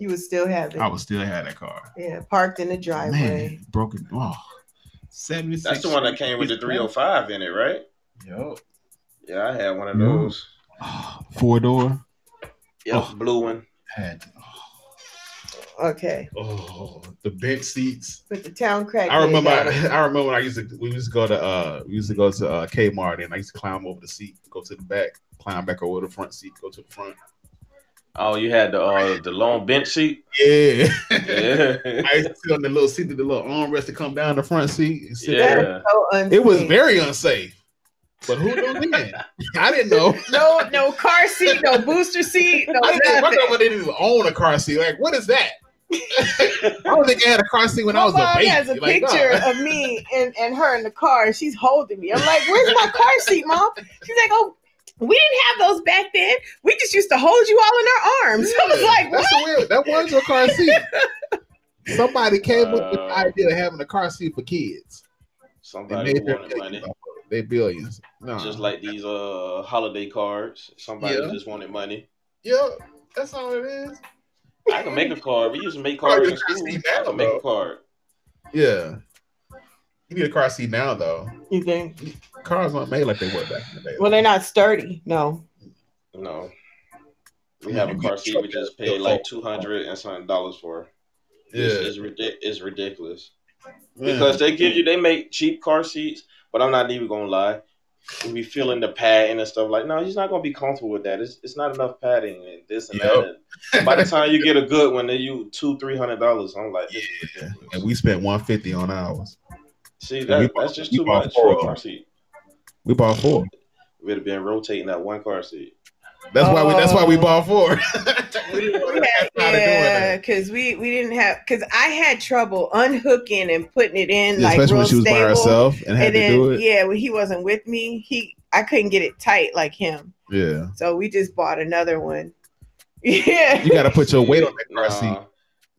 A: You would still have it.
B: I would still have that car.
A: Yeah, parked in the driveway.
B: Man, broken. Oh, 76.
E: That's the one that came with the 305 in it, right?
B: Yep.
E: Yeah, I had one of
B: Yeah.
E: those.
B: Oh, four door.
E: Yep,
B: Oh.
E: blue one.
B: Had
A: Okay.
B: oh, the bench seats.
A: But the town crack.
B: I remember. [LAUGHS] I remember when I used to. We used to go to. Uh, we used to go to uh, Kmart, and I used to climb over the seat, go to the back, climb back over the front seat, go to the front.
E: Oh, you had the uh, the long
B: [LAUGHS]
E: bench seat.
B: Yeah. [LAUGHS]
E: Yeah,
B: I used to sit on the little seat, the little armrest to come down the front seat. and sit
E: Yeah.
B: there.
A: [LAUGHS] That is so unsafe.
B: It was very unsafe. But who knew then? I didn't know.
A: no, no car seat, no booster seat, no
B: I didn't know. My
A: nothing.
B: grandmother didn't even own a car seat. Like, what is that? [LAUGHS] I don't think I had a car seat when I was
A: My
B: a
A: mom
B: baby.
A: has a
B: Like, nah.
A: picture of me and, and her in the car, and she's holding me. I'm like, "Where's my car seat, mom?" She's like, "Oh, we didn't have those back then. We just used to hold you all in our [LAUGHS] arms." I was
B: Yeah,
A: like, "What?"
B: that's a weird. That was your
A: [LAUGHS]
B: car seat. Somebody came up with
E: Uh,
B: the idea of having a car seat for kids. They
E: somebody
B: made
E: who
B: their
E: wanted money,
B: billions. off of it. They billions. Nah.
E: just like these uh holiday cards. Somebody
B: Yeah.
E: just wanted money.
B: yeah, that's all it is.
E: I can make a card. We used to make cards in school. I can make a card.
B: Yeah. You need a car seat now though.
N: You think?
B: Cars aren't made like they were back in the day.
N: Well, they're not sturdy. No.
E: No, we have a car seat. We just paid like two hundred and something dollars for.
B: yeah.
E: It's, it's, ridic- it's ridiculous.
B: Yeah. [LAUGHS]
E: because they give you they make cheap car seats, but I'm not even gonna lie. We be feeling the padding and stuff like no, he's not gonna be comfortable with that. It's, it's not enough padding and this and
B: Yep.
E: that. And by the time you get a good one, then you two three hundred dollars. I'm like, this is
B: Yeah.
E: ridiculous.
B: and we spent 150 on ours.
E: see
B: we
E: that,
B: bought-
E: that's just
B: we
E: too
B: bought
E: much
B: four
E: for
B: of
E: a
B: them.
E: car seat.
B: We bought four.
E: We'd have been rotating that one car seat.
B: That's why we that's why we
N: Oh.
B: bought four.
A: We
B: That's how
A: had-
B: they doing
A: yeah,
B: it.
A: because we we didn't have because I had trouble unhooking and putting it in like
B: Especially
A: real
B: when she was
A: stable.
B: by herself and had
A: and then
B: to do it.
A: yeah, when he wasn't with me, he I couldn't get it tight like him.
B: Yeah.
A: So we just bought another one. [LAUGHS] Yeah.
B: You gotta put your weight on that car
E: Nah.
B: seat.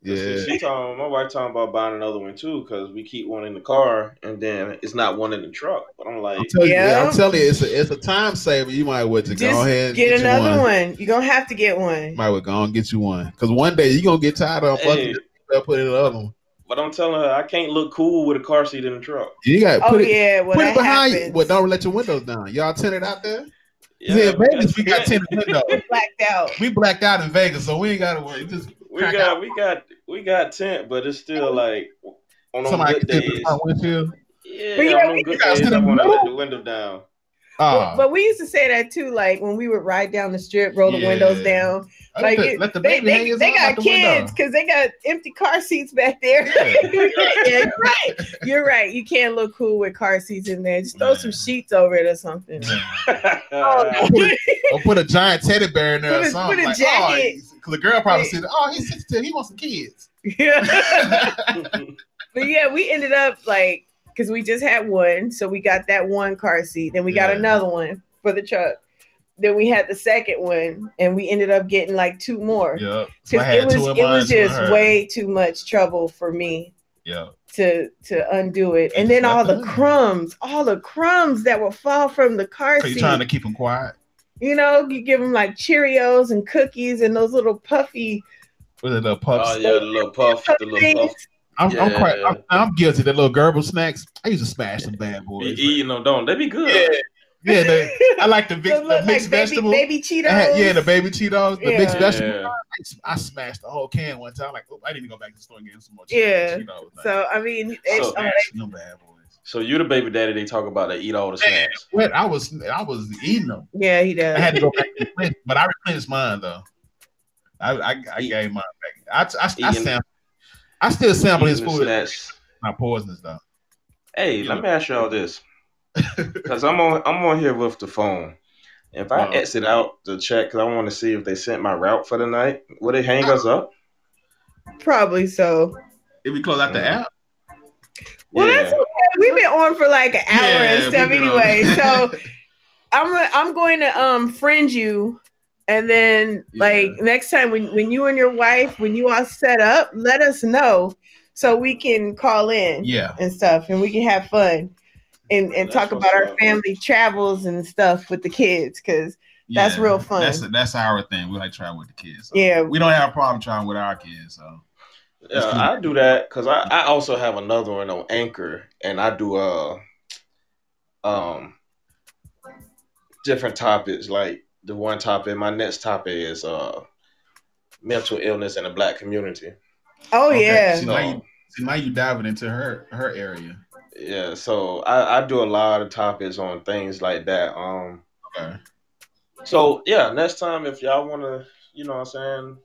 E: See,
B: Yeah.
E: She talking, my wife talking about buying another one too because we keep one in the car and then it's not one in the truck. But I'm like,
B: I'm telling you, yeah,
A: Yeah.
B: I'm telling you, it's a it's a time saver. You might well just, go
A: Just
B: ahead and
A: Get,
B: you
A: another one. You're gonna have to get one.
B: Might well go and get you one. Cause one day you're gonna get tired of
E: hey,
B: unbuckling hey. put it in the other one.
E: but I'm telling her I can't look cool with a car seat in the truck.
B: You gotta
A: Oh
B: put it
A: yeah, well,
B: put
A: that
B: it behind you.
A: happens.
B: Well, don't let your windows down. Y'all tinted out there? Yeah,
E: Yeah,
B: Vegas, we got
E: because-
B: tinted windows.
A: blacked out.
B: We blacked out in Vegas, so we ain't gotta worry. Just
E: We
B: crack
E: got we got we got tent, but it's still like on them
B: somebody can
E: good
B: sit in
E: days.
B: the front windshield.
E: Yeah,
A: But yeah,
E: on them
A: we
E: good
B: gotta
E: days,
B: sit
E: I
B: in the
E: want to let
B: middle.
E: the window down.
B: Ah,
A: But we used to say that too, like when we would ride down the strip, roll the windows
B: Yeah.
A: down.
B: let
A: Like
B: the-
A: it-
B: let the
A: They
B: baby hang
A: they,
B: his
A: they
B: arm out
A: got
B: the
A: kids
B: window.
A: because they got empty car seats back
B: [LAUGHS]
A: there. [LAUGHS]
B: Yeah.
A: yeah, you're right.
B: [LAUGHS]
A: You're right. You can't look cool with car seats in there. Just throw some sheets over it or something. Oh.
B: Or put, a, or put a giant teddy bear in there
A: Put
B: or
A: a-
B: something.
A: put a
B: like,
A: jacket.
B: oh, he's- 'cause the girl probably said, "Oh, he's sixty-two. He wants
A: [LAUGHS]
B: some kids."
A: [LAUGHS] Yeah. but yeah, we ended up like because we just had one, so we got that one car seat. Then we got
B: Yeah.
A: another one for the truck. Then we had the second one, and we ended up getting like two more.
B: yeah, so I
A: 'Cause
B: had
A: it was
B: two in
A: it
B: mine,
A: was
B: two in
A: just
B: hers.
A: way too much trouble for me
B: Yeah,
A: to to undo it. And then all the crumbs, all the crumbs that would fall from the car
B: so
A: seat.
B: you're trying to keep him quiet.
A: you know, you give them like Cheerios and cookies and those little puffy
B: With the little [LAUGHS] pups.
E: oh yeah, the little puff, the little
A: things.
E: puff.
B: I'm, I'm quite.
E: Yeah.
B: I'm, I'm guilty. The little Gerber snacks. I used to smash them bad
E: Be
B: boys.
E: eating them, don't they? Be good.
B: [LAUGHS] Yeah, they, I like the, mix,
A: [LAUGHS] Those
B: the
A: look
B: mixed
A: like baby,
B: vegetable.
A: baby Cheetos.
B: I had- yeah, the baby Cheetos, the mixed
A: Yeah.
B: vegetable.
E: Yeah.
B: I, I smashed the whole can one time. Like, oh, I need to go back to the store and get some more.
A: Yeah.
B: Cheetos. Like,
A: So I mean,
B: I
A: it-
E: So-
A: oh,
B: smashed them bad boys.
E: So you the baby daddy they talk about that eat all the snacks.
B: What I was, I was eating them.
A: yeah, he
B: I
A: does.
B: had to go back and replenish, but I replenished mine though. I, I, I ate mine back. I, I, I,
E: Eating-
B: sample, I still sample his
E: Eating the
B: food.
E: snacks.
B: My poisonous though.
E: Hey,
B: You
E: let
B: know.
E: me ask y'all this, because I'm on I'm on here with the phone. If I
B: Uh-huh.
E: exit out the check, because I want to see if they sent my route for the night, would it hang us up?
A: Probably so.
B: If we close out the
E: Yeah.
B: app,
A: Well, that's okay. We've been on for like an hour
B: Yeah,
A: and stuff
B: we've been on.
A: anyway.
B: [LAUGHS]
A: so I'm gonna- I'm going to um friend you, and then like next time when when you and your wife when you all set up, let us know so we can call in
B: yeah,
A: and stuff, and we can have fun and and
E: That's
A: talk
E: what's
A: about our
E: up.
A: family travels and stuff with the kids because That's
B: yeah.
A: real fun.
B: That's that's our thing. We like to try with the kids. so.
A: yeah,
B: We don't have a problem trying with our kids. So
E: Yeah, I do that because I, I also have another one on Anchor, and I do uh um different topics. Like the one topic, my next topic is uh mental illness in the Black community.
A: oh
B: Okay,
A: yeah,
B: See, now you, see, now you diving into her her area.
E: Yeah, so I, I do a lot of topics on things like that. Um,
B: Okay.
E: so yeah, next time if y'all want to you know what I'm saying,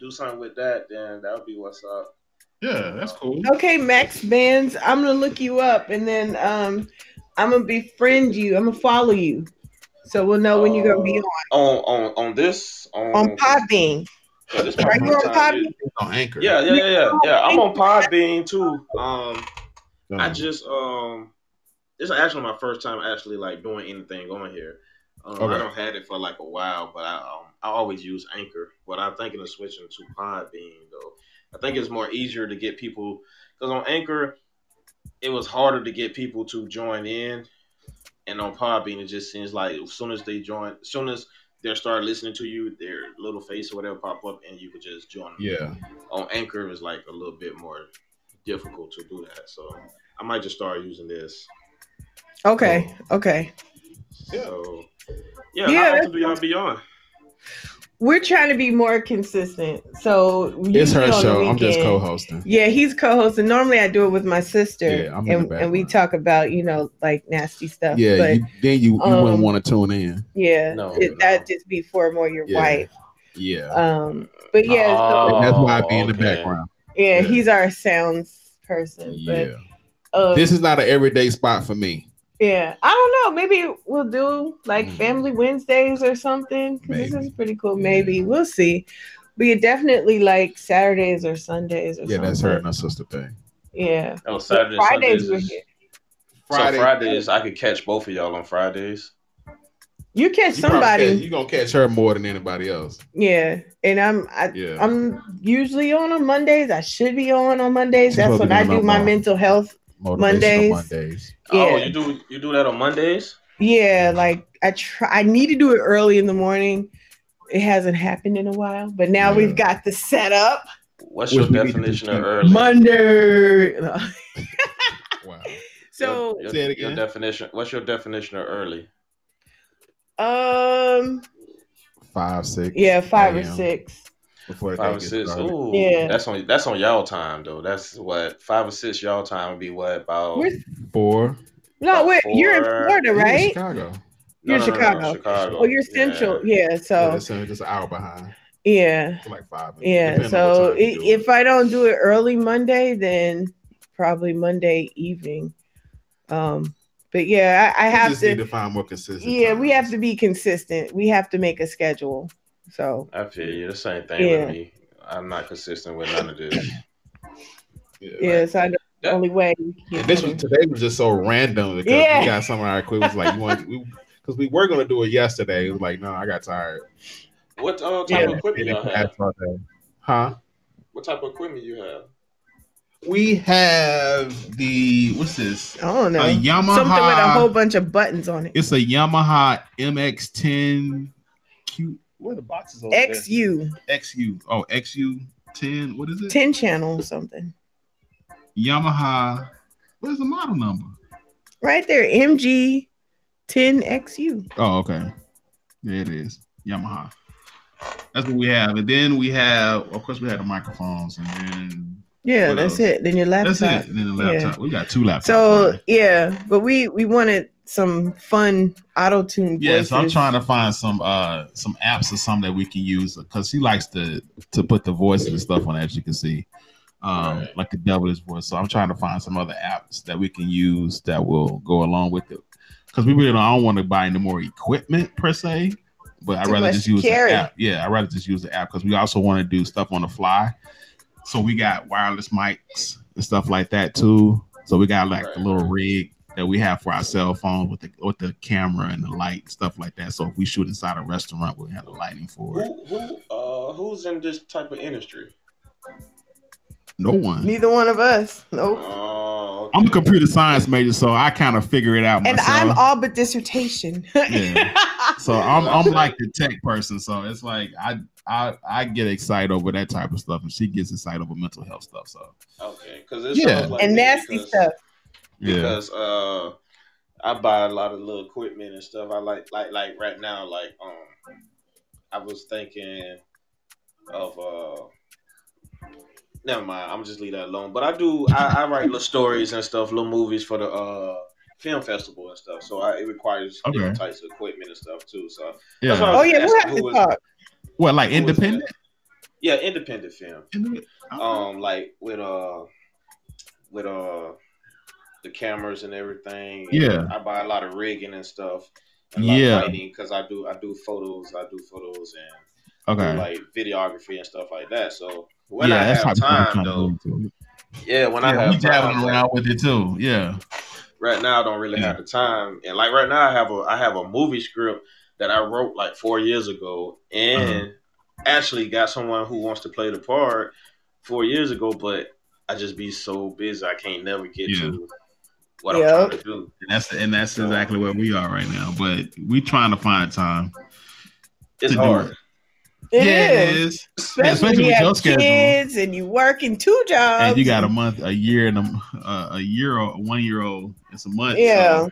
E: do something with that, then that would be what's up.
B: Yeah, that's cool.
A: Okay, Max Bands, I'm gonna look you up and then um I'm gonna befriend you. I'm gonna follow you. So we'll know when you're gonna be
O: Oh.
A: on.
E: On on on this on
A: On Podbean.
E: Yeah, this
A: Are you on
E: Podbean time,
A: Podbean?
B: It's on Anchor.
E: Yeah, yeah, yeah, yeah, yeah. I'm on Podbean too. Um, I just um, this is actually my first time actually like doing anything on here. Um, I
B: Okay.
E: don't had it for like a while, but I um, I always use Anchor. But I'm thinking of switching to Podbean though. I think it's more easier to get people because on Anchor it was harder to get people to join in, and on Podbean it just seems like as soon as they join, as soon as they start listening to you, their little face or whatever pop up, and you could just join. them
B: Yeah.
E: on Anchor is like a little bit more difficult to do that. So I might just start using this.
A: Okay, okay.
E: So yeah,
A: Yeah,
E: yeah
A: that's-
E: how do y'all be on?
A: We're trying to be more consistent. So you
O: It's her
A: be on the
O: show. I'm just
A: weekend.
O: co-hosting.
A: Yeah, he's co-hosting. Normally, I do it with my sister,
O: Yeah, I'm in
A: and,
O: the
A: and we talk about you know like nasty stuff.
O: Yeah,
A: but
O: you, then you, you
A: um,
O: wouldn't want to tune in.
A: yeah,
E: No,
A: it,
E: no.
A: that'd just be for more your
O: Yeah.
A: wife.
O: Yeah,
A: Um, but yeah, so-
E: Oh,
O: And that's why I be in the
E: okay.
O: background.
A: yeah,
O: yeah.
A: he's our sounds person. But
O: Yeah,
A: um,
O: this is not an everyday spot for me.
A: yeah, I don't know. Maybe we'll do like
O: Mhm.
A: family Wednesdays or something. 'cause This
O: Maybe.
A: is pretty cool.
O: Yeah.
A: Maybe we'll see. But yeah, definitely like Saturdays or Sundays or
O: Yeah,
A: something.
O: that's her and her sister thing.
A: Yeah,
E: Oh, Saturday,
A: Fridays
E: Fridays.
A: we're
E: is-
A: here.
E: So Fridays, I could catch both of y'all on Fridays.
A: You catch
O: You probably
A: somebody.
O: catch- you gonna catch her more than anybody else.
A: Yeah, and I'm I,
O: Yeah.
A: I'm usually on on Mondays. I should be on on Mondays.
O: She's
A: That's
O: supposed to
A: when
O: be
A: I
O: on
A: do
O: on
A: my
O: Mon-
A: mental health.
O: Motivational
A: Mondays.
O: Mondays.
A: Yeah,
E: Oh, you do you do that on Mondays?
A: yeah. Like I try. I need to do it early in the morning. It hasn't happened in a while, but now
O: Yeah.
A: we've got the setup.
E: What's
O: Which
E: your
O: we need to
E: definition
O: do.
E: of early?
A: Monday. [LAUGHS]
O: Wow.
A: so,
E: your,
O: Say it
E: your,
O: again.
E: your definition. What's your definition of early?
A: um,
O: Five, six.
A: yeah, five or
O: a.m.
A: six.
O: Before the
E: Five
O: thing
E: or
O: gets
E: six.
O: started.
E: Ooh,
A: Yeah.
E: that's on that's on y'all time though. That's what five or six y'all time would be. What about?
A: We're-
O: Four.
A: No, wait, you're in
E: Oh, Four.
A: Florida,
O: You're in
A: right?
O: Chicago.
A: You're Chicago.
E: Chicago.
A: Oh, you're
E: Yeah.
A: central. Yeah.
O: Yeah,
A: So
O: that's uh, just an hour behind.
A: yeah.
O: It's like five. minutes,
A: Yeah,
O: depending on
A: so
O: what
A: i-
O: time you do
A: if I don't do it early Monday, then probably Monday evening. Um, but yeah, I, I
O: We
A: have
O: just
A: to.
O: need to find more consistent.
A: yeah, we have
O: times.
A: to be consistent. We have to make a schedule. So
E: I feel you. The same thing
A: Yeah.
E: with me. I'm not consistent with none of this.
A: yeah, so I know the
E: Yeah.
A: only way. we can
O: And
A: get
O: this was
A: better.
O: today was just so random because
A: Yeah.
O: we got somewhere our quick was like, you want because we were gonna do it yesterday. It was like, no, I got tired.
E: [COUGHS] What uh, type
O: Yeah,
E: of equipment y'all have?
O: Huh?
E: What type of equipment you have?
B: We have the what's this?
A: I don't
B: A
A: know.
B: Yamaha.
A: Something with a whole bunch of buttons on it.
B: It's a Yamaha MX10 Q. What are the boxes? over there?
A: XU
B: XU. Oh, XU10. What is it?
A: ten channel something
B: Yamaha. Where's the model number?
A: right there. MG ten XU.
B: Oh, okay. There it is. Yamaha. That's what we have. And then we have, of course, we had the microphones, and then
A: Yeah,
B: What
A: that's
B: else?
A: it. Then your laptop.
B: that's it. And then the laptop. We got two laptops.
A: So yeah, but we we wanted some fun auto tune.
B: yeah, so I'm trying to find some uh some apps or something that we can use because he likes to to put the voices and stuff on as you can see. Um,
E: Right.
B: like the double his voice. So I'm trying to find some other apps that we can use that will go along with it. Because we really don't, I don't want to buy any more equipment per se, but I'd
A: Too
B: rather
A: much
B: just use
A: carry.
B: the app. Yeah, I'd rather just use the app because we also want to do stuff on the fly. So we got wireless mics and stuff like that too. So we got like the
E: Right.
B: little rig that we have for our cell phone with the with the camera and the light stuff like that. So if we shoot inside a restaurant, we have the lighting for it.
E: Who who uh who's in this type of industry?
B: No one.
A: Neither one of us. Nope.
E: Oh,
B: I'm a computer science major, so I kind of figure it out
A: And
B: myself.
A: I'm all but dissertation.
B: Yeah. so I'm
E: Yeah.
B: I'm like the tech person, so it's like I I I get excited over that type of stuff, and she gets excited over mental health stuff. So
E: okay. Because it
B: Yeah.
E: sounds
A: [LAUGHS]
E: like
A: and
E: me
A: nasty
E: because-
A: stuff.
B: yeah,
E: because uh I buy a lot of little equipment and stuff. I like like like right now like um I was thinking of uh never mind, I'm just leave that alone. But I do I, I write little stories and stuff, little movies for the uh film festival and stuff. So I, it requires
B: Okay.
E: different types of equipment and stuff too. So
B: yeah.
E: what I
A: Oh
E: was
A: yeah, we'll
E: asking
A: have
E: who
A: to
E: was-
A: talk.
B: What like independent?
E: Yeah, independent film. Um, like with uh, with uh, the cameras and everything.
B: Yeah.
E: I buy a lot of rigging and stuff.
B: Yeah.
E: because I do I do photos, I do photos and do,
B: Okay.
E: like videography and stuff like that. So when
B: yeah,
E: I
B: that's
E: have
B: probably what I'm
E: time
B: trying to
E: though,
B: get into.
E: yeah, when I
B: Yeah, we
E: have time,
B: dabbling
E: like,
B: around with it too. Yeah.
E: right now I don't really have the time. And like right now I have a I have a movie script that I wrote like four years ago and
B: Uh-huh.
E: actually got someone who wants to play the part four years ago, but I just be so busy I can't never get
B: Yeah.
E: to what
P: Yep.
E: I'm trying to do.
B: And that's and that's exactly where we are right now. But we trying to find time.
E: It's
B: To do
E: hard.
B: it.
P: It is.
B: is.
P: Especially,
B: especially
P: when
B: with
P: you
B: your
P: have
B: schedule.
P: kids and you working two jobs.
B: And you got a month, a year, and a uh, a year or one year old. It's a month. so,
P: Yeah.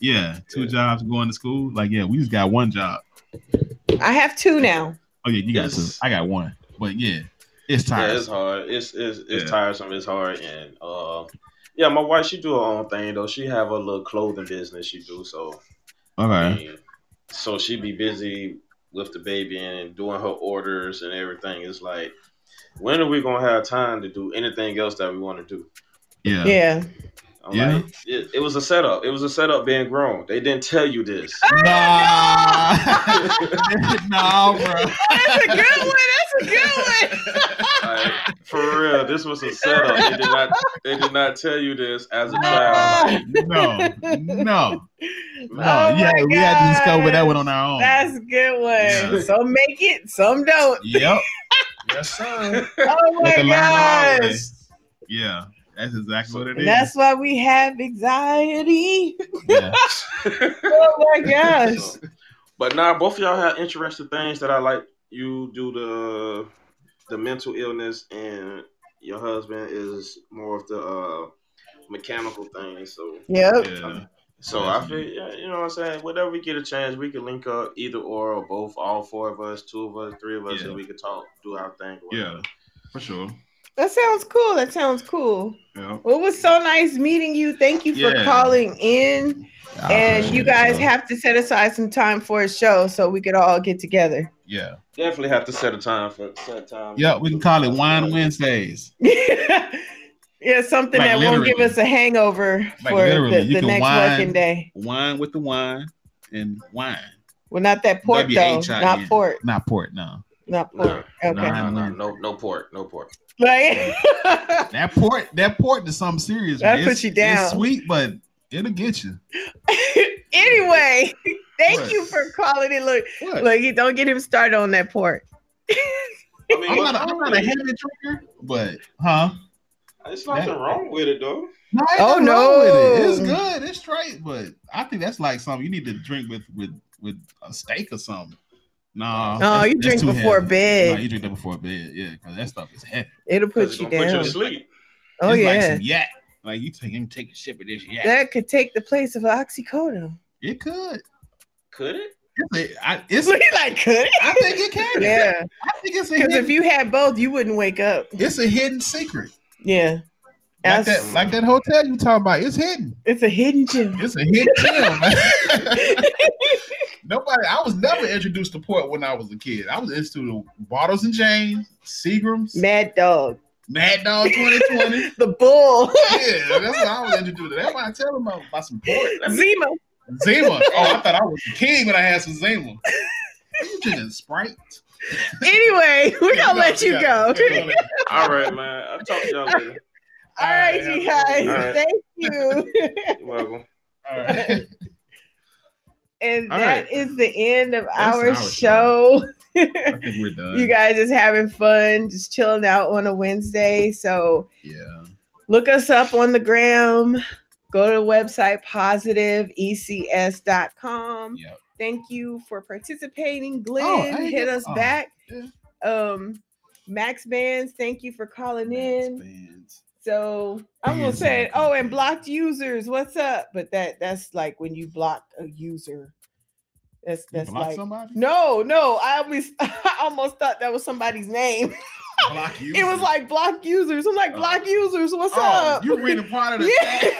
B: yeah. Two
E: Yeah.
B: jobs going to school. Like yeah, we just got one job.
P: I have two now.
B: Oh yeah, you got
E: Yes.
B: two. I got one. But yeah, it's
E: Yeah,
B: tiring.
E: it's hard. It's it's it's
B: Yeah.
E: tiresome. It's hard, and uh, yeah, my wife she do her own thing though. She have a little clothing business she do, so
B: okay.
E: And so she be busy with the baby and doing her orders and everything. It's like, when are we gonna have time to do anything else that we want to do?
B: Yeah.
P: Yeah.
E: I'm
B: Yeah.
E: like, it, it was a setup. It was a setup being grown. They didn't tell you this.
B: Nah. [LAUGHS] nah,
A: [LAUGHS]
B: bro.
A: That's a good one. That's a good one.
E: Like, for real, this was a setup. They did not. They did not tell you this as a child.
B: No.
P: [LAUGHS]
B: No. No.
E: Man,
A: Oh
B: yeah,
A: my
B: we had to discover that
A: gosh.
B: one on our own.
A: That's a good one.
B: Yeah.
A: Some make it, some
B: [LAUGHS]
A: don't.
B: Yep. yes, sir.
A: Oh
B: With
A: my
B: the line
A: gosh.
B: always. Yeah, that's exactly what it
E: And
B: is.
A: That's why we have anxiety.
B: [LAUGHS]
A: [LAUGHS]
B: yeah.
A: Oh my gosh.
E: So- but nah, both of y'all have interesting things that I like. You do the the mental illness, and your husband is more of the uh, mechanical thing. So,
A: Yep.
B: yeah.
E: so I feel yeah, you know what I'm saying. Whenever we get a chance, we can link up either or, or both, all four of us, two of us, three of us,
B: Yeah.
E: and we can talk, do our thing.
B: Yeah, for sure.
A: That sounds cool. That sounds cool.
B: Yeah.
A: Well, it was so nice meeting you. Thank you for
B: Yeah.
A: calling in. and you guys have to set aside some time for a show so we could all get together. [LAUGHS]
B: Yeah.
E: Definitely have to set a time for set a time.
B: Yeah, we can call it Wine Wednesdays.
A: yeah, something
B: Like
A: that won't give
B: literally.
A: us a hangover
B: Like
A: for
B: literally,
A: the,
B: you
A: the
B: can
A: next
B: wine.
A: working day.
B: Wine with the wine and wine.
A: Well, not that port though.
B: W-H-I-N.
A: Not port.
B: Not port, no.
A: Not
E: No,
A: port.
B: E. no,
A: okay.
E: no, no, no, no port, no port.
A: Like, [LAUGHS]
B: That port, that port is something serious.
A: That
B: man.
A: puts
B: It's-
A: you down.
B: It's sweet, but it'll get you.
A: anyway, thank
B: What?
A: you for calling it. Look,
B: What?
A: look, you don't get him started on that port.
E: I mean,
B: I'm
E: what's
B: not, a, I'm
E: wrong
A: oh.
B: not a
E: with it?
B: heavy drinker, but huh?
E: It's nothing wrong with it though.
B: No, ain't
A: Oh,
B: nothing wrong with it. It's
A: no.
B: good. It's straight, but I think that's like something you need to drink with with with a steak or something. Nah,
A: Oh,
B: that's-
A: you
B: that's
A: drink
B: too
A: before
B: heavy.
A: bed.
B: No, you drink that before bed, yeah, because that stuff is heavy.
A: It'll
E: 'Cause
A: put
E: it's
A: you
E: gonna Put you
A: down.
E: to sleep.
A: Oh
B: it's like
A: yeah,
B: some yak. Like you take you take a sip of this yak.
A: that could take the place of oxycodone.
B: it could.
E: Could it?
B: It's, a, I, it's
A: So he [LAUGHS] like could it?
B: I think it can.
A: Yeah,
B: I think it's a
A: because if
B: hidden,
A: you had both, you wouldn't wake up.
B: it's a hidden secret.
A: Yeah,
B: Like
A: That's-
B: that, like that hotel you talking about. It's hidden.
A: it's a hidden
B: [LAUGHS]
A: gem.
B: It's a hidden gem. man. [LAUGHS] Nobody. I was never introduced to port when I was a kid. I was introduced to bottles and chains, Seagrams,
A: Mad dog,
B: Mad Dog Twenty Twenty.
A: the bull,
B: yeah, that's what I was introduced to. That's why I tell them about, about some port.
A: [LAUGHS] Zima.
B: Zima. Oh, I thought I was the king when I had some Zima. You drinking Sprite?
A: Anyway, [LAUGHS] we're gonna let you go. [LAUGHS]
E: All right, man. I'll talk to y'all later.
A: All right, you guys.
E: All right.
A: Thank you.
E: [LAUGHS] You're welcome.
B: All right.
A: And
B: All
A: that
B: right.
A: is the end of our,
B: our
A: show. [LAUGHS]
B: show. I think we're done.
A: you guys just having fun, just chilling out on a Wednesday. So
B: yeah.
A: look us up on the gram. Go to the website E positiveecs.com.
B: Yep.
A: Thank you for participating.
B: I
A: Glenn,
B: ain't
A: hit
B: get-
A: us
B: oh,
A: back.
B: yeah.
A: Um, Max Bands, thank you for calling in.
B: Bands.
A: So I'm gonna
B: Bands
A: say,
B: and
A: oh, and
B: companies.
A: blocked users, what's up? But that that's like when you block a user. That's
B: You
A: that's
B: block
A: like
B: somebody?
A: no, no. I almost [LAUGHS] I almost thought that was somebody's name.
B: Block you.
A: It was like block users. I'm like
B: Oh.
A: block users. What's [LAUGHS]
B: oh,
A: up?
B: you reading part of the
A: yeah.
B: chat.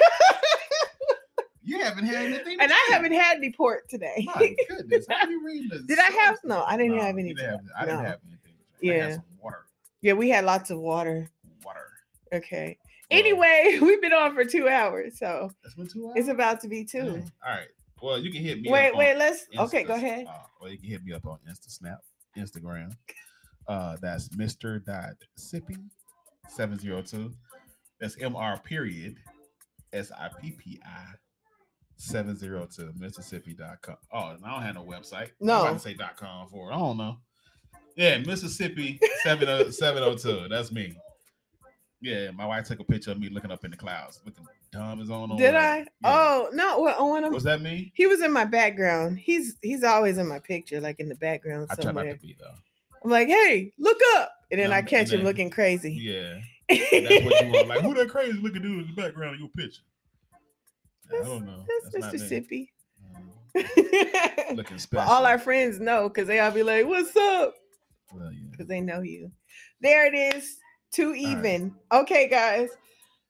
B: You haven't had anything.
A: [LAUGHS] And I haven't had any port today.
B: My goodness, how you reading this?
A: Did I have? No, I didn't
B: Oh, No,
A: have
B: you
A: any.
B: didn't have- I didn't
A: No.
B: have anything. I
A: Yeah.
B: had some water.
A: Yeah, we had lots of water.
B: Water.
A: Okay. Anyway, [LAUGHS] we've been on for two hours, so
B: That's been two hours.
A: it's about to be two.
B: All right. mm, Well, you can hit me.
A: Wait,
B: up
A: wait,
B: on
A: let's.
B: Insta-
A: Okay, go ahead.
B: Uh, or you can hit me up on Insta Snap, Instagram. Uh, that's Mr. Dot Sipping seven zero two. That's Mr. Period S I P P I seven zero two Mississippi.com. Oh, and I don't have no website.
A: No.
B: I'm about to say dot com for it. I don't know. Yeah, Mississippi oh,
A: [LAUGHS]
B: 70- 702. That's me. Yeah, my wife took a picture of me looking up in the clouds, looking dumb as on.
A: Did I? Oh no! Well, I want
B: was that me?
A: He was in my background. He's he's always in my picture, like in the background
B: I try not
A: somewhere.
B: to be though.
A: I'm like, hey, look up, and then
B: Yeah,
A: I
B: I'm-
A: catch
B: and
A: him
B: then-
A: looking crazy.
B: Yeah,
A: [LAUGHS]
B: that's what you want. Like, who that crazy looking dude in the background of your picture? I don't know.
A: That's,
B: not
A: Mr.
B: me.
A: [LAUGHS] Sippy.
B: Um,
A: [LAUGHS]
B: Looking
A: but
B: special.
A: all our friends know because they all be like, "What's up?"
B: Well, yeah.
A: because they know you. There it is. Two even. Okay, guys.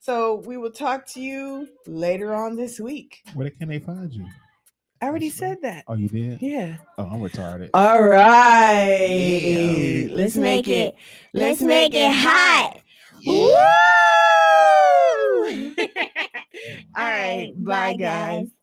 A: So we will talk to you later on this week.
Q: Where can they find you?
A: I already
Q: That's right.
A: said that.
Q: Oh, you did?
A: Yeah.
Q: Oh, I'm retarded.
A: Uh,
R: All
G: right. Let's make it. Let's make it hot. Woo! [LAUGHS]
A: All right. Bye, guys.